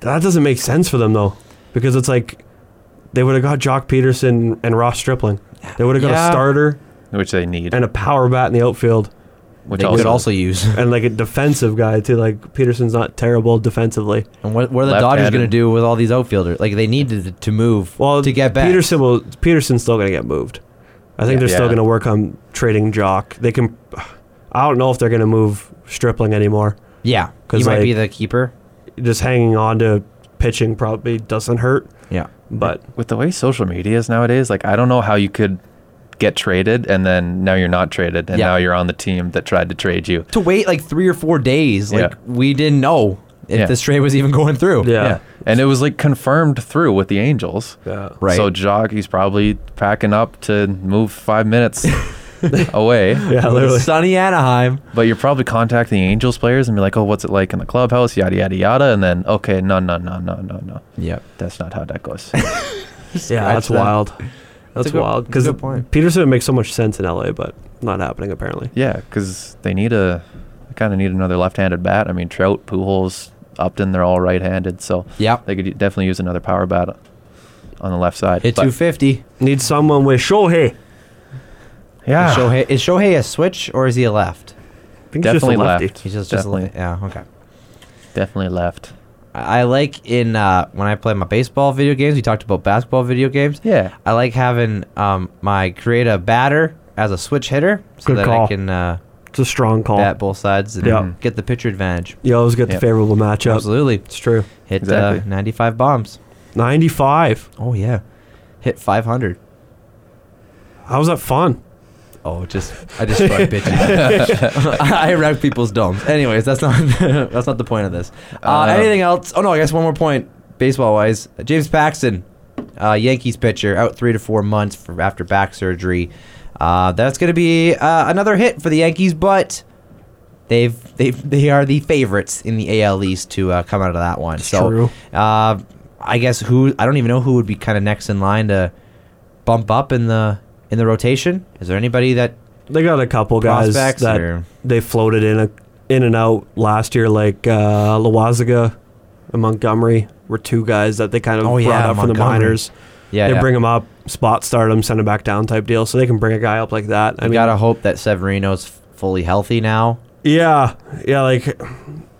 [SPEAKER 3] That doesn't make sense for them though, because it's like they would have got Jock Peterson and Ross Stripling. They would have got
[SPEAKER 2] Yeah.
[SPEAKER 3] a starter
[SPEAKER 4] which they need,
[SPEAKER 3] and a power bat in the outfield
[SPEAKER 4] which
[SPEAKER 2] They
[SPEAKER 4] also,
[SPEAKER 2] could also use.
[SPEAKER 3] and like a defensive guy too. Like Peterson's not terrible defensively.
[SPEAKER 2] And what, what are the
[SPEAKER 4] Left-handed.
[SPEAKER 2] Dodgers going to do with all these outfielders? Like they needed to, to move
[SPEAKER 3] Well,
[SPEAKER 2] to get back.
[SPEAKER 3] Peterson will. Peterson's still going to get moved. I think
[SPEAKER 4] Yeah.
[SPEAKER 3] they're still
[SPEAKER 4] Yeah.
[SPEAKER 3] going to work on trading Jock. They can. I don't know if they're going to move Stripling anymore.
[SPEAKER 2] yeah,
[SPEAKER 3] 'Cause,
[SPEAKER 2] he might be
[SPEAKER 3] like-
[SPEAKER 2] the keeper.
[SPEAKER 3] Just hanging on to pitching probably doesn't hurt,
[SPEAKER 2] Yeah,
[SPEAKER 3] but
[SPEAKER 4] with the way social media is nowadays. Like I don't know how you could get traded and then now you're not traded and
[SPEAKER 2] Yeah.
[SPEAKER 4] now you're on the team that tried to trade you.
[SPEAKER 2] to wait like three or four days. Like
[SPEAKER 4] Yeah.
[SPEAKER 2] we didn't know if
[SPEAKER 4] Yeah.
[SPEAKER 2] this trade was even going through.
[SPEAKER 3] Yeah.
[SPEAKER 4] and it was like confirmed through with the Angels.
[SPEAKER 3] yeah.
[SPEAKER 2] Right.
[SPEAKER 4] So Jock, he's probably packing up to move five minutes away.
[SPEAKER 3] Yeah, literally.
[SPEAKER 2] sunny Anaheim.
[SPEAKER 4] But you're probably contacting the Angels players and be like, "Oh, what's it like in the clubhouse? Yada yada yada." And then, okay, no, no, no, no, no, no.
[SPEAKER 2] Yep.
[SPEAKER 4] That's not how that goes.
[SPEAKER 3] Yeah, that's
[SPEAKER 2] that.
[SPEAKER 3] wild. That's
[SPEAKER 2] a good-
[SPEAKER 3] wild
[SPEAKER 2] that's
[SPEAKER 3] because
[SPEAKER 2] a good point.
[SPEAKER 3] Peterson would make so much sense in LA, but not happening apparently.
[SPEAKER 4] yeah, because they need a, kind of need another left-handed bat. I mean, Trout, Pujols, Upton, they're all right-handed, so
[SPEAKER 2] Yep.
[SPEAKER 4] they could definitely use another power bat on the left side.
[SPEAKER 2] Hit
[SPEAKER 4] But-
[SPEAKER 2] two fifty.
[SPEAKER 3] Need someone with Shohei.
[SPEAKER 4] yeah,
[SPEAKER 2] Is Shohei, is Shohei a switch or is he a left?
[SPEAKER 3] I think he's just a
[SPEAKER 4] definitely
[SPEAKER 3] lefty.
[SPEAKER 4] left.
[SPEAKER 2] He's just just a,
[SPEAKER 4] definitely,
[SPEAKER 2] li- yeah. Okay.
[SPEAKER 4] definitely left.
[SPEAKER 2] I I like in uh, when I play my baseball video games. We talked about basketball video games.
[SPEAKER 4] Yeah.
[SPEAKER 2] I like having um, my create a batter as a switch hitter so
[SPEAKER 3] Good
[SPEAKER 2] that I
[SPEAKER 3] call.
[SPEAKER 2] can uh,
[SPEAKER 3] It's a strong call.
[SPEAKER 2] bat both sides and
[SPEAKER 3] Yeah.
[SPEAKER 2] get the pitcher advantage.
[SPEAKER 3] You always get
[SPEAKER 4] Yeah.
[SPEAKER 3] the favorable matchup.
[SPEAKER 2] Absolutely,
[SPEAKER 3] It's true.
[SPEAKER 2] hit uh,
[SPEAKER 4] Exactly.
[SPEAKER 2] 95 bombs.
[SPEAKER 3] 95.
[SPEAKER 2] Oh yeah, hit 500.
[SPEAKER 3] How was that fun?
[SPEAKER 2] Oh, just I just fuck bitches. I wreck people's domes. Anyways, that's not that's not the point of this. Uh,
[SPEAKER 4] Um,
[SPEAKER 2] anything else? Oh no, I guess one more point baseball wise. James Paxton, uh, Yankees pitcher, out three to four months for after back surgery. Uh, that's going to be uh, another hit for the Yankees, but they've they they are the favorites in the AL East to uh, come out of that one. so,
[SPEAKER 3] true.
[SPEAKER 2] Uh, I guess who I don't even know who would be kind of next in line to bump up in the in the rotation. Is there anybody that
[SPEAKER 3] They got a couple guys
[SPEAKER 2] Prospects
[SPEAKER 3] that
[SPEAKER 2] or-
[SPEAKER 3] they floated in a, in and out last year, like uh, Lawazaga and Montgomery were two guys that they kind of
[SPEAKER 2] Oh,
[SPEAKER 3] brought
[SPEAKER 2] yeah,
[SPEAKER 3] up from the
[SPEAKER 2] Montgomery.
[SPEAKER 3] minors.
[SPEAKER 2] yeah
[SPEAKER 3] they
[SPEAKER 2] yeah.
[SPEAKER 3] bring him up, spot start him, send him back down type deal. So they can bring a guy up like that. I
[SPEAKER 2] I
[SPEAKER 3] mean,
[SPEAKER 2] gotta hope that Severino's f- fully healthy now.
[SPEAKER 3] Yeah, yeah, like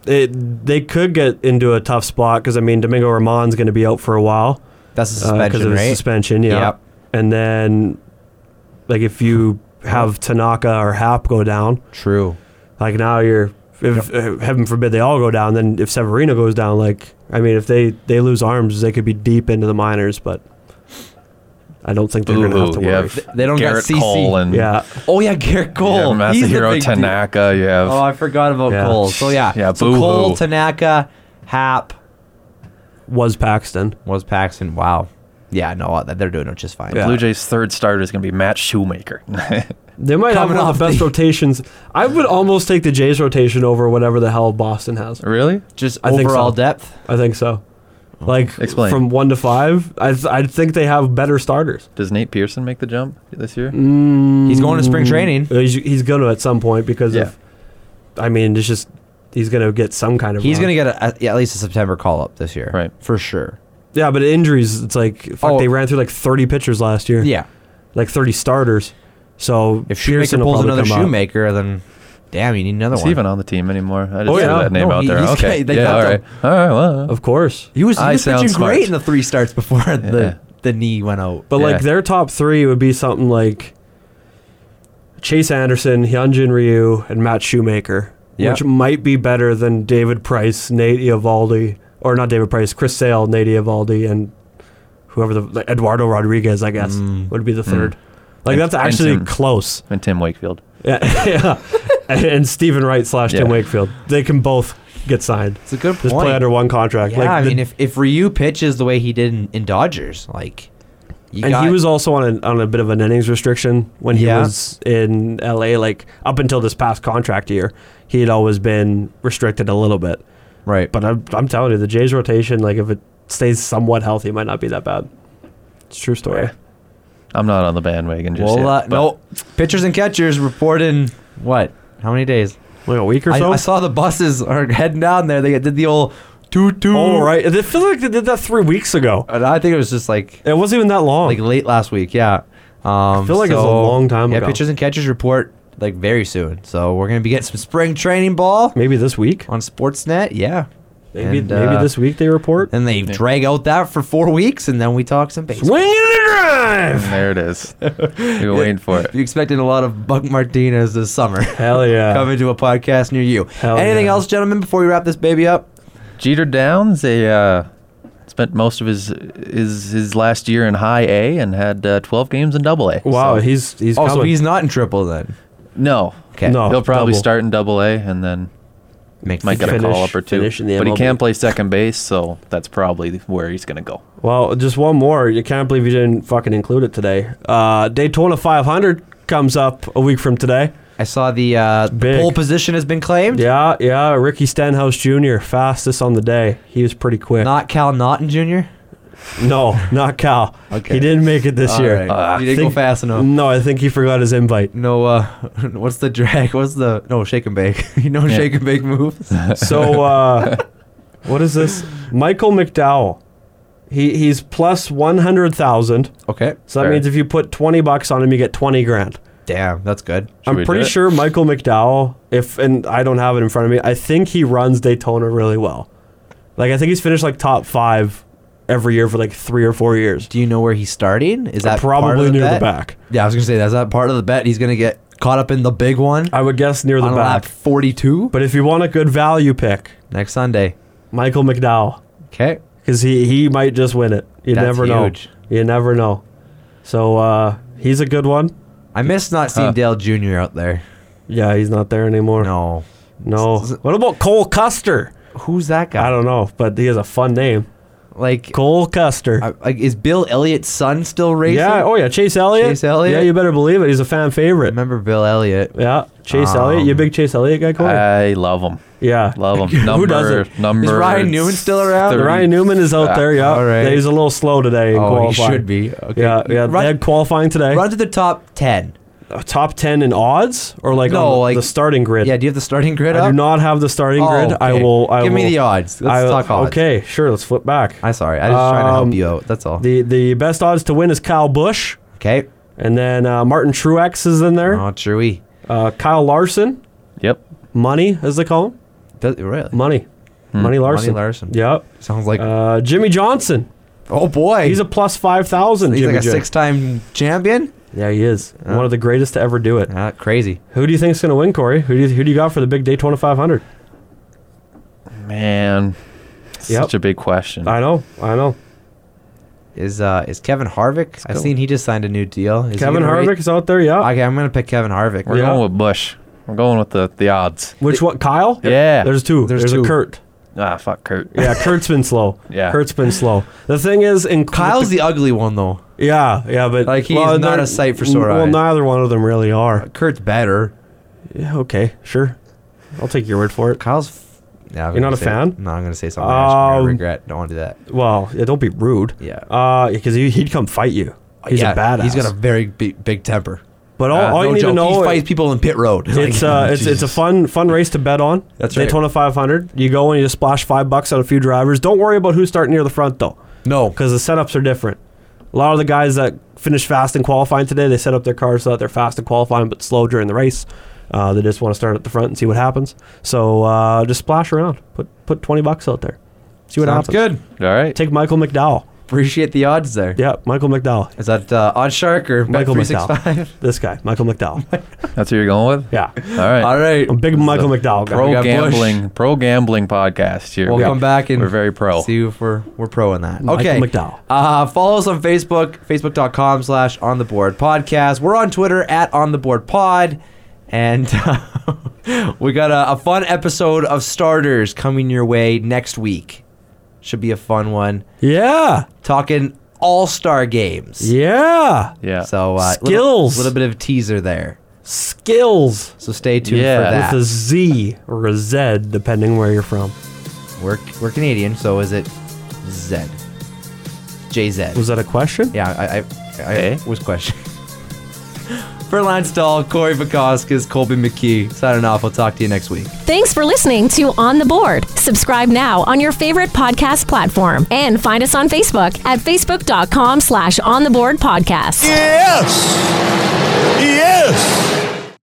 [SPEAKER 3] it, they could get into a tough spot because I mean Domingo Ramon's going to be out for a while
[SPEAKER 2] That's a
[SPEAKER 3] uh,
[SPEAKER 2] suspension,
[SPEAKER 3] of his
[SPEAKER 2] right?
[SPEAKER 3] suspension. Yeah,
[SPEAKER 2] Yep.
[SPEAKER 3] and then like if you have Tanaka or Hap go down,
[SPEAKER 2] True.
[SPEAKER 3] like now you're if uh, heaven forbid they all go down, then if Severino goes down, like I mean if they they lose arms, they could be deep into the minors, but I don't think they're going to have to
[SPEAKER 4] Boo-hoo, you
[SPEAKER 3] worry.
[SPEAKER 4] have
[SPEAKER 2] They don't got
[SPEAKER 4] Garrett
[SPEAKER 2] CC.
[SPEAKER 4] Cole and
[SPEAKER 3] Yeah,
[SPEAKER 2] Oh yeah, Garrett
[SPEAKER 4] you
[SPEAKER 2] Cole.
[SPEAKER 4] have
[SPEAKER 2] He's the
[SPEAKER 4] Masahiro
[SPEAKER 2] big deal.
[SPEAKER 4] Tanaka. You have
[SPEAKER 2] Oh, I forgot about
[SPEAKER 3] Yeah.
[SPEAKER 2] Cole. So yeah,
[SPEAKER 4] Yeah,
[SPEAKER 2] So Cole,
[SPEAKER 4] boo-hoo.
[SPEAKER 2] Tanaka, Hap
[SPEAKER 3] was Paxton.
[SPEAKER 2] was Paxton. Wow. Yeah, no, uh, they're doing it just fine.
[SPEAKER 3] Yeah.
[SPEAKER 4] Blue Jays' third starter is going to be Matt Shoemaker.
[SPEAKER 3] They might
[SPEAKER 2] Coming
[SPEAKER 3] have one of the
[SPEAKER 2] off
[SPEAKER 3] best
[SPEAKER 2] the-
[SPEAKER 3] rotations. I would almost take the Jays rotation over whatever the hell Boston has.
[SPEAKER 4] really?
[SPEAKER 2] Just
[SPEAKER 3] I think
[SPEAKER 2] overall
[SPEAKER 3] so.
[SPEAKER 2] depth.
[SPEAKER 3] I think so. Like
[SPEAKER 4] Explain.
[SPEAKER 3] from one to five, I th- I think they have better starters. Mm.
[SPEAKER 4] Does Nate Pearson make the jump this year?
[SPEAKER 2] He's going to spring training.
[SPEAKER 3] Uh, He's, he's going to at some point because
[SPEAKER 4] Yeah.
[SPEAKER 3] of. I mean, it's just he's going to get some kind of.
[SPEAKER 2] He's
[SPEAKER 3] run.
[SPEAKER 2] gonna get a, a, yeah, at least a September call up this year,
[SPEAKER 4] Right.
[SPEAKER 2] For sure.
[SPEAKER 3] Yeah, but injuries. It's like fuck.
[SPEAKER 2] Oh.
[SPEAKER 3] They ran through like thirty pitchers last year.
[SPEAKER 2] Yeah.
[SPEAKER 3] like thirty starters. So
[SPEAKER 2] If Shoemaker
[SPEAKER 3] Pearson will
[SPEAKER 2] pulls
[SPEAKER 3] probably
[SPEAKER 2] another
[SPEAKER 3] come out.
[SPEAKER 2] shoemaker, then damn, you need another
[SPEAKER 4] Is
[SPEAKER 2] one.
[SPEAKER 4] he even on the team anymore? I just
[SPEAKER 3] Oh,
[SPEAKER 4] threw
[SPEAKER 3] yeah.
[SPEAKER 4] that name
[SPEAKER 2] No,
[SPEAKER 4] out
[SPEAKER 2] he-
[SPEAKER 4] there.
[SPEAKER 2] he's-
[SPEAKER 4] okay.
[SPEAKER 2] they
[SPEAKER 4] yeah,
[SPEAKER 2] got
[SPEAKER 4] all
[SPEAKER 2] them.
[SPEAKER 4] right. All right. Well,
[SPEAKER 3] of course.
[SPEAKER 2] He was, he
[SPEAKER 4] I
[SPEAKER 2] was pitching
[SPEAKER 4] sound smart.
[SPEAKER 2] great in the three starts before
[SPEAKER 4] Yeah.
[SPEAKER 2] the the knee went out.
[SPEAKER 3] But
[SPEAKER 4] Yeah.
[SPEAKER 3] like their top three would be something like Chase Anderson, Hyunjin Ryu, and Matt Shoemaker,
[SPEAKER 2] Yeah.
[SPEAKER 3] which might be better than David Price, Nate Ivaldi, or not David Price, Chris Sale, Nate Ivaldi, and whoever the like Eduardo Rodriguez, I guess, would be the third. Like
[SPEAKER 4] And-
[SPEAKER 3] that's
[SPEAKER 4] Mm. and
[SPEAKER 3] actually
[SPEAKER 4] Tim.
[SPEAKER 3] close.
[SPEAKER 4] and Tim Wakefield.
[SPEAKER 3] Yeah, yeah. and, and Stephen Wright slash Tim
[SPEAKER 4] Yeah.
[SPEAKER 3] Wakefield, they can both get signed.
[SPEAKER 2] It's a good
[SPEAKER 3] Just play
[SPEAKER 2] point.
[SPEAKER 3] under one contract.
[SPEAKER 2] Yeah,
[SPEAKER 3] like
[SPEAKER 2] I
[SPEAKER 3] the-
[SPEAKER 2] mean, if, if Ryu pitches the way he did in, in Dodgers, like, you
[SPEAKER 3] and
[SPEAKER 2] got,
[SPEAKER 3] he was also on a, on a bit of an innings restriction when he
[SPEAKER 2] Yeah.
[SPEAKER 3] was in LA. Like up until this past contract year, he had always been restricted a little bit.
[SPEAKER 2] right.
[SPEAKER 3] But I'm, I'm telling you, the Jays rotation, like if it stays somewhat healthy, it might not be that bad. It's a true story.
[SPEAKER 4] I'm not on the bandwagon just
[SPEAKER 2] well,
[SPEAKER 4] yet.
[SPEAKER 2] uh,
[SPEAKER 4] but
[SPEAKER 2] no, pitchers and catchers report in what? How many days?
[SPEAKER 3] Like a week or
[SPEAKER 2] I,
[SPEAKER 3] so.
[SPEAKER 2] I saw the buses are heading down there. They did the old toot toot.
[SPEAKER 3] oh right, it feels like they did that three weeks ago.
[SPEAKER 2] And I think it was just like
[SPEAKER 3] It wasn't even that long.
[SPEAKER 2] like late last week. Yeah. Um,
[SPEAKER 3] feel like it was a long time
[SPEAKER 2] yeah,
[SPEAKER 3] ago.
[SPEAKER 2] pitchers and catchers report like very soon. So we're gonna be getting some spring training ball
[SPEAKER 3] maybe this week.
[SPEAKER 2] on Sportsnet. Yeah.
[SPEAKER 3] Maybe
[SPEAKER 2] And,
[SPEAKER 3] maybe
[SPEAKER 2] uh,
[SPEAKER 3] this week they report.
[SPEAKER 2] And they drag out that for four weeks, and then we talk some baseball.
[SPEAKER 3] Swing and a drive.
[SPEAKER 4] there it is. We We're waiting for it.
[SPEAKER 2] You're expecting a lot of Buck Martinez this summer
[SPEAKER 3] Hell yeah.
[SPEAKER 2] coming to a podcast near you.
[SPEAKER 3] Hell
[SPEAKER 2] Anything
[SPEAKER 3] yeah.
[SPEAKER 2] else, gentlemen, before we wrap this baby up?
[SPEAKER 4] Jeter Downs, a uh, spent most of his his his last year in High A and had uh, 12 games in Double A.
[SPEAKER 3] Wow,
[SPEAKER 4] So-
[SPEAKER 3] he's he's
[SPEAKER 2] oh, so
[SPEAKER 3] coming.
[SPEAKER 2] he's not in triple then.
[SPEAKER 4] no,
[SPEAKER 2] Okay.
[SPEAKER 3] No.
[SPEAKER 4] he'll probably
[SPEAKER 3] double.
[SPEAKER 4] start in Double A and then
[SPEAKER 2] Makes
[SPEAKER 4] might get a
[SPEAKER 3] Finish-
[SPEAKER 4] call up or two.
[SPEAKER 3] finish in the
[SPEAKER 4] But he
[SPEAKER 3] MLB.
[SPEAKER 4] can play second base, so that's probably where he's going to go.
[SPEAKER 3] Well, just one more. You can't believe you didn't fucking include it today. Uh, Daytona 500 comes up a week from today.
[SPEAKER 2] I saw the uh,
[SPEAKER 3] big.
[SPEAKER 2] pole position has been claimed.
[SPEAKER 3] Yeah, yeah. Ricky Stenhouse Jr. fastest on the day. He was pretty quick.
[SPEAKER 2] Not Cal Naughton Jr.
[SPEAKER 3] no, not Cal.
[SPEAKER 2] Okay.
[SPEAKER 3] He didn't make it this
[SPEAKER 2] All
[SPEAKER 3] year.
[SPEAKER 2] right. He didn't go fast enough.
[SPEAKER 3] No, I think he forgot his invite.
[SPEAKER 2] No, uh, what's the drag? What's the no shake and bake? you know, shake and bake moves.
[SPEAKER 3] So uh, what is this? Michael McDowell. He he's plus one hundred thousand.
[SPEAKER 2] Okay,
[SPEAKER 3] So that
[SPEAKER 4] Fair.
[SPEAKER 3] means if you put twenty bucks on him, you get twenty grand.
[SPEAKER 2] damn, that's good.
[SPEAKER 4] Should we
[SPEAKER 3] I'm
[SPEAKER 4] do
[SPEAKER 3] pretty
[SPEAKER 4] it?
[SPEAKER 3] sure Michael McDowell, if and I don't have it in front of me, I think he runs Daytona really well. Like I think he's finished like top five every year for like three or four years.
[SPEAKER 2] Do you know where he's starting? Is that
[SPEAKER 3] probably
[SPEAKER 2] part of
[SPEAKER 3] near the
[SPEAKER 2] bet?
[SPEAKER 3] back.
[SPEAKER 2] Yeah, I was gonna say that's that part of the bet. He's gonna get caught up in the big one
[SPEAKER 3] I would guess near the
[SPEAKER 2] on lap
[SPEAKER 3] back.
[SPEAKER 2] 42
[SPEAKER 3] But if you want a good value pick,
[SPEAKER 2] next Sunday.
[SPEAKER 3] Michael McDowell,
[SPEAKER 2] Okay,
[SPEAKER 3] because he he might just win it. You
[SPEAKER 2] That's
[SPEAKER 3] never
[SPEAKER 2] huge.
[SPEAKER 3] know. You never know. So uh, he's a good one.
[SPEAKER 2] I miss not seeing Dale Jr. out there.
[SPEAKER 3] Yeah, he's not there anymore.
[SPEAKER 2] No,
[SPEAKER 3] No. What about Cole Custer?
[SPEAKER 2] who's that guy?
[SPEAKER 3] I don't know, but he has a fun name.
[SPEAKER 2] like.
[SPEAKER 3] Cole Custer.
[SPEAKER 2] I, like, is Bill Elliott's son still racing?
[SPEAKER 3] Yeah. Oh yeah, Chase Elliott.
[SPEAKER 2] Chase Elliott? Mm-hmm.
[SPEAKER 3] Yeah, you better believe it. He's a fan favorite.
[SPEAKER 2] remember Bill Elliott.
[SPEAKER 3] Yeah, Chase
[SPEAKER 2] Um,
[SPEAKER 3] Elliott. You a big Chase Elliott guy, Corey?
[SPEAKER 4] I love him.
[SPEAKER 3] yeah.
[SPEAKER 4] Love
[SPEAKER 3] Who
[SPEAKER 4] him. Number,
[SPEAKER 3] doesn't?
[SPEAKER 4] Number
[SPEAKER 2] Is Ryan Newman still around?
[SPEAKER 3] The
[SPEAKER 4] 30.
[SPEAKER 3] Ryan Newman is out
[SPEAKER 4] Ah,
[SPEAKER 3] there. Yeah.
[SPEAKER 2] all right.
[SPEAKER 3] He's a little slow today in
[SPEAKER 2] Oh, he
[SPEAKER 3] qualifying.
[SPEAKER 2] should be. Okay.
[SPEAKER 3] Yeah, yeah.
[SPEAKER 2] Run-
[SPEAKER 3] they had qualifying today.
[SPEAKER 2] Run to the top ten.
[SPEAKER 3] Uh, Top ten in odds or like
[SPEAKER 2] No,
[SPEAKER 3] on the-
[SPEAKER 2] like-
[SPEAKER 3] the starting grid.
[SPEAKER 2] Yeah, do you have the starting grid
[SPEAKER 3] I
[SPEAKER 2] up?
[SPEAKER 3] do not have the starting
[SPEAKER 2] Oh,
[SPEAKER 3] grid. I
[SPEAKER 2] okay.
[SPEAKER 3] will. I
[SPEAKER 2] Give me
[SPEAKER 3] will-
[SPEAKER 2] the odds. Let's
[SPEAKER 3] I-
[SPEAKER 2] talk odds.
[SPEAKER 3] Okay, sure. Let's flip back.
[SPEAKER 2] I'm sorry. I just trying to
[SPEAKER 3] Um,
[SPEAKER 2] help you out. That's all.
[SPEAKER 3] The the best odds to win is Kyle Busch,
[SPEAKER 2] okay.
[SPEAKER 3] and then uh, Martin Truex is in there.
[SPEAKER 2] Oh, chewy.
[SPEAKER 3] Uh, Kyle Larson,
[SPEAKER 4] Yep.
[SPEAKER 3] money as they call him.
[SPEAKER 2] Does, really?
[SPEAKER 3] Money. Money Larson.
[SPEAKER 2] Hmm. Money Larson.
[SPEAKER 3] Yep.
[SPEAKER 2] Sounds like.
[SPEAKER 3] Uh, Jimmy Johnson.
[SPEAKER 2] oh boy.
[SPEAKER 3] He's a plus 5,000.
[SPEAKER 2] He's
[SPEAKER 3] Jimmy
[SPEAKER 2] like a
[SPEAKER 3] J.
[SPEAKER 2] six-time champion.
[SPEAKER 3] Yeah, he is. One of the greatest to ever do it.
[SPEAKER 2] Ah, crazy.
[SPEAKER 3] Who do you think's going to win, Corey? Who do, you, who do you got for the big Daytona 500?
[SPEAKER 4] Man,
[SPEAKER 3] Yep.
[SPEAKER 4] such a big
[SPEAKER 2] Hmm.
[SPEAKER 4] question.
[SPEAKER 3] I know. I know.
[SPEAKER 2] Is uh is Kevin Harvick? I've
[SPEAKER 4] go.
[SPEAKER 2] seen he just signed a new deal. Is he
[SPEAKER 3] Kevin
[SPEAKER 2] gonna
[SPEAKER 3] Harvick
[SPEAKER 2] rate-
[SPEAKER 3] is out there. Yeah.
[SPEAKER 2] Okay, I'm gonna pick Kevin Harvick.
[SPEAKER 4] We're
[SPEAKER 3] Yeah.
[SPEAKER 4] going with Bush. We're going with the, the odds.
[SPEAKER 3] Which one? Kyle?
[SPEAKER 4] Yeah.
[SPEAKER 3] There's two. There's,
[SPEAKER 2] There's two.
[SPEAKER 3] a Kurt.
[SPEAKER 4] Ah, fuck Kurt.
[SPEAKER 3] Yeah, Kurt's been slow.
[SPEAKER 4] Yeah.
[SPEAKER 3] Kurt's been slow. The thing is, in
[SPEAKER 2] Kyle's the ugly one though.
[SPEAKER 3] Yeah, yeah, but
[SPEAKER 2] Like, he's not
[SPEAKER 3] they're-
[SPEAKER 2] a sight for sore
[SPEAKER 3] Well,
[SPEAKER 2] eyes.
[SPEAKER 3] neither one of them really are.
[SPEAKER 2] Kurt's better.
[SPEAKER 3] Yeah, okay, sure. I'll take your word for it.
[SPEAKER 2] Kyle's. F- yeah, I'm
[SPEAKER 3] You're
[SPEAKER 2] gonna
[SPEAKER 3] not a
[SPEAKER 2] say-
[SPEAKER 3] fan?
[SPEAKER 2] No, I'm gonna say something. I'm
[SPEAKER 3] Um,
[SPEAKER 2] gonna regret. Don't want to do that.
[SPEAKER 3] Well, yeah, don't be rude.
[SPEAKER 2] Yeah.
[SPEAKER 3] Uh, because he, he'd come fight you. He's
[SPEAKER 2] yeah,
[SPEAKER 3] a badass.
[SPEAKER 2] He's got a very big, big temper.
[SPEAKER 3] But all,
[SPEAKER 4] Uh,
[SPEAKER 3] all you
[SPEAKER 2] no
[SPEAKER 3] need
[SPEAKER 2] joke.
[SPEAKER 3] to know
[SPEAKER 2] he fights people in pit road.
[SPEAKER 3] it's uh, it's it's a fun fun race to bet on.
[SPEAKER 2] That's right.
[SPEAKER 3] Daytona 500. You go and you just splash five bucks on a few drivers. Don't worry about who's starting near the front though,
[SPEAKER 2] no.
[SPEAKER 3] because the setups are different. A lot of the guys that finish fast in qualifying today, they set up their cars so that they're fast in qualifying but slow during the race. Uh, they just want to start at the front and see what happens. So uh, just splash around. Put put twenty bucks out there. See what
[SPEAKER 2] Sounds
[SPEAKER 3] happens.
[SPEAKER 2] good.
[SPEAKER 4] All right.
[SPEAKER 3] Take Michael McDowell.
[SPEAKER 2] Appreciate the odds there. Is
[SPEAKER 3] Yeah, Michael McDowell.
[SPEAKER 2] that uh, Odd Shark or
[SPEAKER 3] Michael McDowell.
[SPEAKER 2] Bet365?
[SPEAKER 3] This guy, Michael McDowell.
[SPEAKER 4] That's who you're going with.
[SPEAKER 3] yeah.
[SPEAKER 4] All right.
[SPEAKER 2] All right.
[SPEAKER 3] I'm a big Michael McDowell guy.
[SPEAKER 2] We
[SPEAKER 4] Pro
[SPEAKER 2] got Bush.
[SPEAKER 4] gambling, pro gambling podcast here.
[SPEAKER 2] We'll come back and
[SPEAKER 4] we're very pro.
[SPEAKER 2] See if we're we're pro in that.
[SPEAKER 3] Michael
[SPEAKER 2] okay,
[SPEAKER 3] McDowell.
[SPEAKER 2] Uh, follow us on Facebook, facebook.com slash on the board podcast. We're on Twitter at on the board pod, and we got a, a fun episode of starters coming your way next week. Should be a fun one.
[SPEAKER 3] Yeah.
[SPEAKER 2] Talking all star games.
[SPEAKER 3] Yeah.
[SPEAKER 4] yeah.
[SPEAKER 2] So uh,
[SPEAKER 3] Skills.
[SPEAKER 2] little, little bit of teaser there.
[SPEAKER 3] Skills.
[SPEAKER 2] So stay tuned
[SPEAKER 4] Yeah.
[SPEAKER 2] for that.
[SPEAKER 3] With a Z or a Z, depending where you're from.
[SPEAKER 2] We're we're Canadian, so is it Zed? JZ.
[SPEAKER 3] Was that a question?
[SPEAKER 2] Yeah, I, I, I
[SPEAKER 4] Eh?
[SPEAKER 2] was questioning. For Lance Dahl, Corey Vakoskis, Colby McKee, signing off. We'll talk to you next week.
[SPEAKER 1] Thanks for listening to On the Board. Subscribe now on your favorite podcast platform and find us on Facebook at facebook.com slash on the board podcast.
[SPEAKER 5] Yes!